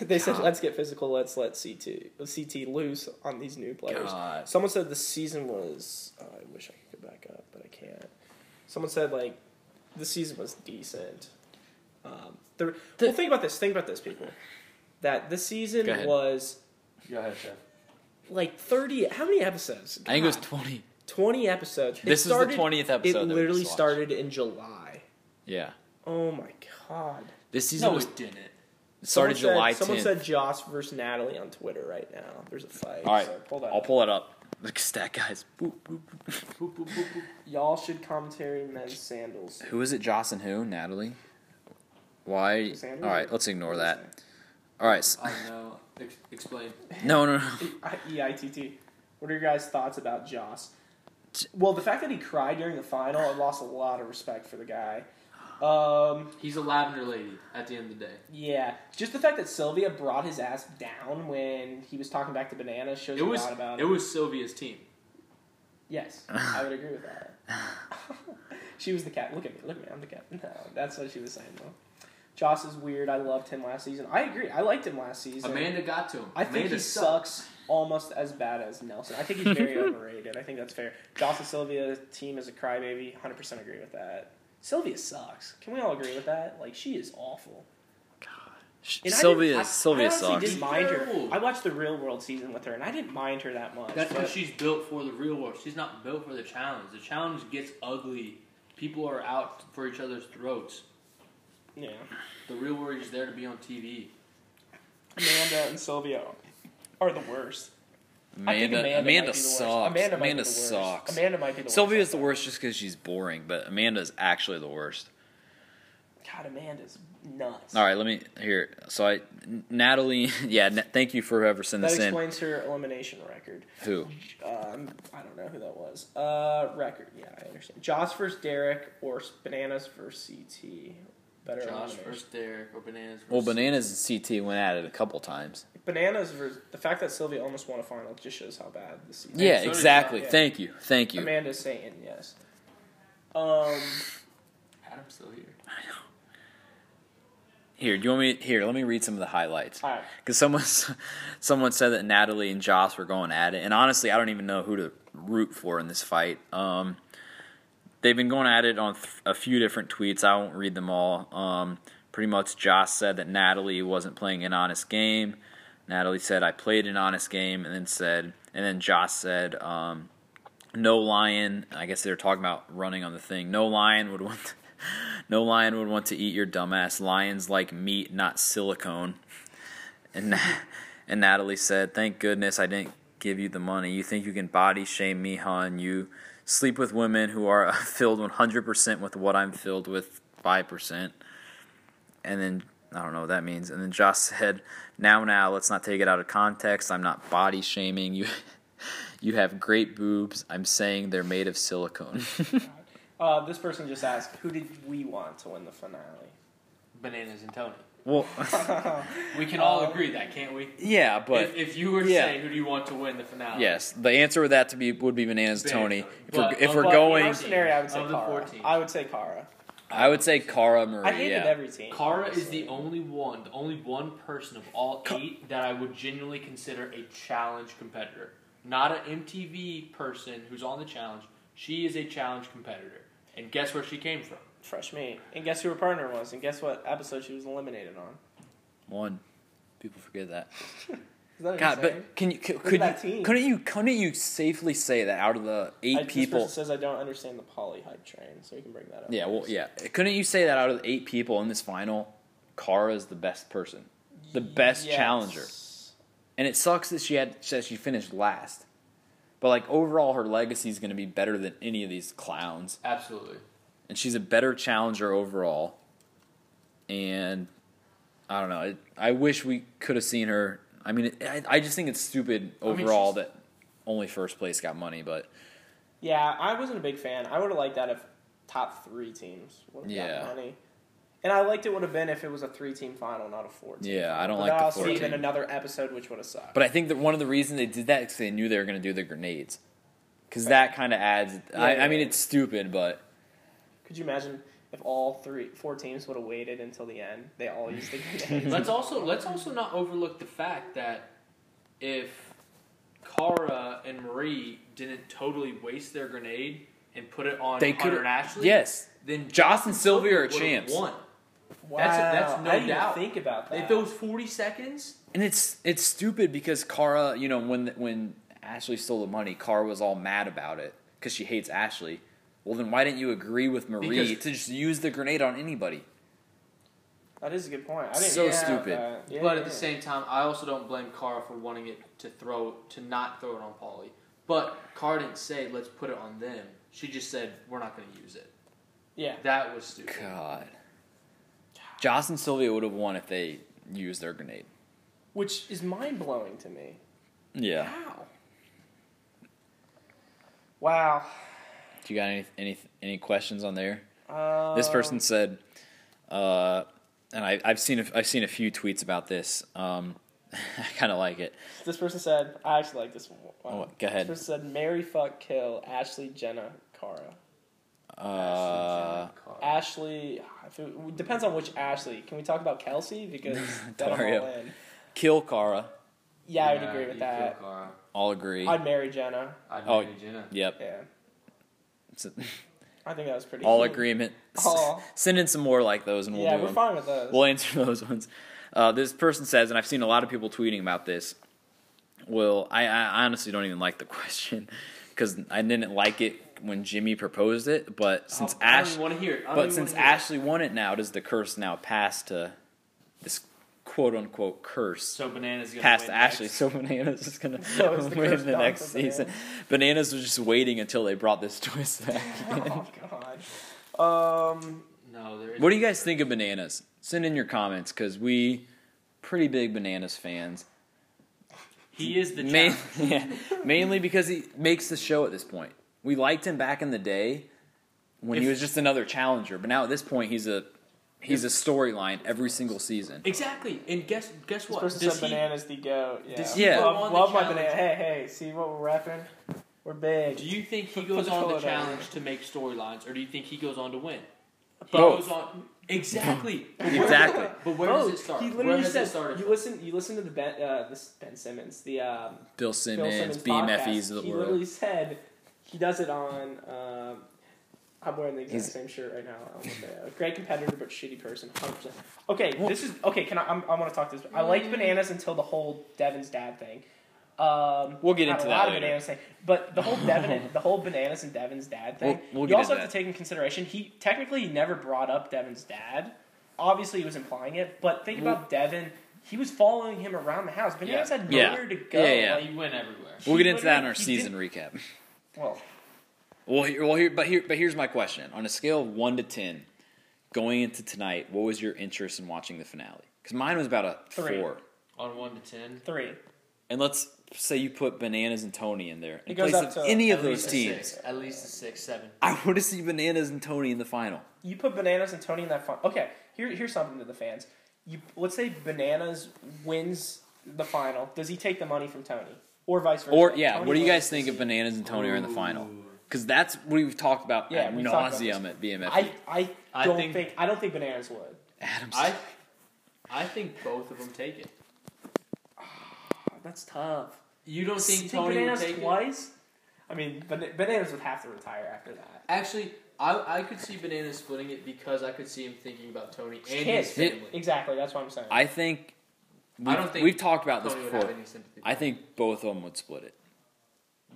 [SPEAKER 4] They said, "Let's get physical. Let's let CT CT loose on these new players."
[SPEAKER 3] God.
[SPEAKER 4] Someone said the season was. oh, I wish I could go back up, but I can't. Someone said like the season was decent. Um, the, well, think about this. Think about this, people. That the season
[SPEAKER 3] Go ahead.
[SPEAKER 4] was
[SPEAKER 5] Go ahead, Chef.
[SPEAKER 4] like thirty. How many episodes?
[SPEAKER 3] I think it was
[SPEAKER 4] God,
[SPEAKER 3] 20.
[SPEAKER 4] twenty episodes. It
[SPEAKER 3] This is the
[SPEAKER 4] started-
[SPEAKER 3] 20th episode that
[SPEAKER 4] It
[SPEAKER 3] we
[SPEAKER 4] literally
[SPEAKER 3] just watched.
[SPEAKER 4] started in July.
[SPEAKER 3] Yeah.
[SPEAKER 4] Oh my god.
[SPEAKER 3] This season
[SPEAKER 5] No,
[SPEAKER 3] was
[SPEAKER 5] it didn't.
[SPEAKER 3] started
[SPEAKER 4] Someone said-
[SPEAKER 3] July 10th.
[SPEAKER 4] Someone said Joss versus Natalie on Twitter right now. There's a fight.
[SPEAKER 3] All right,
[SPEAKER 4] so pull that
[SPEAKER 3] I'll
[SPEAKER 4] up.
[SPEAKER 3] pull it up. Look at that, guys. Boop, boop.
[SPEAKER 4] Y'all should commentary men's sandals.
[SPEAKER 3] Who is it? Joss and who? Natalie. Why?
[SPEAKER 4] Sanders?
[SPEAKER 3] All right, let's ignore that. All right. s-
[SPEAKER 5] I know. Ex- explain.
[SPEAKER 3] No, no, no.
[SPEAKER 4] *laughs* E I T T. What are your guys' thoughts about Joss? Well, the fact that he cried during the final, I lost a lot of respect for the guy. Um,
[SPEAKER 5] He's a lavender lady at the end of the day.
[SPEAKER 4] yeah, just the fact that Sylvia brought his ass down when he was talking back to Banana shows
[SPEAKER 5] It
[SPEAKER 4] a
[SPEAKER 5] was,
[SPEAKER 4] lot about
[SPEAKER 5] it
[SPEAKER 4] him.
[SPEAKER 5] was Sylvia's team.
[SPEAKER 4] Yes, I would agree with that. *laughs* she was the cat. Look at me. Look at me. I'm the cat. *laughs* No, that's what she was saying though. Joss is weird. I loved him last season. I agree. I liked him last season.
[SPEAKER 5] Amanda got to him.
[SPEAKER 4] I think
[SPEAKER 5] Amanda
[SPEAKER 4] he sucks almost as bad as Nelson. I think
[SPEAKER 3] *laughs*
[SPEAKER 4] he's very overrated. I think that's fair. Joss and Sylvia team is a crybaby. 100% agree with that. Sylvia sucks. Can we all agree with that? Like she is awful.
[SPEAKER 3] Sh-
[SPEAKER 4] And I
[SPEAKER 3] Sylvia,
[SPEAKER 4] didn't- I-
[SPEAKER 3] Sylvia
[SPEAKER 4] I honestly
[SPEAKER 3] sucks.
[SPEAKER 4] Didn't mind her.
[SPEAKER 5] Terrible.
[SPEAKER 4] I watched the Real World season with her, and I didn't mind her that much.
[SPEAKER 5] That's
[SPEAKER 4] but-
[SPEAKER 5] because she's built for the real world. She's not built for the challenge. The challenge gets ugly People are out for each other's throats.
[SPEAKER 4] Yeah.
[SPEAKER 5] The real warrior is there to be on TV.
[SPEAKER 4] Amanda and Sylvia are the worst. I think
[SPEAKER 3] Amanda, Amanda,
[SPEAKER 4] might be the worst.
[SPEAKER 3] sucks. Amanda,
[SPEAKER 4] might be the worst.
[SPEAKER 3] sucks.
[SPEAKER 4] Amanda might be the
[SPEAKER 3] Sylvia's
[SPEAKER 4] worst.
[SPEAKER 3] the worst just because she's boring, but Amanda's actually the worst.
[SPEAKER 4] God, Amanda's nuts.
[SPEAKER 3] All right, let me here. So I, Natalie, *laughs* yeah, na- thank you for whoever sent
[SPEAKER 4] That
[SPEAKER 3] this in.
[SPEAKER 4] explains her elimination record.
[SPEAKER 3] Who?
[SPEAKER 4] Um, I don't know who that was. Uh, record. Yeah, I understand. Josh versus Derek or Bananas versus CT. Better
[SPEAKER 5] Josh
[SPEAKER 4] elimination.
[SPEAKER 5] versus Derek or Bananas versus.
[SPEAKER 3] Well, bananas and CT went at it a couple times.
[SPEAKER 4] Bananas versus the fact that Sylvia almost won a final just shows how bad the season.
[SPEAKER 3] Yeah,
[SPEAKER 5] so did
[SPEAKER 3] exactly.
[SPEAKER 4] Josh, yeah.
[SPEAKER 3] Thank you, thank you.
[SPEAKER 4] Amanda's saying yes. Um,
[SPEAKER 5] Adam's still here.
[SPEAKER 3] Here, do you want me? Here, let me read some of the highlights.
[SPEAKER 4] all right.
[SPEAKER 3] Because someone, *laughs* someone said that Natalie and Joss were going at it, and honestly, I don't even know who to root for in this fight. Um, they've been going at it on th- a few different tweets. I won't read them all. Um, pretty much, Joss said that Natalie wasn't playing an honest game. Natalie said, "I played an honest game," and then said, and then Joss said, um, "No lion." I guess they were talking about running on the thing. No lion would want. *laughs* no lion would want to eat your dumbass. Lions like meat, not silicone. And *laughs* Na- and Natalie said, "Thank goodness I didn't give you the money. You think you can body shame me, hon? You sleep with women who are *laughs* filled 100% with what I'm filled with 5%." And then I don't know what that means. And then Josh said, "Now, now, let's not take it out of context. I'm not body shaming you." *laughs* You have great boobs. I'm saying they're made of silicone. *laughs*
[SPEAKER 4] Uh, this person just asked, who did we want to win the finale?
[SPEAKER 5] Bananas and Tony.
[SPEAKER 3] well, *laughs*
[SPEAKER 4] *laughs*
[SPEAKER 5] We
[SPEAKER 4] Um,
[SPEAKER 5] can all agree that, can't we?
[SPEAKER 3] yeah, but
[SPEAKER 5] if, if you were to
[SPEAKER 3] yeah.
[SPEAKER 5] say who do you want to win the finale?
[SPEAKER 3] Yes, the answer with that to be would be bananas,
[SPEAKER 5] Bananas,
[SPEAKER 3] Tony.
[SPEAKER 5] Tony.
[SPEAKER 3] If we're,
[SPEAKER 5] But-
[SPEAKER 3] if we're
[SPEAKER 5] but-
[SPEAKER 4] In
[SPEAKER 3] going,
[SPEAKER 4] our scenario, I would say
[SPEAKER 5] Of the
[SPEAKER 4] Kara.
[SPEAKER 5] 14.
[SPEAKER 4] I would say Kara.
[SPEAKER 3] I would say Cara Marie.
[SPEAKER 4] I hated
[SPEAKER 3] yeah.
[SPEAKER 4] every team.
[SPEAKER 5] Kara is
[SPEAKER 4] honestly.
[SPEAKER 5] the only one, the only one person of all eight that I would genuinely consider a challenge competitor. Not an MTV person who's on the challenge. She is a challenge competitor. And guess where she came from?
[SPEAKER 4] fresh meat. And guess who her partner was? And guess what episode she was eliminated on?
[SPEAKER 3] One. People forget that.
[SPEAKER 4] Is that
[SPEAKER 3] God,
[SPEAKER 4] insane?
[SPEAKER 3] but can you could,
[SPEAKER 4] at
[SPEAKER 3] could
[SPEAKER 4] that
[SPEAKER 3] you
[SPEAKER 4] team.
[SPEAKER 3] couldn't you couldn't you safely say that out of the eight
[SPEAKER 4] I, This
[SPEAKER 3] people?
[SPEAKER 4] person says I don't understand the polyhyde train, so we can bring that up.
[SPEAKER 3] Yeah, well, yeah. Couldn't you say that out of the eight people in this final, Cara is the best person, the best
[SPEAKER 4] Yes.
[SPEAKER 3] challenger, and it sucks that she had that she finished last. But like overall, her legacy is going to be better than any of these clowns.
[SPEAKER 5] Absolutely.
[SPEAKER 3] and she's a better challenger overall. And I don't know. I, I wish we could have seen her. I mean, I, I just think it's stupid
[SPEAKER 5] mean,
[SPEAKER 3] overall
[SPEAKER 5] she's-
[SPEAKER 3] that only first place got money, but
[SPEAKER 4] Yeah, I wasn't a big fan. I would have liked that if top three teams would have
[SPEAKER 3] Yeah.
[SPEAKER 4] gotten money. And I liked it would have been if it was a three team final, not a four team.
[SPEAKER 3] yeah, I don't
[SPEAKER 4] But
[SPEAKER 3] like
[SPEAKER 4] that
[SPEAKER 3] the
[SPEAKER 4] also
[SPEAKER 3] four
[SPEAKER 4] would have been
[SPEAKER 3] team.
[SPEAKER 4] another episode, which would have sucked.
[SPEAKER 3] But I think that one of the reasons they did that is they knew they were going to do the grenades, because that kind of adds. I,
[SPEAKER 4] Yeah.
[SPEAKER 3] I mean, it's stupid, but
[SPEAKER 4] Could you imagine if all three, four teams would have waited until the end? They all used the
[SPEAKER 5] *laughs* let's also let's also not overlook the fact that if Kara and Marie didn't totally waste their grenade and put it on
[SPEAKER 3] They
[SPEAKER 5] Hunter
[SPEAKER 3] could've-
[SPEAKER 5] and Ashley,
[SPEAKER 3] yes.
[SPEAKER 5] then
[SPEAKER 3] Joss and Sylvia are
[SPEAKER 5] would've
[SPEAKER 3] champs.
[SPEAKER 5] Won.
[SPEAKER 4] wow,
[SPEAKER 5] that's no
[SPEAKER 4] I didn't even
[SPEAKER 5] doubt.
[SPEAKER 4] think about that.
[SPEAKER 5] If those forty seconds,
[SPEAKER 3] And it's it's stupid because Kara, you know, when when Ashley stole the money, Kara was all mad about it because she hates Ashley. Well, then why didn't you agree with Marie
[SPEAKER 5] Because-
[SPEAKER 3] to just use the grenade on anybody?
[SPEAKER 4] that is a good point. I didn't
[SPEAKER 3] So
[SPEAKER 4] even think about
[SPEAKER 3] stupid.
[SPEAKER 4] that. Yeah,
[SPEAKER 5] but at the
[SPEAKER 4] yeah.
[SPEAKER 5] same time, I also don't blame Kara for wanting it to throw to not throw it on Polly. But Kara didn't say let's put it on them. She just said we're not going to use it.
[SPEAKER 4] yeah,
[SPEAKER 5] That was stupid.
[SPEAKER 3] God, Joss and Sylvia would have won if they used their grenade.
[SPEAKER 4] which is mind blowing to me.
[SPEAKER 3] Yeah.
[SPEAKER 4] Wow. Wow.
[SPEAKER 3] Do you got any any any questions on there?
[SPEAKER 4] Uh,
[SPEAKER 3] this person said, uh, and I, I've seen a, I've seen a few tweets about this. Um, *laughs* I kind of like it.
[SPEAKER 4] This person said, I actually like this one.
[SPEAKER 3] Oh, go ahead.
[SPEAKER 4] This person said, Mary, fuck, kill Ashley, Jenna, Kara.
[SPEAKER 3] Uh,
[SPEAKER 4] Ashley, if it, depends on which Ashley. Can we talk about Kelsey?
[SPEAKER 3] *laughs*
[SPEAKER 4] Because that I'm all
[SPEAKER 3] Dario.
[SPEAKER 4] in.
[SPEAKER 3] kill Kara.
[SPEAKER 4] Yeah, I would agree with that.
[SPEAKER 3] All agree.
[SPEAKER 4] I'd marry Jenna.
[SPEAKER 5] I'd
[SPEAKER 3] Oh,
[SPEAKER 5] marry Jenna.
[SPEAKER 3] Yep.
[SPEAKER 4] Yeah.
[SPEAKER 3] *laughs* It's-
[SPEAKER 4] I think that was pretty
[SPEAKER 5] *laughs*
[SPEAKER 3] All
[SPEAKER 4] cool.
[SPEAKER 3] agreement. S-
[SPEAKER 4] All.
[SPEAKER 3] Send in some more like those, and we'll
[SPEAKER 4] Yeah,
[SPEAKER 3] do
[SPEAKER 4] we're
[SPEAKER 3] them.
[SPEAKER 4] fine with those.
[SPEAKER 3] We'll answer *laughs* those ones. Uh, this person says, and I've seen a lot of people tweeting about this. Well, I, I honestly don't even like the *laughs* question because I didn't like it when Jimmy proposed it. But since
[SPEAKER 5] Oh, I don't
[SPEAKER 3] Ash,
[SPEAKER 5] even wanna hear it. I don't
[SPEAKER 3] but
[SPEAKER 5] even
[SPEAKER 3] since
[SPEAKER 5] wanna hear it.
[SPEAKER 3] Ashley won it now, does the curse now pass to this quote unquote curse?
[SPEAKER 5] So bananas gonna
[SPEAKER 3] past
[SPEAKER 5] win
[SPEAKER 3] Ashley, *laughs*
[SPEAKER 5] next.
[SPEAKER 3] so Bananas is
[SPEAKER 5] *laughs*
[SPEAKER 3] gonna
[SPEAKER 4] So it's the
[SPEAKER 3] win
[SPEAKER 4] curse
[SPEAKER 3] the
[SPEAKER 4] dog for
[SPEAKER 3] next season. Bananas was just waiting until they brought this *laughs* twist
[SPEAKER 5] *laughs*
[SPEAKER 3] back.
[SPEAKER 4] *laughs* Oh god. Um,
[SPEAKER 5] No, there is
[SPEAKER 3] what do you guys think of Bananas? Send in your comments because we pretty big Bananas fans.
[SPEAKER 5] He is the
[SPEAKER 3] Main,
[SPEAKER 5] challenge.
[SPEAKER 3] *laughs* yeah, mainly because he makes the show at this point. We liked him back in the day when he
[SPEAKER 5] If-
[SPEAKER 3] was just another challenger, but now at this point he's a he's a storyline every single season.
[SPEAKER 5] exactly. And guess guess what?
[SPEAKER 4] person
[SPEAKER 5] Does
[SPEAKER 4] said
[SPEAKER 5] he-
[SPEAKER 4] bananas the goat. Yeah.
[SPEAKER 5] does
[SPEAKER 3] he Yeah. go
[SPEAKER 4] Love,
[SPEAKER 5] on the
[SPEAKER 4] love my
[SPEAKER 5] challenge?
[SPEAKER 4] banana. Hey, hey. See what we're repping? We're big.
[SPEAKER 5] Do you think he
[SPEAKER 4] For-
[SPEAKER 5] goes
[SPEAKER 4] for
[SPEAKER 5] on the
[SPEAKER 4] Florida.
[SPEAKER 5] challenge to make storylines, or do you think he goes on to win? He
[SPEAKER 3] Both.
[SPEAKER 5] goes on exactly.
[SPEAKER 3] Exactly.
[SPEAKER 5] But where
[SPEAKER 4] Oh,
[SPEAKER 5] does it start?
[SPEAKER 4] He
[SPEAKER 5] where
[SPEAKER 4] literally
[SPEAKER 5] does
[SPEAKER 4] said,
[SPEAKER 5] it start?
[SPEAKER 4] "You listen, you listen to the Ben, uh, this Ben Simmons, the
[SPEAKER 3] Bill
[SPEAKER 4] um, Bill
[SPEAKER 3] Simmons,
[SPEAKER 4] Simmons,
[SPEAKER 3] BMFEs
[SPEAKER 4] podcast.
[SPEAKER 3] of the
[SPEAKER 4] He
[SPEAKER 3] world.
[SPEAKER 4] literally said he does it on. Um, I'm wearing the exact
[SPEAKER 3] He's-
[SPEAKER 4] same shirt right now. I won't say it. Great competitor, but shitty person. 100. percent Okay, this is okay. Can I? I'm, I want to talk this. I
[SPEAKER 3] Mm.
[SPEAKER 4] liked bananas until the whole Devin's dad thing. Um,
[SPEAKER 3] We'll get
[SPEAKER 4] not
[SPEAKER 3] into
[SPEAKER 4] a
[SPEAKER 3] that
[SPEAKER 4] lot
[SPEAKER 3] later.
[SPEAKER 4] of bananas thing, but the whole
[SPEAKER 3] *laughs*
[SPEAKER 4] Devin, the whole bananas and Devin's dad thing.
[SPEAKER 3] We'll- we'll
[SPEAKER 4] you
[SPEAKER 3] get
[SPEAKER 4] also
[SPEAKER 3] into
[SPEAKER 4] have
[SPEAKER 3] that.
[SPEAKER 4] to take in consideration he technically he never brought up Devin's dad. Obviously, he was implying it, but think about Devin. He was following him around the house. Bananas had
[SPEAKER 3] Yeah.
[SPEAKER 4] nowhere to go.
[SPEAKER 3] Yeah, yeah.
[SPEAKER 5] Well, you win everywhere.
[SPEAKER 3] We'll
[SPEAKER 4] he
[SPEAKER 3] get into that in
[SPEAKER 4] literally-
[SPEAKER 3] our
[SPEAKER 4] he
[SPEAKER 3] season recap.
[SPEAKER 4] Well,
[SPEAKER 3] Well, here, well, here, but here, but here's my question: on a scale of one to ten, going into tonight, what was your interest in watching the finale? Because mine was about a
[SPEAKER 4] Three.
[SPEAKER 3] four.
[SPEAKER 5] On one to ten.
[SPEAKER 4] three.
[SPEAKER 3] And let's say you put Bananas and Tony in there in
[SPEAKER 4] It goes
[SPEAKER 3] place
[SPEAKER 4] up
[SPEAKER 3] of
[SPEAKER 4] to
[SPEAKER 3] any of
[SPEAKER 5] At
[SPEAKER 3] those
[SPEAKER 5] least a
[SPEAKER 3] teams.
[SPEAKER 5] six. At least a six, seven.
[SPEAKER 3] I want to see Bananas and Tony in the final.
[SPEAKER 4] You put bananas and Tony in that final. Okay, here, here's something to the fans. You let's say bananas wins the final. Does he take the money from Tony or vice versa?
[SPEAKER 3] Or yeah,
[SPEAKER 4] Tony
[SPEAKER 3] what do you
[SPEAKER 4] wins.
[SPEAKER 3] guys think of Bananas and Tony are in the final? Because that's what we've talked about
[SPEAKER 4] Yeah,
[SPEAKER 3] ad
[SPEAKER 4] we've talked about this.
[SPEAKER 3] nauseum at BMF.
[SPEAKER 4] I I
[SPEAKER 5] I
[SPEAKER 4] don't
[SPEAKER 5] think-
[SPEAKER 4] think, I don't think bananas would.
[SPEAKER 3] Adams.
[SPEAKER 5] I I think both of them take it.
[SPEAKER 4] That's tough.
[SPEAKER 5] You don't think
[SPEAKER 4] Think
[SPEAKER 5] Tony would
[SPEAKER 4] bananas
[SPEAKER 5] Ah, take it?
[SPEAKER 4] twice? I mean, Ban- bananas would have to retire after that.
[SPEAKER 5] Actually, I, I could see Bananas splitting it because I could see him thinking about Tony and
[SPEAKER 4] Kids.
[SPEAKER 5] his family.
[SPEAKER 4] Exactly. That's what I'm saying.
[SPEAKER 3] I think.
[SPEAKER 5] I don't think
[SPEAKER 3] we've talked about this
[SPEAKER 5] Tony would have
[SPEAKER 3] before.
[SPEAKER 5] any sympathy.
[SPEAKER 3] I think both of them would split it.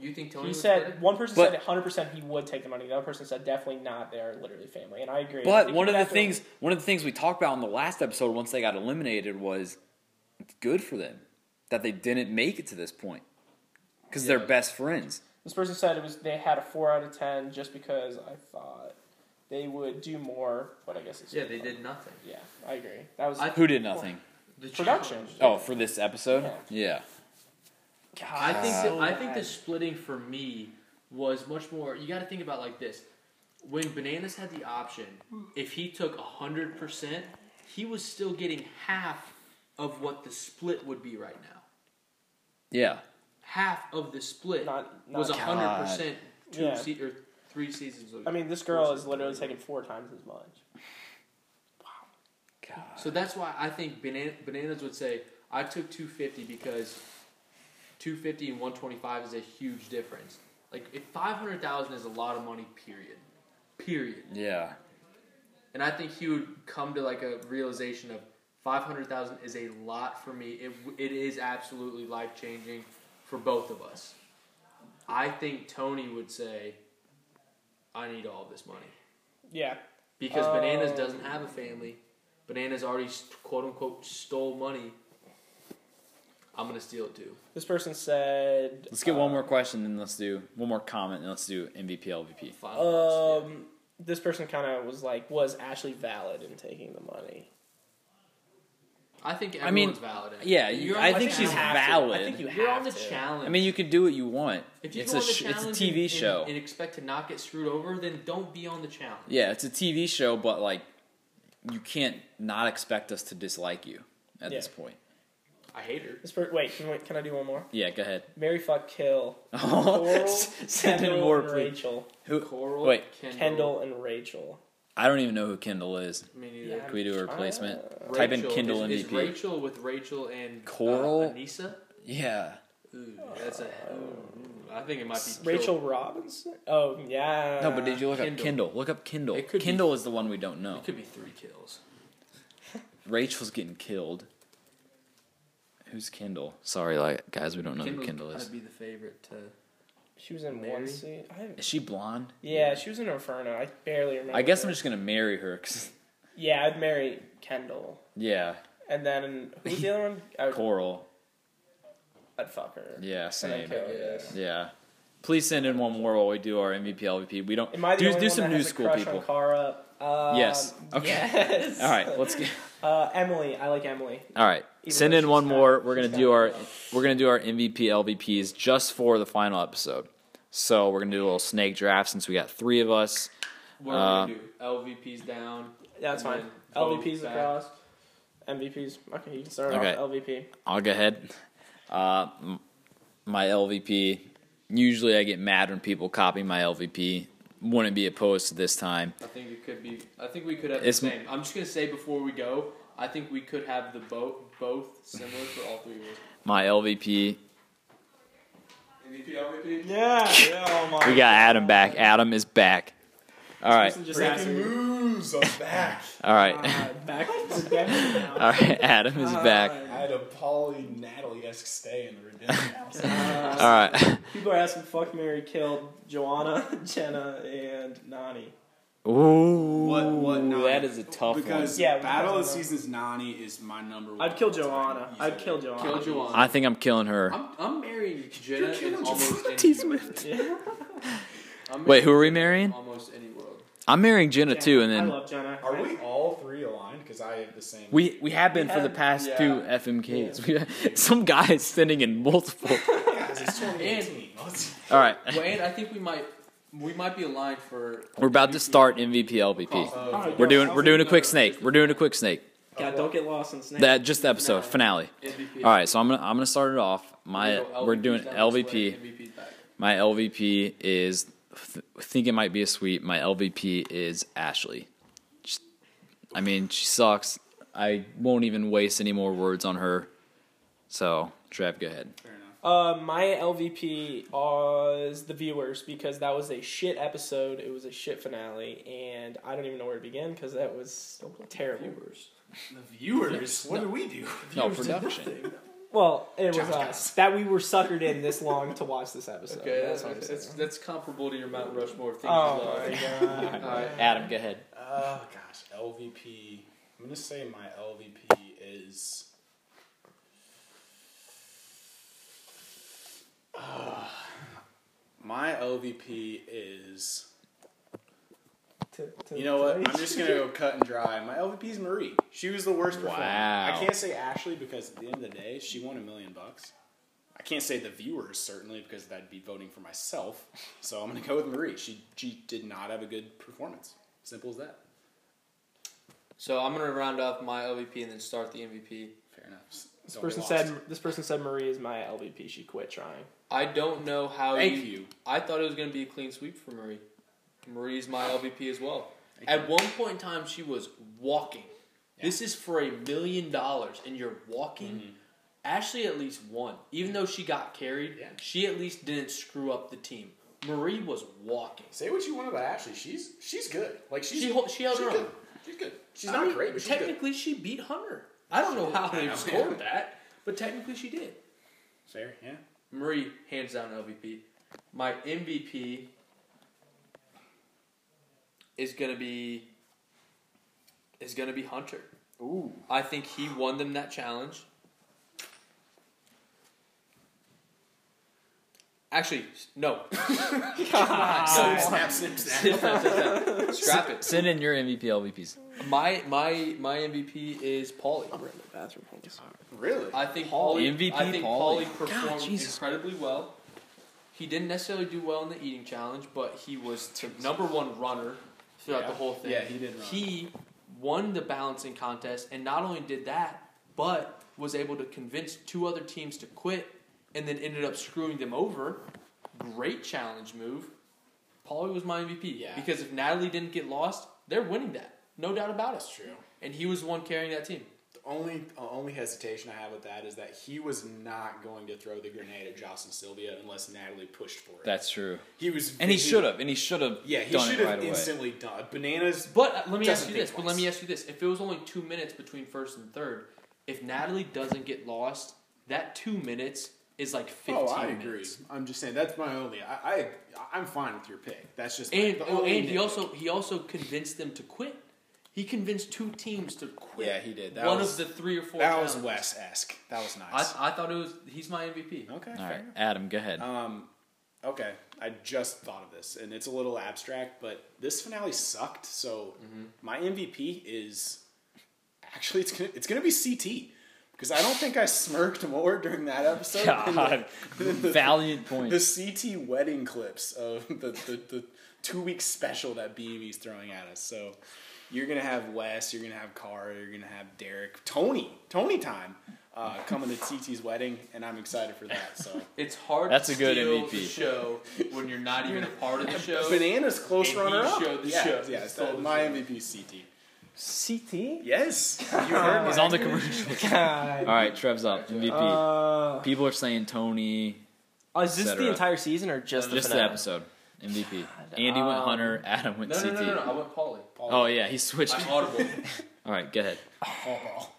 [SPEAKER 5] you think Tony
[SPEAKER 4] he
[SPEAKER 5] would split
[SPEAKER 4] said
[SPEAKER 5] it?
[SPEAKER 4] one person
[SPEAKER 3] But-
[SPEAKER 4] said 100 percent he would take the money. The other person said definitely not. They are literally family, and I agree. I
[SPEAKER 3] But
[SPEAKER 4] think
[SPEAKER 3] one
[SPEAKER 4] you
[SPEAKER 3] of the
[SPEAKER 4] have to-
[SPEAKER 3] things, one of the things we talked about in the last episode, once they got eliminated, was it's good for them that they didn't make it to this point because
[SPEAKER 5] Yeah.
[SPEAKER 3] they're best friends.
[SPEAKER 4] This person said it was they had a four out of ten just because I thought they would do more, but I guess it's
[SPEAKER 5] Yeah, they did nothing.
[SPEAKER 4] Yeah, I agree. That was
[SPEAKER 5] I-
[SPEAKER 3] Who did nothing?
[SPEAKER 5] The
[SPEAKER 4] production.
[SPEAKER 5] challenge-
[SPEAKER 3] Oh, for this episode, yeah.
[SPEAKER 4] God,
[SPEAKER 5] I think that,
[SPEAKER 4] so
[SPEAKER 5] I think the
[SPEAKER 4] bad.
[SPEAKER 5] splitting for me was much more. You got to think about it like this: when Bananas had the option, if he took hundred percent, he was still getting half of what the split would be right now.
[SPEAKER 3] yeah,
[SPEAKER 5] Half of the split
[SPEAKER 4] Not- not-
[SPEAKER 5] was was hundred percent two
[SPEAKER 4] Yeah.
[SPEAKER 5] se- or three seasons. Ago.
[SPEAKER 4] I mean, this girl is literally taking four times as much.
[SPEAKER 3] God.
[SPEAKER 5] So that's why I think Bana- Bananas would say, I took 250 because 250 and 125 is a huge difference. Like, if 500,000 is a lot of money, period. Period.
[SPEAKER 3] yeah.
[SPEAKER 5] And I think he would come to like a realization of 500,000 is a lot for me. It, w- it is absolutely life changing for both of us. I think Tony would say, I need all of this money.
[SPEAKER 4] Yeah,
[SPEAKER 5] Because Bananas
[SPEAKER 4] Oh.
[SPEAKER 5] doesn't have a family. Bananas already quote unquote stole money. I'm gonna steal it too.
[SPEAKER 4] this person said.
[SPEAKER 3] Let's get
[SPEAKER 4] uh,
[SPEAKER 3] one more question, then let's do one more comment, and let's do MVP LVP.
[SPEAKER 5] Final thoughts,
[SPEAKER 4] Um, this person kind of was like, was Ashley valid in taking the money?
[SPEAKER 5] yeah. I think everyone's
[SPEAKER 3] I mean,
[SPEAKER 5] valid. in it.
[SPEAKER 3] yeah,
[SPEAKER 5] You're
[SPEAKER 3] I
[SPEAKER 5] on the
[SPEAKER 3] think she's
[SPEAKER 4] you
[SPEAKER 5] challenge.
[SPEAKER 4] have to.
[SPEAKER 3] valid.
[SPEAKER 4] I think you have
[SPEAKER 5] You're on the
[SPEAKER 4] to.
[SPEAKER 5] challenge.
[SPEAKER 3] I mean, you can do what you want.
[SPEAKER 5] if you
[SPEAKER 3] it's
[SPEAKER 5] go
[SPEAKER 3] a
[SPEAKER 5] on the
[SPEAKER 3] sh- it's a
[SPEAKER 5] challenge
[SPEAKER 3] TV
[SPEAKER 5] and-
[SPEAKER 3] show.
[SPEAKER 5] and, and expect to not get screwed over, then don't be on the challenge.
[SPEAKER 3] yeah, it's a TV show, but like, you can't not expect us to dislike you at
[SPEAKER 4] Yeah.
[SPEAKER 3] this point.
[SPEAKER 5] I hate her.
[SPEAKER 4] This per- wait, can, we, can I do one more?
[SPEAKER 3] Yeah, go ahead. *laughs*
[SPEAKER 4] Mary fuck kill. Coral,
[SPEAKER 3] Oh, send in
[SPEAKER 4] Kendall,
[SPEAKER 3] more,
[SPEAKER 4] and
[SPEAKER 3] please.
[SPEAKER 4] Rachel.
[SPEAKER 3] Who?
[SPEAKER 5] Coral,
[SPEAKER 3] Wait,
[SPEAKER 5] Kendall.
[SPEAKER 4] Kendall and Rachel.
[SPEAKER 3] I don't even know who Kendall is.
[SPEAKER 5] Me neither.
[SPEAKER 4] Yeah.
[SPEAKER 3] Can we do a replacement?
[SPEAKER 4] Uh,
[SPEAKER 3] Type in
[SPEAKER 5] Rachel.
[SPEAKER 3] Kendall
[SPEAKER 5] is, Is
[SPEAKER 3] MVP.
[SPEAKER 5] Rachel with Rachel and uh,
[SPEAKER 3] Coral?
[SPEAKER 5] Anissa?
[SPEAKER 3] yeah,
[SPEAKER 5] Ooh, that's a. ooh, I think it might be
[SPEAKER 4] Rachel Robinson. Oh yeah.
[SPEAKER 3] no, but did you look up
[SPEAKER 5] Kendall.
[SPEAKER 3] Kendall? Look up Kendall.
[SPEAKER 5] It could be-
[SPEAKER 3] Kendall is the one we don't know.
[SPEAKER 5] It could be three kills.
[SPEAKER 3] Rachel's getting killed. Who's Kendall? Sorry, like guys, we don't know who Kendall is.
[SPEAKER 5] Gonna be the favorite to
[SPEAKER 4] She was in
[SPEAKER 5] Mary?
[SPEAKER 4] one scene. I,
[SPEAKER 3] Is she blonde?
[SPEAKER 4] yeah, she was in Inferno. I barely remember.
[SPEAKER 3] I guess
[SPEAKER 4] her.
[SPEAKER 3] I'm just gonna marry her. 'cause-
[SPEAKER 4] Yeah, I'd marry Kendall,
[SPEAKER 3] yeah,
[SPEAKER 4] and then who's the other
[SPEAKER 3] *laughs*
[SPEAKER 4] one? I would,
[SPEAKER 3] Coral.
[SPEAKER 4] I'd fuck her.
[SPEAKER 3] Yeah,
[SPEAKER 4] And then
[SPEAKER 3] same.
[SPEAKER 4] Kendall,
[SPEAKER 5] Yeah.
[SPEAKER 4] yes.
[SPEAKER 3] Yeah. Please send in one more while we do our MVP LVP. We don't
[SPEAKER 4] Am I the
[SPEAKER 3] do
[SPEAKER 4] only
[SPEAKER 3] do
[SPEAKER 4] one
[SPEAKER 3] some
[SPEAKER 4] that
[SPEAKER 3] new
[SPEAKER 4] has a
[SPEAKER 3] school
[SPEAKER 4] crush
[SPEAKER 3] people.
[SPEAKER 4] On Kara? Um,
[SPEAKER 3] Yes. Okay.
[SPEAKER 4] yes.
[SPEAKER 3] All right, let's get.
[SPEAKER 4] *laughs* Uh, Emily, I like Emily.
[SPEAKER 3] All right,
[SPEAKER 4] Even
[SPEAKER 3] send
[SPEAKER 4] though
[SPEAKER 3] in one
[SPEAKER 4] she's not-
[SPEAKER 3] more. We're gonna
[SPEAKER 4] she's
[SPEAKER 3] do
[SPEAKER 4] not
[SPEAKER 3] our
[SPEAKER 4] enough.
[SPEAKER 3] we're gonna do our MVP LVPs just for the final episode. So we're gonna do a little snake draft since we got three of us.
[SPEAKER 5] What
[SPEAKER 3] Uh,
[SPEAKER 5] are we gonna do? LVPs down.
[SPEAKER 4] That's
[SPEAKER 5] And
[SPEAKER 4] fine.
[SPEAKER 5] then vote
[SPEAKER 4] LVPs
[SPEAKER 5] back.
[SPEAKER 4] across. MVPs. Okay, you can start
[SPEAKER 3] Okay.
[SPEAKER 4] off LVP.
[SPEAKER 3] I'll go ahead. Uh, m- my LVP. Usually I get mad when people copy my LVP. Wouldn't be opposed to this time.
[SPEAKER 5] I think it could be. I think we could have
[SPEAKER 3] It's-
[SPEAKER 5] the same. I'm just gonna say before we go, I think we could have the both both similar for all three of us.
[SPEAKER 3] My LVP.
[SPEAKER 5] MVP, MVP.
[SPEAKER 4] Yeah. yeah oh my.
[SPEAKER 3] We got Adam back. Adam is back. All right.
[SPEAKER 4] Just asking.
[SPEAKER 6] Moves, I'm *laughs* back.
[SPEAKER 3] All right. *laughs*
[SPEAKER 4] Back to Devin now.
[SPEAKER 3] All right. Adam is back.
[SPEAKER 6] I had a Paulie Natalie esque stay in the redemption
[SPEAKER 4] *laughs*
[SPEAKER 6] house.
[SPEAKER 4] Uh,
[SPEAKER 3] All right. *laughs*
[SPEAKER 4] People are asking fuck Mary killed Joanna, *laughs* Jenna, and Nani.
[SPEAKER 3] Ooh.
[SPEAKER 6] What- what not?
[SPEAKER 3] that is a tough
[SPEAKER 6] because
[SPEAKER 3] one.
[SPEAKER 4] Yeah,
[SPEAKER 6] Battle of
[SPEAKER 4] because-
[SPEAKER 6] Seasons Nani is my number one.
[SPEAKER 4] I'd kill Joanna. I'd kill Joanna.
[SPEAKER 5] Kill Joanna.
[SPEAKER 3] I think I'm killing her.
[SPEAKER 5] I'm, I'm marrying Jenna
[SPEAKER 6] killing
[SPEAKER 5] in almost
[SPEAKER 6] Joanna.
[SPEAKER 5] any
[SPEAKER 3] *laughs* He's
[SPEAKER 5] world.
[SPEAKER 3] with-
[SPEAKER 4] Yeah.
[SPEAKER 5] I'm
[SPEAKER 3] Wait, who are we
[SPEAKER 5] marrying
[SPEAKER 3] marrying?
[SPEAKER 5] Jenna in Almost any world.
[SPEAKER 3] I'm marrying Jenna too, and
[SPEAKER 4] I
[SPEAKER 3] then
[SPEAKER 4] love Jenna.
[SPEAKER 6] Are we all three aligned? Because I have the same.
[SPEAKER 3] we we have been for the
[SPEAKER 4] have-
[SPEAKER 3] past
[SPEAKER 5] yeah.
[SPEAKER 3] two FMKs. *laughs* We- Some guy is sending in
[SPEAKER 5] *laughs*
[SPEAKER 3] multiple.
[SPEAKER 6] Guys, *laughs* it's 2018. Let's-
[SPEAKER 3] All right,
[SPEAKER 5] Well, and I think we might we might be aligned for. E
[SPEAKER 3] we're about to start MVP LVP.
[SPEAKER 5] Uh,
[SPEAKER 3] We're doing we're doing a quick snake. We're doing a quick snake.
[SPEAKER 4] God, don't get lost in snakes.
[SPEAKER 3] That just the episode finale.
[SPEAKER 5] MVP.
[SPEAKER 3] E All right, so I'm gonna I'm gonna start it off. My
[SPEAKER 5] We'll go
[SPEAKER 3] we're
[SPEAKER 5] LVPs
[SPEAKER 3] doing
[SPEAKER 5] down this way,
[SPEAKER 3] LVP.
[SPEAKER 5] MVP's E back.
[SPEAKER 3] My LVP is th- think it might be a sweep. My LVP is Ashley. Just- I mean, she sucks. I won't even waste any more words on her. So, Trev, go ahead.
[SPEAKER 6] Fair enough.
[SPEAKER 4] Uh, my LVP was the viewers because that was a shit episode. It was a shit finale, and I don't even know where to begin because that was terrible.
[SPEAKER 5] Viewers.
[SPEAKER 6] The viewers. What do we do?
[SPEAKER 3] No production.
[SPEAKER 4] Well, it was
[SPEAKER 6] Josh got
[SPEAKER 4] us that we were suckered in this long to watch this episode.
[SPEAKER 5] Okay,
[SPEAKER 4] that's
[SPEAKER 5] that's,
[SPEAKER 4] what I'm
[SPEAKER 5] that's, that's,
[SPEAKER 4] saying.
[SPEAKER 5] comparable to your Mount Rushmore. Things
[SPEAKER 4] Oh
[SPEAKER 6] *laughs*
[SPEAKER 5] you love.
[SPEAKER 4] my god!
[SPEAKER 5] All right.
[SPEAKER 3] Adam, go ahead.
[SPEAKER 6] Oh gosh, LVP. I'm gonna say my LVP is. Ah, my LVP is.
[SPEAKER 4] To- to-
[SPEAKER 6] You know what?
[SPEAKER 4] to-
[SPEAKER 6] I'm just gonna go cut and dry. My LVP is Marie. She was the worst performer.
[SPEAKER 3] Wow.
[SPEAKER 6] I can't say Ashley because at the end of the day, she won a million bucks. I can't say the viewers certainly because that'd be voting for myself. So I'm gonna go with Marie. She she did not have a good performance. Simple as that.
[SPEAKER 5] So I'm gonna round off my LVP and then start the MVP.
[SPEAKER 6] Fair enough. S-
[SPEAKER 4] This
[SPEAKER 6] don't
[SPEAKER 4] person
[SPEAKER 6] lost.
[SPEAKER 4] said. This person said Marie is my LVP. She quit trying.
[SPEAKER 5] I don't know how
[SPEAKER 6] Thank you.
[SPEAKER 5] I thought it was going to be a clean sweep for Marie. Marie's my LVP as well. At one point in time, she was walking. This is for a million dollars, and you're walking. Ashley at least won, even though she got carried.
[SPEAKER 6] Yeah.
[SPEAKER 5] She at least didn't screw up the team. Marie was walking.
[SPEAKER 6] Say what you want about Ashley. She's she's good. Like she's
[SPEAKER 5] She hol- she held
[SPEAKER 6] she's
[SPEAKER 5] her
[SPEAKER 6] good.
[SPEAKER 5] own.
[SPEAKER 6] She's good. She's
[SPEAKER 5] I
[SPEAKER 6] not
[SPEAKER 5] mean,
[SPEAKER 6] great, but she's good.
[SPEAKER 5] technically she beat Hunter. I don't know how they
[SPEAKER 6] Yeah.
[SPEAKER 5] scored that, but technically she did.
[SPEAKER 6] Fair, yeah.
[SPEAKER 5] Marie hands down LVP. My MVP is gonna be is gonna be Hunter.
[SPEAKER 6] Ooh.
[SPEAKER 5] I think he won them that challenge. Actually, no. *laughs*
[SPEAKER 6] snap, snap, snap.
[SPEAKER 5] Scrap it.
[SPEAKER 3] Send in your MVP LVPs.
[SPEAKER 5] My my my MVP is Paulie.
[SPEAKER 4] in the bathroom.
[SPEAKER 6] Really?
[SPEAKER 5] I think Paulie.
[SPEAKER 3] MVP
[SPEAKER 5] I think
[SPEAKER 3] Paulie.
[SPEAKER 5] Paulie performed
[SPEAKER 3] Jesus.
[SPEAKER 5] incredibly well. He didn't necessarily do well in the eating challenge, but he was the number one runner throughout
[SPEAKER 6] Yeah.
[SPEAKER 5] the whole thing.
[SPEAKER 6] Yeah, he did run.
[SPEAKER 5] He won the balancing contest, and not only did that, but was able to convince two other teams to quit, and then ended up screwing them over. Great challenge move. Paulie was my MVP
[SPEAKER 6] Yeah.
[SPEAKER 5] because if Natalie didn't get lost, they're winning that, no doubt about it.
[SPEAKER 6] That's true.
[SPEAKER 5] And he was the one carrying that team.
[SPEAKER 6] The only uh, only hesitation I have with that is that he was not going to throw the grenade at Jocelyn Sylvia unless Natalie pushed for it.
[SPEAKER 3] That's true.
[SPEAKER 6] he was,
[SPEAKER 3] And he should have. And he should have
[SPEAKER 6] Yeah, he
[SPEAKER 3] done
[SPEAKER 6] should
[SPEAKER 3] it
[SPEAKER 6] have
[SPEAKER 3] right away.
[SPEAKER 6] instantly done. Bananas.
[SPEAKER 5] But uh, let me
[SPEAKER 6] Doesn't
[SPEAKER 5] ask you
[SPEAKER 6] think
[SPEAKER 5] this. But let
[SPEAKER 6] twice.
[SPEAKER 5] me ask you this: If it was only two minutes between first and third, if Natalie doesn't get lost, that two minutes is like 15
[SPEAKER 6] Oh, I agree.
[SPEAKER 5] minutes.
[SPEAKER 6] I'm just saying that's my only. I, I I'm fine with your pick. That's just my-
[SPEAKER 5] And,
[SPEAKER 6] the
[SPEAKER 5] oh,
[SPEAKER 6] only
[SPEAKER 5] and he
[SPEAKER 6] nitpick.
[SPEAKER 5] also he also convinced them to quit. He convinced two teams to quit.
[SPEAKER 6] Yeah, he did. That
[SPEAKER 5] one
[SPEAKER 6] was-
[SPEAKER 5] of the three or four.
[SPEAKER 6] that was
[SPEAKER 5] times.
[SPEAKER 6] Wes esque. That was
[SPEAKER 5] I,
[SPEAKER 6] nice.
[SPEAKER 5] I thought it was he's my MVP.
[SPEAKER 6] okay.
[SPEAKER 3] All
[SPEAKER 6] fair
[SPEAKER 3] right,
[SPEAKER 6] enough.
[SPEAKER 3] Adam, go ahead.
[SPEAKER 5] Uh,
[SPEAKER 6] Um, okay, I just thought of this, and it's a little abstract, but this finale sucked. So
[SPEAKER 3] Mm-hmm.
[SPEAKER 6] my MVP is actually it's gonna, it's gonna be CT because I don't think I smirked more during that episode. than the-
[SPEAKER 3] God,
[SPEAKER 6] than *laughs* the-
[SPEAKER 3] valiant point.
[SPEAKER 6] The CT wedding clips of the, the, the two week special that BEV's throwing at us. So you're going to have Wes, you're going to have Cara, you're going to have Derek, Tony, Tony time uh, coming to CT's wedding, and I'm excited for that. So
[SPEAKER 5] It's hard.
[SPEAKER 3] That's
[SPEAKER 5] to
[SPEAKER 3] a good
[SPEAKER 5] steal
[SPEAKER 3] MVP.
[SPEAKER 5] The show when you're not even a part
[SPEAKER 6] *laughs*
[SPEAKER 5] of the show.
[SPEAKER 6] Banana's close
[SPEAKER 5] And he
[SPEAKER 6] runner up.
[SPEAKER 5] showed the
[SPEAKER 6] yeah,
[SPEAKER 5] show.
[SPEAKER 6] yes,
[SPEAKER 5] Stole
[SPEAKER 6] uh,
[SPEAKER 5] the
[SPEAKER 6] my
[SPEAKER 5] show.
[SPEAKER 6] MVP is CT. *laughs*
[SPEAKER 4] CT?
[SPEAKER 6] Yes, you heard me.
[SPEAKER 3] Um, He's
[SPEAKER 4] *laughs*
[SPEAKER 3] on the commercial. All right, Trev's up. MVP.
[SPEAKER 4] Uh,
[SPEAKER 3] People are saying Tony.
[SPEAKER 4] is this
[SPEAKER 3] Cetera.
[SPEAKER 4] the entire season or just the
[SPEAKER 3] Uh, Just the
[SPEAKER 4] finale?
[SPEAKER 3] episode.
[SPEAKER 5] *sighs*
[SPEAKER 3] MVP. Andy went
[SPEAKER 4] um,
[SPEAKER 3] Hunter. Adam went
[SPEAKER 5] No, no,
[SPEAKER 3] CT.
[SPEAKER 5] no, no, no. I went Paulie.
[SPEAKER 3] Oh yeah, he switched.
[SPEAKER 5] I'm audible.
[SPEAKER 6] *laughs*
[SPEAKER 3] All right, go ahead.
[SPEAKER 6] Oh,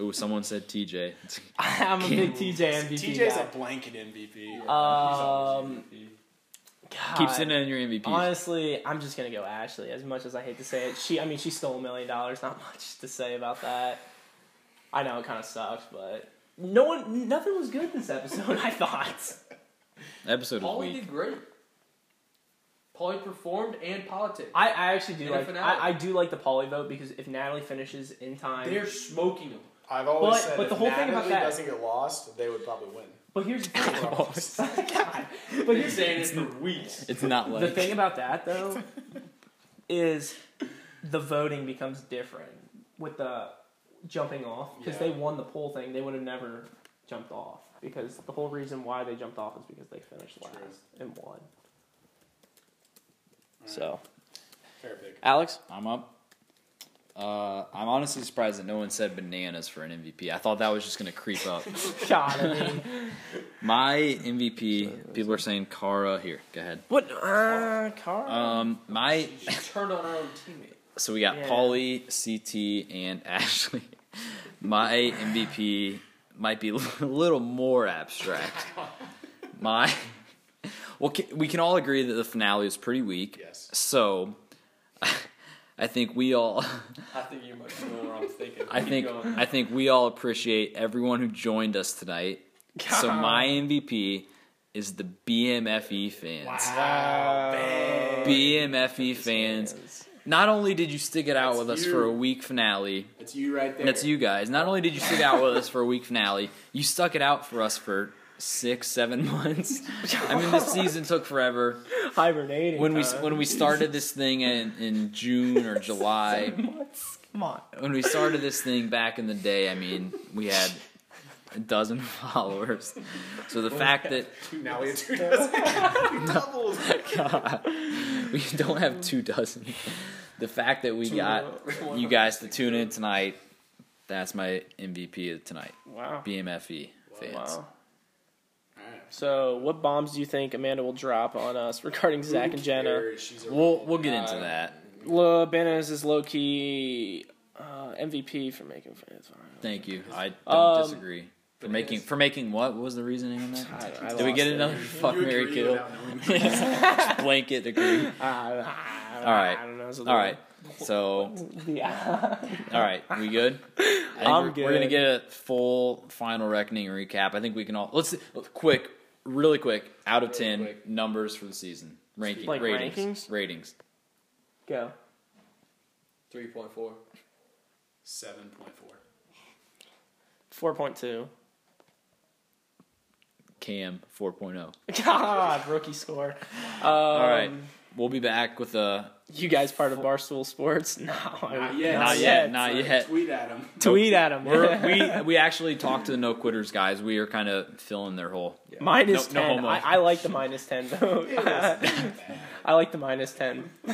[SPEAKER 3] Ooh, someone said TJ.
[SPEAKER 4] *laughs* I'm a big TJ MVP.
[SPEAKER 6] TJ's
[SPEAKER 4] guy.
[SPEAKER 6] a blanket MVP.
[SPEAKER 4] Um, God.
[SPEAKER 3] Keep sending in your MVP.
[SPEAKER 4] Honestly, I'm just gonna go Ashley. As much as I hate to say it, she. I mean, she stole a million dollars. Not *laughs* much to say about that. I know it kind of sucks, but no one, nothing was good this episode. *laughs* I thought.
[SPEAKER 3] Episode was
[SPEAKER 5] Paulie
[SPEAKER 3] weak.
[SPEAKER 5] did great. Paulie performed and politics.
[SPEAKER 4] I, I actually do
[SPEAKER 5] And a
[SPEAKER 4] like.
[SPEAKER 5] finale.
[SPEAKER 4] I, I do like the poly vote because if Natalie finishes in time,
[SPEAKER 5] They're smoking him.
[SPEAKER 6] I've always
[SPEAKER 4] but-
[SPEAKER 6] said
[SPEAKER 4] but
[SPEAKER 6] if
[SPEAKER 4] the whole thing about
[SPEAKER 6] Natalie
[SPEAKER 4] that-
[SPEAKER 6] doesn't get lost, they would probably win.
[SPEAKER 4] but here's the thing.
[SPEAKER 3] *laughs*
[SPEAKER 4] *laughs*
[SPEAKER 3] Always.
[SPEAKER 4] God. But
[SPEAKER 5] They're
[SPEAKER 4] here's
[SPEAKER 5] saying this for
[SPEAKER 3] *laughs*
[SPEAKER 5] weeks.
[SPEAKER 3] It's not like
[SPEAKER 4] the thing about
[SPEAKER 3] *laughs*
[SPEAKER 4] that though is the voting becomes different with the jumping off because
[SPEAKER 6] Yeah.
[SPEAKER 4] they won the poll thing they would have never jumped off because the whole reason why they jumped off is because they finished last
[SPEAKER 6] True.
[SPEAKER 4] and won *laughs* so
[SPEAKER 6] Fair pick.
[SPEAKER 3] Alex. I'm up. Uh, I'm honestly surprised that no one said bananas for an MVP. I thought that was just gonna creep
[SPEAKER 4] *laughs*
[SPEAKER 3] up.
[SPEAKER 4] God, I
[SPEAKER 3] *laughs*
[SPEAKER 4] mean,
[SPEAKER 3] My MVP. People are saying Kara. Here, go ahead.
[SPEAKER 4] what uh, Carl?
[SPEAKER 3] Um, my.
[SPEAKER 5] She turned on our own teammate.
[SPEAKER 3] So we got
[SPEAKER 4] Yeah.
[SPEAKER 3] Polly, CT, and *laughs* Ashley. My MVP might be *laughs* a little more abstract. My well, ca- we can all agree that the finale was pretty weak.
[SPEAKER 6] Yes.
[SPEAKER 3] So *laughs* I think we all, *laughs*
[SPEAKER 5] I think you might know where I'm thinking.
[SPEAKER 3] I
[SPEAKER 5] Keep
[SPEAKER 3] think,
[SPEAKER 5] going.
[SPEAKER 3] I think we all appreciate everyone who joined us tonight.
[SPEAKER 5] *laughs*
[SPEAKER 3] So my MVP is the BMFE E fans. BMFE E fans. Not only did you stick it out
[SPEAKER 6] That's
[SPEAKER 3] with us for
[SPEAKER 6] you.
[SPEAKER 3] a week finale,
[SPEAKER 6] That's you right there.
[SPEAKER 3] that's you guys. Not only did you stick out with us for a week finale, you stuck it out for us for six, seven *laughs* months. I mean, this season took forever.
[SPEAKER 4] hibernating
[SPEAKER 3] When we
[SPEAKER 4] time.
[SPEAKER 3] when we started this thing in, in June or July,
[SPEAKER 4] Months. come on
[SPEAKER 3] when we started this thing back in the day, I mean, we had a dozen *laughs* followers. So
[SPEAKER 6] Oh
[SPEAKER 3] the fact that
[SPEAKER 6] Now we have *laughs* two dozen. Doubles.
[SPEAKER 3] *laughs* we don't have two dozen, the fact that we got
[SPEAKER 5] *laughs*
[SPEAKER 3] you guys to tune in tonight, that's my MVP of tonight.
[SPEAKER 4] wow
[SPEAKER 3] BMFE E fans.
[SPEAKER 4] wow
[SPEAKER 6] Alright.
[SPEAKER 4] so what bombs do you think amanda will drop on us *laughs* regarding zach and jenna
[SPEAKER 6] Or she's a- *laughs*
[SPEAKER 3] We'll we'll get into that.
[SPEAKER 4] La Benes is low key uh, MVP for making fans.
[SPEAKER 3] Thank you. I don't
[SPEAKER 4] Um,
[SPEAKER 3] disagree. For making for making what? What was the reasoning on that?
[SPEAKER 4] I, I
[SPEAKER 3] Did we
[SPEAKER 4] lost
[SPEAKER 3] get
[SPEAKER 4] it.
[SPEAKER 3] another fuck
[SPEAKER 6] You
[SPEAKER 3] Mary
[SPEAKER 6] agree
[SPEAKER 3] Kill? *laughs*
[SPEAKER 6] without knowing.
[SPEAKER 3] Blanket agree.
[SPEAKER 4] I, I,
[SPEAKER 3] All right.
[SPEAKER 4] Ah, I don't know. It's a
[SPEAKER 3] All right.
[SPEAKER 4] little-
[SPEAKER 3] So
[SPEAKER 4] *laughs* Yeah.
[SPEAKER 3] all right, we good? I think
[SPEAKER 4] I'm
[SPEAKER 3] we're, we're gonna
[SPEAKER 4] good.
[SPEAKER 3] get a full final reckoning and recap. I think we can all let's quick, really quick, out of ten
[SPEAKER 5] quick.
[SPEAKER 3] numbers for the season. Ranking
[SPEAKER 4] Like
[SPEAKER 3] ratings.
[SPEAKER 4] rankings?
[SPEAKER 3] Ratings.
[SPEAKER 4] Go.
[SPEAKER 5] 3.4.
[SPEAKER 6] Seven point four.
[SPEAKER 4] Four point two.
[SPEAKER 3] Cam oh. 4.0.
[SPEAKER 4] *laughs* God, rookie score. Um,
[SPEAKER 3] All right. We'll be back with a
[SPEAKER 4] You guys part of Barstool Sports? *laughs* No. I-
[SPEAKER 6] Not yet.
[SPEAKER 3] Not yet, not
[SPEAKER 6] Sorry, *laughs*
[SPEAKER 3] yet.
[SPEAKER 6] Tweet at him.
[SPEAKER 4] Tweet at him. *laughs*
[SPEAKER 3] we're, we we actually talked to the no quitters guys. We are kind of filling their hole.
[SPEAKER 4] Minus
[SPEAKER 3] No- no
[SPEAKER 4] ten.
[SPEAKER 3] homo.
[SPEAKER 4] I, I like the minus ten *laughs* vote. I like the minus ten. *laughs*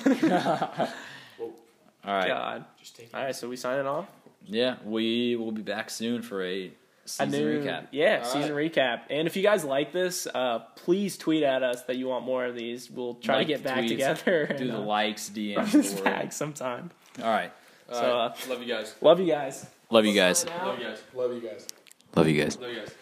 [SPEAKER 3] All right.
[SPEAKER 4] God.
[SPEAKER 6] Just take
[SPEAKER 4] All right, so we signing off.
[SPEAKER 3] Yeah, we will be back soon for a
[SPEAKER 4] a
[SPEAKER 3] season
[SPEAKER 4] new
[SPEAKER 3] recap.
[SPEAKER 4] yeah
[SPEAKER 5] All
[SPEAKER 4] season recap and if you guys like this uh, please tweet at us that you want more of these we'll try
[SPEAKER 3] Like
[SPEAKER 4] to get
[SPEAKER 3] the
[SPEAKER 4] back
[SPEAKER 3] tweets,
[SPEAKER 4] together
[SPEAKER 3] Do
[SPEAKER 4] and, *laughs*
[SPEAKER 3] the
[SPEAKER 4] uh,
[SPEAKER 3] likes, DMs.
[SPEAKER 4] run this
[SPEAKER 3] the
[SPEAKER 4] back
[SPEAKER 3] world.
[SPEAKER 4] sometime
[SPEAKER 3] All right.
[SPEAKER 5] All
[SPEAKER 4] So,
[SPEAKER 5] right.
[SPEAKER 4] uh,
[SPEAKER 5] Love you guys.
[SPEAKER 4] love you guys
[SPEAKER 3] Love you guys.
[SPEAKER 5] Love you guys.
[SPEAKER 6] Love you guys.
[SPEAKER 3] Love you guys.
[SPEAKER 5] Love you guys.